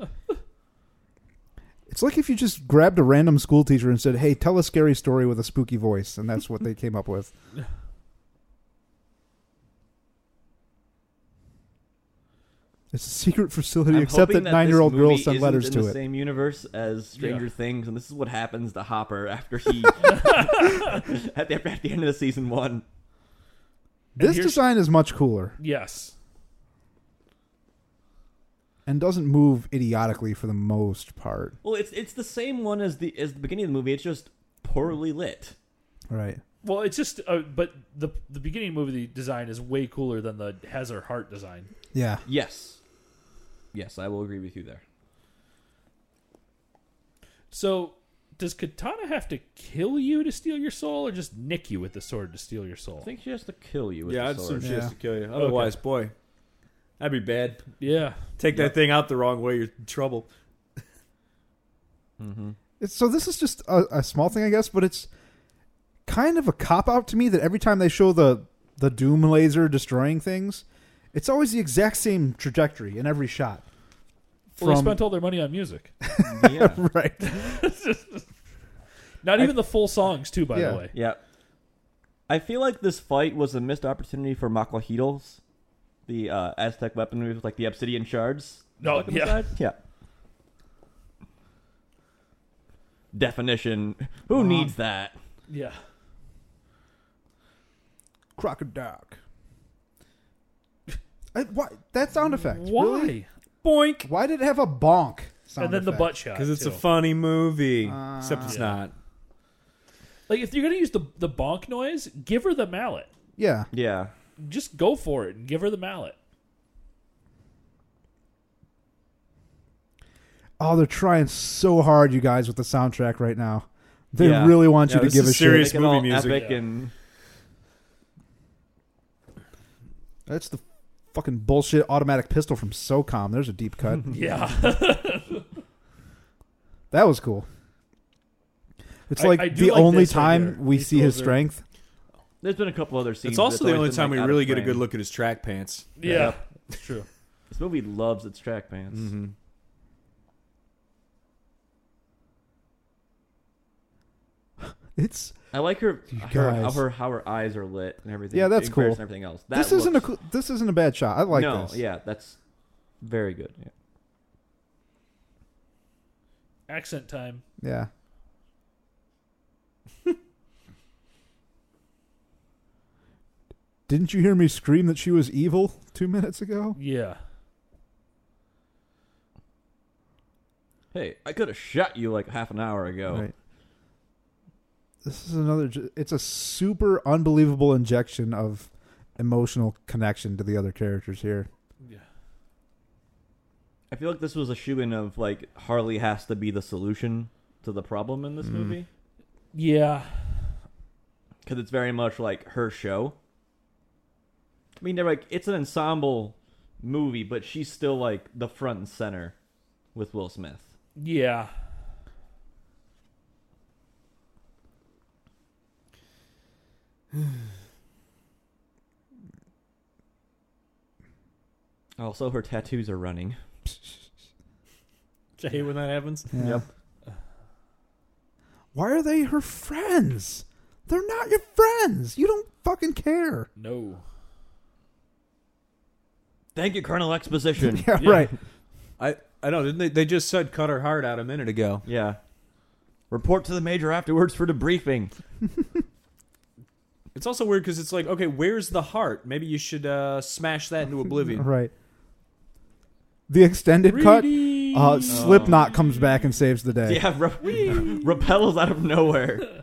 yeah.
It's like if you just grabbed a random school teacher and said, "Hey, tell a scary story with a spooky voice," and that's what they came up with. It's a secret facility,
I'm
except that
hoping
nine-year-old
this movie
girls sent
isn't
letters
in
to
the
it.
Same universe as Stranger
Yeah.
Things, and this is what happens to Hopper after he at, the, at the end of season one.
This
here's-
design is much cooler
Yes.
and doesn't move idiotically for the most part.
Well, it's it's the same one as the as the beginning of the movie. It's just poorly lit.
Right.
Well, it's just, uh, but the the beginning movie design is way cooler than the has her heart design.
Yeah.
Yes, yes, I will agree with you there.
So does Katana have to kill you to steal your soul, or just nick you with the sword to steal your soul?
I think she has to kill you with
yeah,
yeah,
I'd
the
assume
sword.
she
Yeah.
has to kill you. Otherwise, boy, that'd be bad.
yeah,
Take that thing out the wrong way, you're in trouble.
Mm-hmm.
It's, so this is just a, a small thing, I guess, but it's kind of a cop out to me that every time they show the the doom laser destroying things, it's always the exact same trajectory in every shot.
well, they spent all their money on music.
yeah.
right.
Not even the full songs, too. By
Yeah.
the way,
Yeah. I feel like this fight was a missed opportunity for Makwahitls, the uh, Aztec weaponry with like the obsidian shards.
No,
Like,
yeah.
inside. yeah. Definition. Who
Uh-huh.
needs that?
yeah.
Crocodile. I, why, that sound effect.
Why?
Really?
Boink.
Why did it have a bonk sound
And then the
effect?
butt shot.
Because it's
too.
a funny movie. Except it's
Yeah.
not.
like if you're gonna use the the bonk noise, give her the mallet.
Yeah.
Yeah.
Just go for it and give her the mallet.
Oh, they're trying so hard, you guys, with the soundtrack right now. They
Yeah.
really want
Yeah,
you
this
to give
is
a
serious.
Make
shit.
it all
movie music.
epic and
That's the fucking bullshit automatic pistol from SOCOM. There's a deep cut.
Yeah,
that was cool. It's
I-
like
I do
the
like
only
this right
time
here.
we
These
see his
clothes are-
strength.
there's been a couple other scenes.
It's also
that's
the
always
only
been,
time
like,
we
out of
really get a
frame.
good look at his track pants.
yeah, it's true.
This movie loves its track pants.
Mm-hmm.
It's
I like her, her,
guys.
how her how her eyes are lit and everything.
Yeah, that's
in comparison
cool.
to Everything else. That
this isn't a
looks-
cl- this isn't a bad shot. I like
no,
this.
yeah, that's very good. Yeah.
Accent time.
Yeah. Didn't you hear me scream that she was evil two minutes ago?
Yeah,
Hey, I could have shot you like half an hour ago.
Right. This is another. ju- It's a super unbelievable injection of emotional connection to the other characters here.
yeah.
I feel like this was a shoe in of like Harley has to be the solution to the problem in this
Mm-hmm.
movie. 'Cause movie
Yeah,
because it's very much like her show. I mean, they're like it's an ensemble movie, but she's still like the front and center with Will Smith.
yeah.
Also, her tattoos are running.
I hate when that happens.
Yeah.
Yep.
Why are they her friends? They're not your friends. You don't fucking care.
No.
Thank you, Colonel Exposition.
Yeah, right.
I, I know. Didn't they, they just said cut her heart out a minute ago.
yeah. Report to the major afterwards for debriefing.
It's also weird because it's like, okay, where's the heart? Maybe you should uh, smash that into oblivion.
Right. The extended
Reedy.
cut. Uh, Slipknot comes back and saves the day.
Oh. Yeah, re- repels out of nowhere.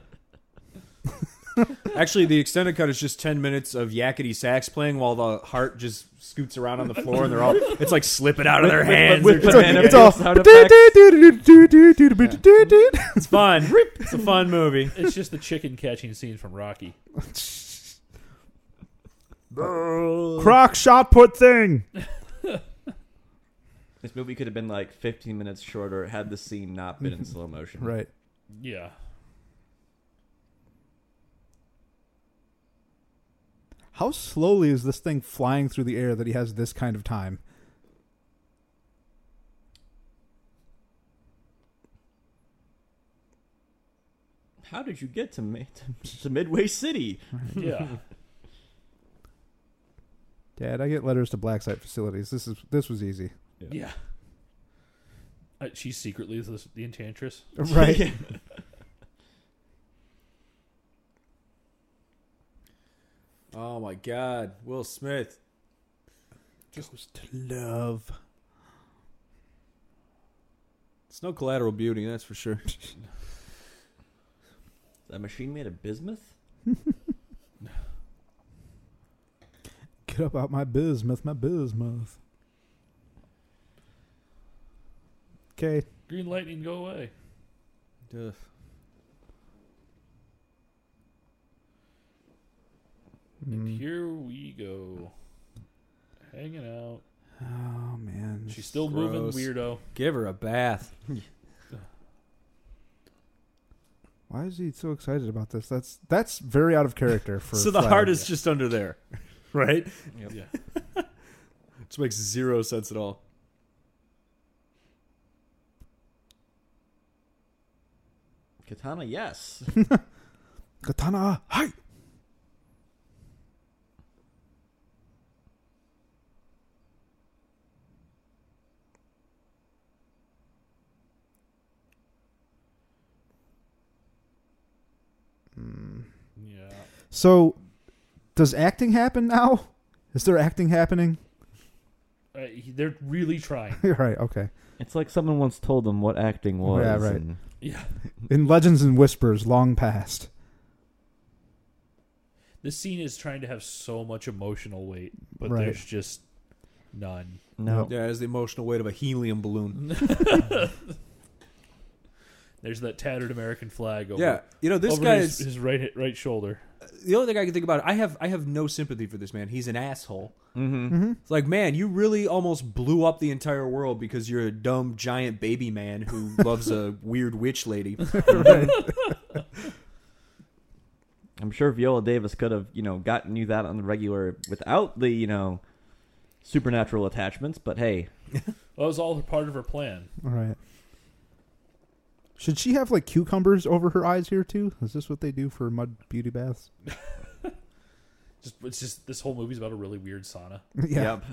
Actually, the extended cut is just 10 minutes of yakety sax playing while the heart just scoots around on the floor and they're all, it's like slipping out of their hands.
with
They're
It's, all-
banana
it's all.
peel sound effects.
just- It's fun. It's a fun movie.
It's just the chicken catching scene from Rocky.
Croc shot put thing.
This movie could have been like 15 minutes shorter had the scene not been in
Mm-hmm.
slow motion.
Right.
Yeah.
How slowly is this thing flying through the air that he has this kind of time?
How did you get to, ma- to, to Midway City?
Yeah.
Dad, I get letters to black site facilities. This is this was easy.
yeah. Uh, she's secretly the, the enchantress.
Right.
Yeah.
Oh my God. Will Smith.
Love.
It's no collateral beauty, that's for sure.
Is that machine made of bismuth?
Get up out my bismuth, my bismuth. Okay.
Green lightning, go away.
Ugh.
And
Mm.
here we go. Hanging out.
Oh man,
She's still
Gross.
moving weirdo.
Give her a bath.
Why is he so excited about this? That's that's very out of character for.
so the
Flatter.
heart is just under there, right?
Yep. Yeah.
Which makes zero sense at all.
Katana, yes.
katana. Hi.
Yeah.
So, does acting happen now? Is there acting happening?
Uh, he- they're really trying.
right. Okay.
it's like someone once told them what acting was.
Yeah, right.
and-
Yeah.
In Legends and Whispers, long past.
This scene is trying to have so much emotional weight, but
Right.
there's just none.
no.
Yeah, it's the emotional weight of a helium balloon.
There's that tattered American flag over,
Yeah, you know this
over
guy
his,
is
his right right shoulder.
the only thing I can think about. I have I have no sympathy for this man. He's an asshole.
Mm-hmm.
It's like, man, you really almost blew up the entire world because you're a dumb giant baby man who loves a weird witch lady.
I'm sure Viola Davis could have, you know, gotten you that on the regular without the, you know, supernatural attachments. But hey,
Well, that was all part of her plan.
All right. Should she have like cucumbers over her eyes here too? Is this what they do for mud beauty baths?
Just it's just this whole movie's about a really weird sauna.
yeah.
yep.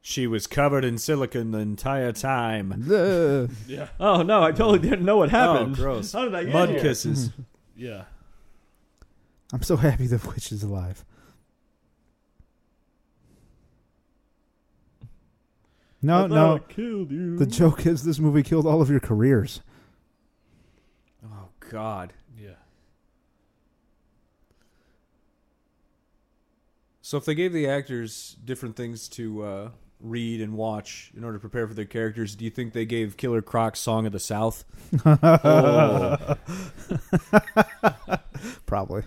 She was covered in silicon the entire time.
The-
Yeah,
Oh no, I totally didn't know what
Oh,
happened.
gross.
How did I get
Mud
here?
kisses.
yeah.
I'm so happy the witch is alive. No,
I thought
no.
I killed you.
The joke is this movie killed all of your careers.
Oh, God.
Yeah.
So if they gave the actors different things to uh, read and watch in order to prepare for their characters, do you think they gave Killer Croc's Song of the South?
Oh.
Probably.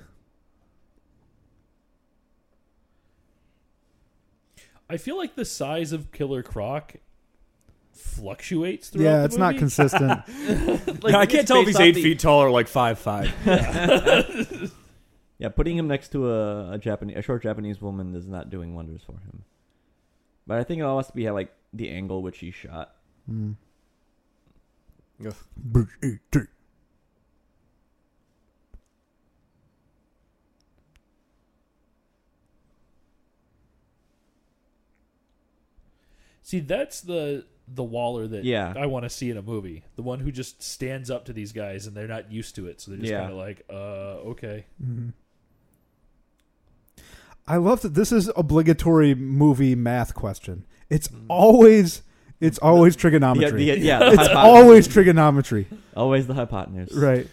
I feel like the size of Killer Croc fluctuates throughout.
Yeah,
the
it's not
movie.
consistent.
Like,
I
just
can't tell if
based
he's
off
eight
the-
feet tall or like five five.
Yeah, putting him next to a, a Japanese, a short Japanese woman is not doing wonders for him. But I think it all has to be at, like the angle which he shot.
Mm.
Ugh.
B.E.T..
See, that's the the Waller that
Yeah.
I want to see in a movie. The one who just stands up to these guys and they're not used to it, so they're just
Yeah.
kind of like, uh, okay.
mm. I love that this is obligatory movie math question. It's always it's always
Yeah,
trigonometry.
the, yeah, the
it's
hypotenuse.
always trigonometry.
always the hypotenuse.
Right.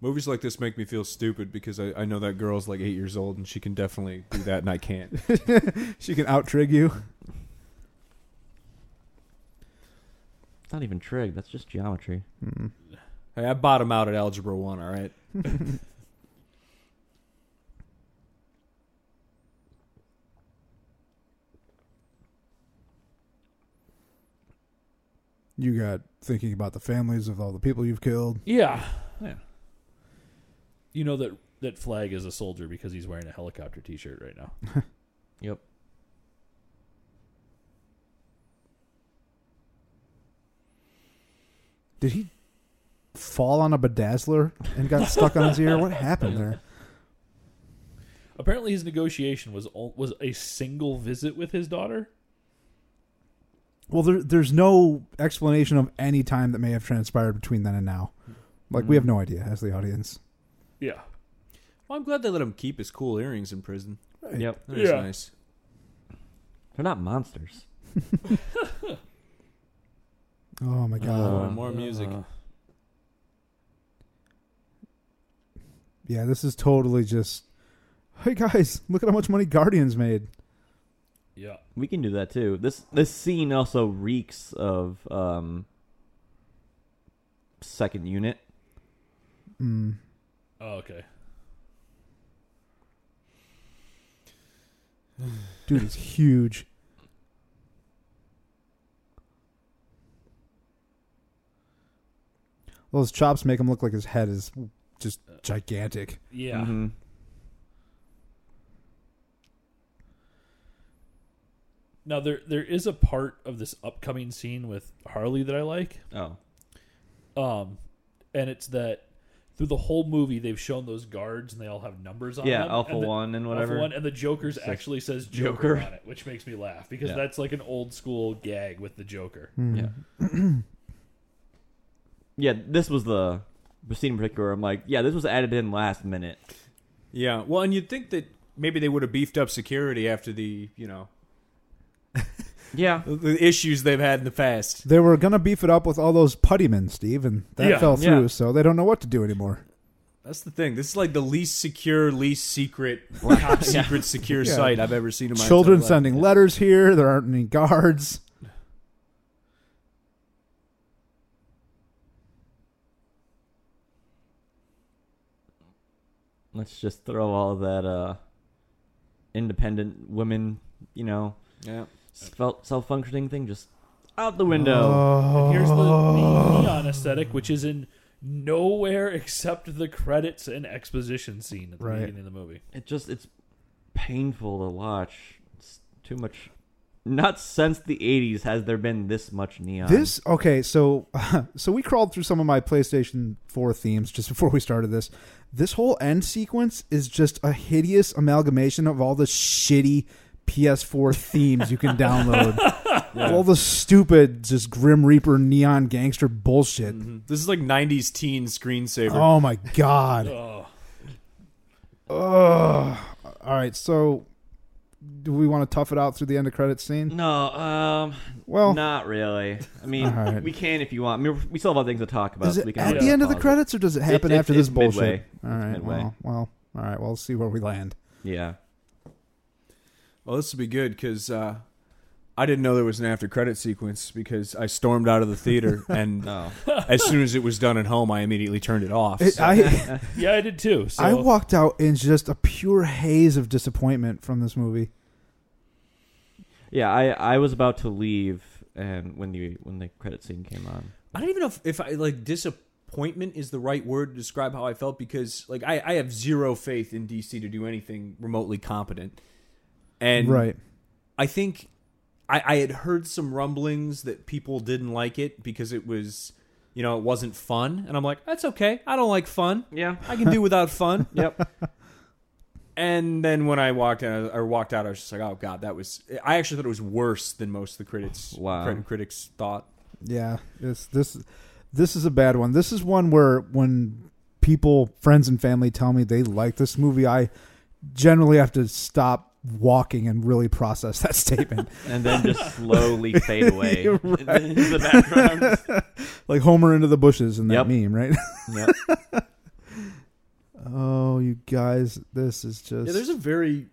Movies like this make me feel stupid because I, I know that girl's like eight years old and she can definitely do that and I can't.
She can out trig you.
It's not even trig. That's just geometry.
Mm.
Hey, I bottom out at Algebra 1, all right?
You got thinking about the families of all the people you've killed.
Yeah. Yeah. You know that that flag is a soldier because he's wearing a helicopter T-shirt right now.
Yep.
Did he fall on a bedazzler and got stuck on his ear? What happened there?
Apparently, his negotiation was all, was a single visit with his daughter.
Well, there, there's no explanation of any time that may have transpired between then and now. Like we have no idea as the audience.
Yeah.
Well, I'm glad they let him keep his cool earrings in prison.
Yep.
That is
Yeah.
nice.
They're not monsters.
Oh my god.
Um,
Uh, more music.
yeah, this is totally just. Hey guys, look at how much money Guardians made.
Yeah.
We can do that too. This this scene also reeks of um second unit.
Mm.
Oh, okay.
Dude, he's huge. Those chops make him look like his head is just gigantic.
Yeah.
Mhm.
Now there there is a part of this upcoming scene with Harley that I like.
Oh.
Um, and it's that through the whole movie they've shown those guards and they all have numbers on
Yeah,
them.
Alpha
and the-
One and
Alpha
whatever.
One, and the Joker's actually says Joker,
Joker.
on it, which makes me laugh because
Yeah.
that's like an old school gag with the Joker.
Yeah.
Mm-hmm.
yeah, this was the scene in particular. I'm like, yeah, this was added in last minute.
Yeah. Well, and you'd think that maybe they would have beefed up security after the you know
Yeah.
the issues they've had in the past.
They were gonna beef it up with all those putty men, Steve, and that
Yeah,
fell through.
yeah.
So they don't know what to do anymore.
That's the thing. This is like the least secure, least secret, top secret secure
Yeah.
site I've ever seen in my
Children
entire life.
sending letters here. There aren't any guards.
Let's just throw all that uh independent women, you know,
Yeah.
self functioning thing just out the window.
Oh,
Here's the, the neon aesthetic, which is in nowhere except the credits and exposition scene at the
Right.
beginning of the movie.
It just it's painful to watch. It's too much not since the 80s has there been this much neon.
This okay, so so we crawled through some of my PlayStation 4 themes just before we started this. This whole end sequence is just a hideous amalgamation of all the shitty PS4 themes you can download. All the stupid just Grim Reaper neon gangster bullshit.
Mhm. This is like '90s teen screensaver.
Oh my god.
Oh,
Ugh. All right, so do we want to tough it out through the end of credits scene?
No, um
Well,
not really. I mean,
Oh. All right.
we can if you want. I mean, we still have other things to talk about.
Is
so
it
we can
at
always
the end of the
pause it.
credits, or does it happen
it-
after
it's
this bullshit?
midway.
All right.
midway.
Well, well. All right. Well, let's see where we land.
Yeah.
Well, this will be good because uh, I didn't know there was an after credit sequence because I stormed out of the theater and
No.
as soon as it was done at home, I immediately turned it off.
It-
so-
I
yeah, I did too. So
I walked out in just a pure haze of disappointment from this movie.
Yeah, I, I was about to leave, and when the when the credit scene came on,
I don't even know if, if I like disappointment is the right word to describe how I felt because like I, I have zero faith in DC to do anything remotely competent. And
right.
I think I, I had heard some rumblings that people didn't like it because it was you know, it wasn't fun. And I'm like, that's okay. I don't like fun.
yeah,
I can do without fun.
yep,
And then when I walked out, or walked out, I was just like, "Oh God, that was." I actually thought it was worse than most of the critics,
Wow.
crit- critics thought.
Yeah. This this this is a bad one. This is one where when people, friends, and family tell me they like this movie, I generally have to stop walking and really process that statement.
and then just slowly fade away
You're
in the background.
like Homer into the bushes in
Yep.
that meme, right?
yep.
oh, you guys, this is just
Yeah, there's a very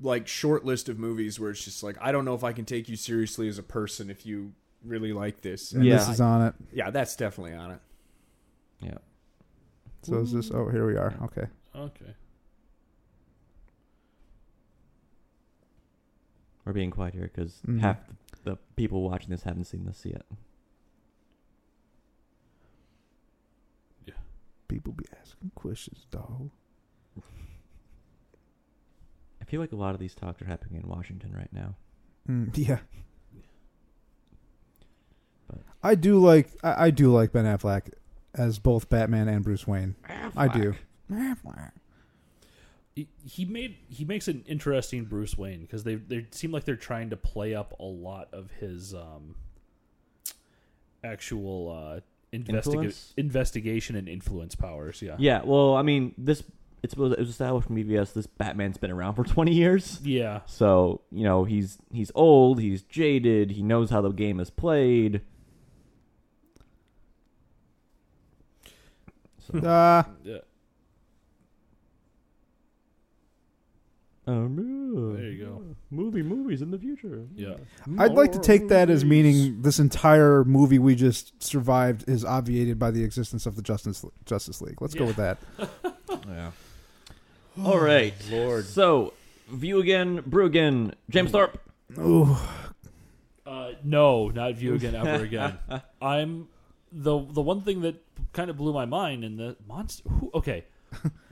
like short list of movies where it's just like, I don't know if I can take you seriously as a person if you really like this.
and
Yeah.
this is on it.
Yeah, that's definitely on it.
Yep.
So is this? Oh, here we are. Okay.
okay.
We're being quiet here because
Mhm.
half the, the people watching this haven't seen this yet.
People be asking questions, dog.
I feel like a lot of these talks are happening in Washington right now.
Mm, yeah.
But-
I do like I, I do like Ben Affleck as both Batman and Bruce Wayne. I do.
He- he made he makes an interesting Bruce Wayne because they they seem like they're trying to play up a lot of his um actual uh investiga-
Influence?
investigation and influence powers. Yeah,
Yeah. Well, I mean, this it's it was established from BBS. This Batman's been around for 20 years.
yeah.
So you know he's he's old, he's jaded, he knows how the game is played. So,
Uh,
Yeah.
um,
There you go.
Movie, movies in the future.
Yeah,
I'd like to take that as meaning this entire movie we just survived is obviated by the existence of the Justice Justice League. Let's go
Yeah.
with that.
All right,
Oh, Lord. Hmm.
So View again, brew again, James Thorpe.
Ooh,
Uh, no, not view again ever again. I'm the the one thing that kind of blew my mind in the monster. Who, okay,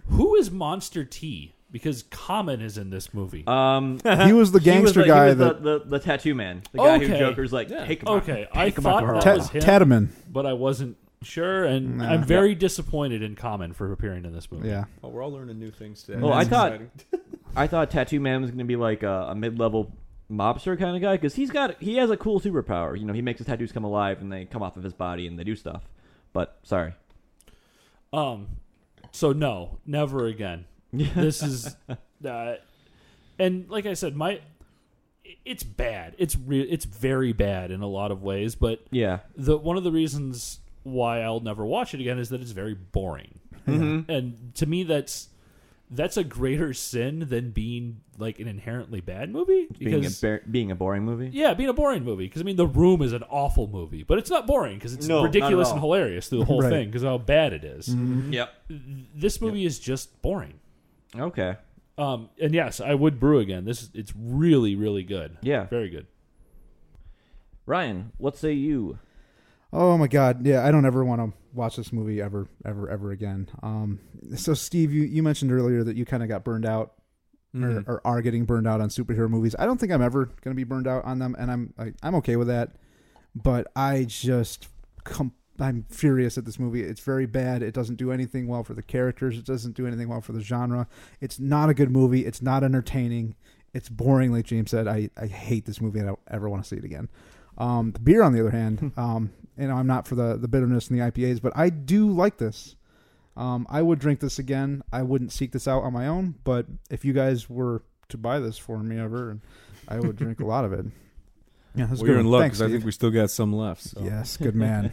who is Monster T? Because Common is in this movie.
Um,
he was
he
the
was
gangster
the- he
guy
was
that
the, the, the tattoo man, the guy who
Okay.
Joker's like,
Yeah.
take him out.
okay, I
Take him out
thought
to
that
her
was
Ta-
him,
Tataman.
but I wasn't sure, and
Nah.
I'm very disappointed in Common for appearing in this movie.
Yeah,
Well, we're all learning new things today.
Well, I
That's
thought-
exciting.
I thought Tattoo Man was gonna be like a, a mid-level mobster kind of guy because he's got he has a cool superpower. You know, he makes his tattoos come alive and they come off of his body and they do stuff. But sorry,
Um, so no, never again. This is, uh, and like I said, my it's bad. It's re- it's very bad in a lot of ways. But
yeah,
the one of the reasons why I'll never watch it again is that it's very boring. Mm-hmm. And to me, that's that's a greater sin than being like an inherently bad movie.
being a
Because
bar- being a boring movie.
yeah, being a boring movie. Because I mean, The Room is an awful movie, but it's not boring because it's
No, not at
ridiculous
all.
and hilarious through the whole
Right. Mm-hmm.
thing because of how bad it is
Yep.
this movie is just boring. Mm-hmm.
Okay.
Um, and yes, I would brew again. This it's really really good.
Yeah.
very good.
Ryan, what say you?
Oh my god, yeah, I don't ever want to watch this movie ever, ever, ever again. Um, so Steve, you, you mentioned earlier that you kind of got burned out
Mhm.
or, or are getting burned out on superhero movies. I don't think I'm ever going to be burned out on them, and I'm I, I'm okay with that. But I just com- I'm furious at this movie. It's very bad. It doesn't do anything well for the characters. It doesn't do anything well for the genre. It's not a good movie. It's not entertaining. It's boring, like James said. I, I hate this movie. I don't ever want to see it again. Um, the beer, on the other hand, um, you know, I'm not for the, the bitterness and the IPAs, but I do like this. Um, I would drink this again. I wouldn't seek this out on my own, but if you guys were to buy this for me ever, I would drink a lot of it. Yeah, that's
Well, you're in luck
Thanks,
because I think
Steve.
we still got some left. So.
Yes, good man.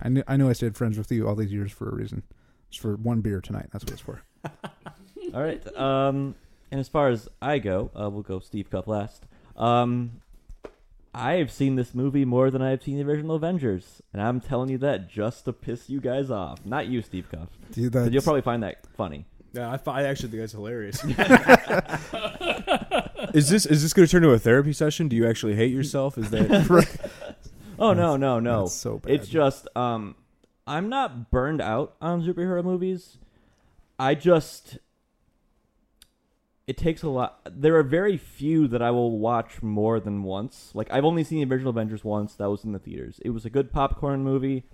I knew I knew I stayed friends with you all these years for a reason. It's for one beer tonight. That's what it's for.
All right. Um, and as far as I go, uh, we'll go Steve Cup last. Um, I have seen this movie more than I have seen the original Avengers, and I'm telling you that just to piss you guys off. Not you, Steve Cup.
Dude,
'cause
that's,
You'll probably find that funny.
Yeah, I, fi- I actually think that's hilarious. is this is this going to turn into a therapy session? Do you actually hate yourself? Is that
Oh no, no, no!
that's so bad.
It's just um, I'm not burned out on superhero movies. I just it takes a lot. There are very few that I will watch more than once. Like I've only seen the original Avengers once. That was in the theaters. It was a good popcorn movie.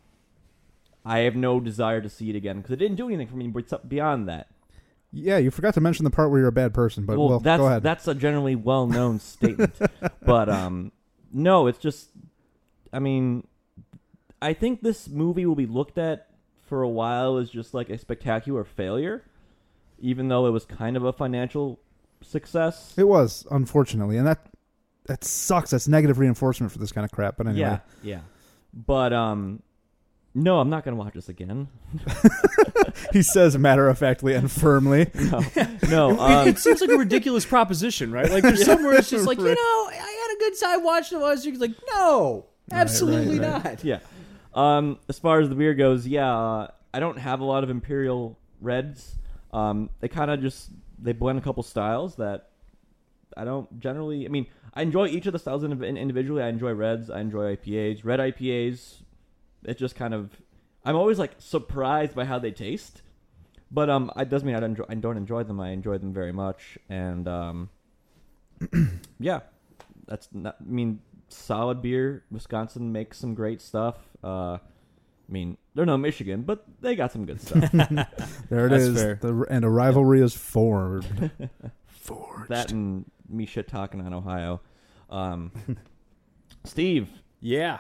I have no desire to see it again because it didn't do anything for me bes- beyond that.
yeah. You forgot to mention the part where you're a bad person, but well,
that's
go ahead.
that's a generally well-known statement, but um, no, it's just, I mean, I think this movie will be looked at for a while as just like a spectacular failure, even though it was kind of a financial success.
it was unfortunately, and that that sucks. That's negative reinforcement for this kind of crap. But anyway,
Yeah, yeah, but um, no, I'm not gonna watch this again.
he says matter of factly and firmly.
No, no,
it,
um,
it seems like a ridiculous proposition, right? Like there's somewhere it's just like you know I had a good time watching it. I was like, no, absolutely
right,
not.
yeah. Um, as far as the beer goes, yeah, uh, I don't have a lot of imperial reds. Um, they kind of just they blend a couple styles that I don't generally. I mean, I enjoy each of the styles in, in- individually. I enjoy reds. I enjoy IPAs. Red IPAs. It's just kind of. I'm always like surprised by how they taste, but um, it doesn't mean I don't enjoy, I don't enjoy them. I enjoy them very much, and um, yeah, that's not. I mean, solid beer. Wisconsin makes some great stuff. Uh, I mean, they're no Michigan, but they got some good stuff.
There it
That's
is.
fair.
The, and a rivalry is formed. forged.
that and me shit talking on Ohio. Um, Steve,
Yeah.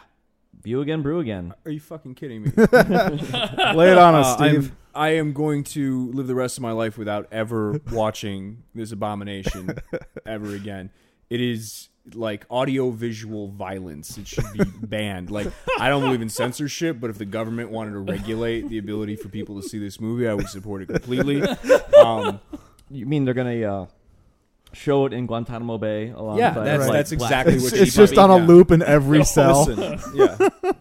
view again, brew again.
Are you fucking kidding me?
Lay it on us,
Uh, I'm-
Steve.
I am going to live the rest of my life without ever watching this abomination ever again. It is like audio visual violence. It should be banned. Like I don't believe in censorship, but if the government wanted to regulate the ability for people to see this movie, I would support it completely. Um,
You mean they're gonna uh, show it in Guantanamo Bay alongside?
yeah, that's,
like,
that's
Black-
exactly
It's,
what
it's
she might
just
be.
on a
Yeah.
loop in every cell.
Listen, yeah.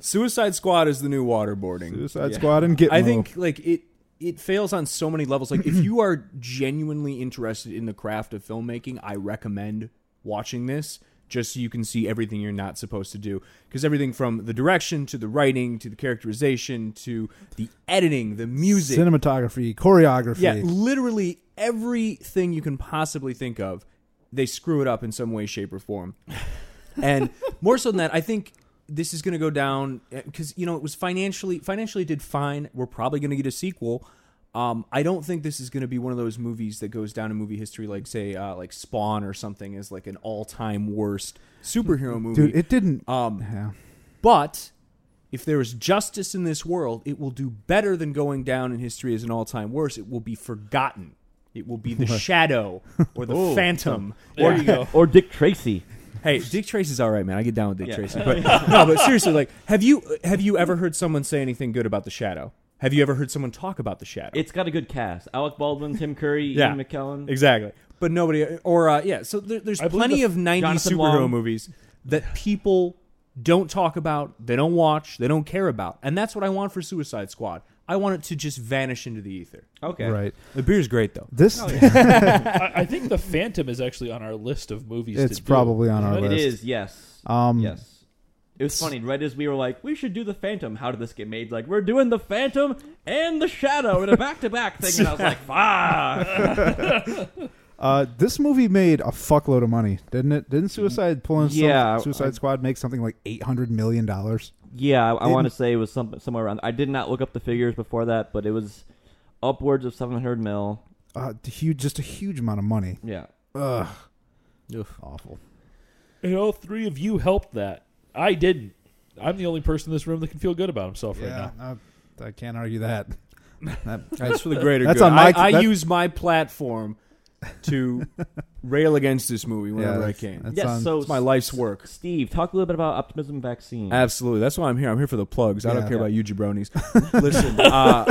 Suicide Squad is the new waterboarding.
Suicide
Yeah.
Squad and Gitmo.
I think like it it fails on so many levels. Like if you are genuinely interested in the craft of filmmaking, I recommend watching this just so you can see everything you're not supposed to do because everything from the direction to the writing to the characterization to the editing, the music,
Cinematography, choreography.
yeah, literally everything you can possibly think of, they screw it up in some way, shape, or form. and more so than that, I think this is going to go down because you know it was financially financially did fine. We're probably going to get a sequel. Um, I don't think this is going to be one of those movies that goes down in movie history, like say, uh, like Spawn or something, as like an all-time worst superhero movie.
Dude, it didn't.
um,
yeah.
but if there is justice in this world, it will do better than going down in history as an all time worst. It will be forgotten. It will be the shadow or the phantom.
Or, or Dick Tracy.
Hey, Dick Tracy's all right, man. I get down with Dick Tracy. But no, but seriously, like, have you have you ever heard someone say anything good about the shadow? Have you ever heard someone talk about the shadow?
It's got a good cast. Alec Baldwin, Tim Curry,
Yeah.
Ian McKellen.
Exactly. But nobody, or uh, yeah. So there, there's
believe
plenty
the-
of '90s
Jonathan
superhero
Long-
movies that people don't talk about, they don't watch, they don't care about, and that's what I want for Suicide Squad. I want it to just vanish into the ether.
Okay.
Right.
The beer's great though.
This
I, I think the Phantom is actually on our list of movies.
it's
to do.
probably on our
It
list.
is, yes.
Um,
yes. It was funny, right as we were like, we should do the Phantom. How did this get made? Like, we're doing the Phantom and the Shadow in a back to back thing. And I was like, fuck.
Uh, this movie made a fuckload of money, didn't it? Didn't Suicide pull in some-
Yeah,
Suicide
I-
Squad make something like eight hundred million dollars?
Yeah, I, I
In-
want to say it was some, somewhere around. I did not look up the figures before that, but it was upwards of 700 mil.
Uh, huge, just a huge amount of money.
Yeah.
Ugh, awful.
And
oh,
all three of you helped that. I didn't. I'm the only person in this room that can feel good about himself right now.
Yeah, I, I can't argue that. That-
That's for the greater
That's
good.
on my-
I, I
that-
use my platform to rail against this movie whenever I
that's-
can.
that's
Yes,
on-
so
It's my life's work.
Steve, talk a little bit about optimism vaccine.
Absolutely. That's why I'm here. I'm here for the plugs. I don't
Yeah.
care about you jabronis. Listen, uh,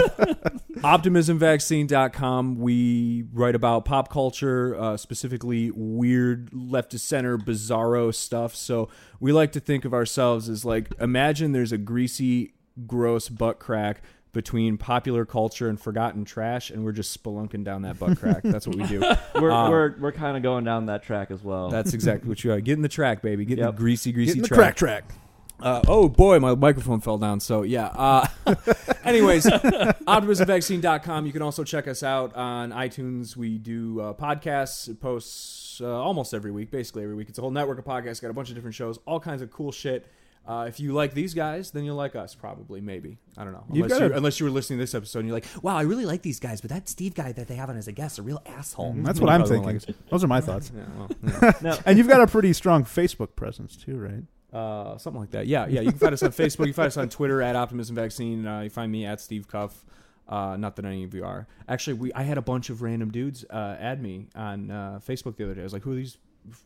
optimismvaccine.com. We write about pop culture, uh, specifically weird left to center bizarro stuff. So we like to think of ourselves as like imagine there's a greasy, gross butt crack between popular culture and forgotten trash, and we're just spelunking down that butt crack. That's what we do.
We're,
Uh,
we're, we're kind of going down that track as well.
That's exactly what you are. Get in the track, baby. Get in
Yep.
the greasy, greasy
Get in the
track.
crack track.
Uh, oh boy, my microphone fell down. So yeah. Uh, anyways, optimismvaccine.com. You can also check us out on iTunes. We do uh, podcasts, posts uh, almost every week, basically every week. It's a whole network of podcasts. Got a bunch of different shows, all kinds of cool shit. Uh, if you like these guys, then you'll like us, probably, maybe. I don't know.
You've
Unless,
got
you,
a-
unless you were listening to this episode and you're like, wow, I really like these guys, but that Steve guy that they have on as a guest, a real asshole.
Mm, That's
You
what I'm
probably won't
thinking. Those are my thoughts.
like us. Yeah, well, yeah.
And you've got a pretty strong Facebook presence too, right?
uh, something like that. Yeah, yeah. You can find us on Facebook. You can find us on Twitter at Optimism Vaccine. Uh, you find me at Steve Cuff. Uh, not that any of you are. Actually, we I had a bunch of random dudes uh, add me on uh, Facebook the other day. I was like, who are these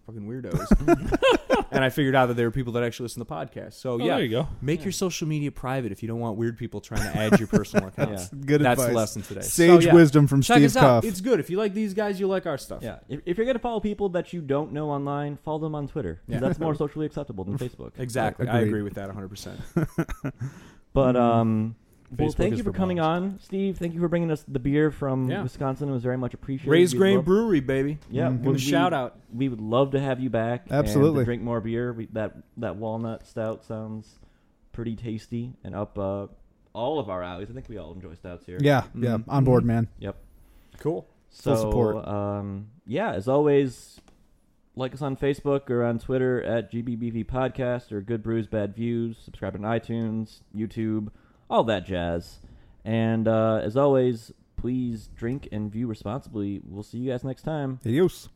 fucking weirdos? and I figured out that they were people that actually listen to podcasts. So
Oh,
yeah,
there you go.
make your social media private if you don't want weird people trying to add your personal accounts.
Good
That's the
advice.
lesson today.
Sage
So, Oh, yeah.
wisdom from
Check
Steve
us out.
Cuff.
It's good if you like these guys, you like our stuff.
Yeah, if, if you're gonna follow people that you don't know online, follow them on Twitter. 'cause
Yeah.
That's more socially acceptable than Facebook.
Exactly. I
Agreed.
agree with that 100%.
But
Mm.
um, well,
Facebook
thank
is
you for
for
coming on, Steve. Thank you for bringing us the beer from
Yeah.
Wisconsin. It was very much appreciated.
Raise
We'd
Grain
love-
Brewery, baby.
Yeah,
Mhm. Give
we-
Give 'em a shout out.
We would love to have you back. and to
Absolutely.
drink more beer. We, that that walnut stout sounds pretty tasty and up uh, all of our alleys. I think we all enjoy stouts here.
yeah, yeah.
Mm-hmm.
On board, man.
Yep.
Cool.
So,
Full support.
Um, yeah, as always, like us on Facebook or on Twitter at GBBV Podcast or Good Brews Bad Views. Subscribe on iTunes, YouTube, all that jazz. And uh, as always, please drink and view responsibly. We'll see you guys next time.
Adios.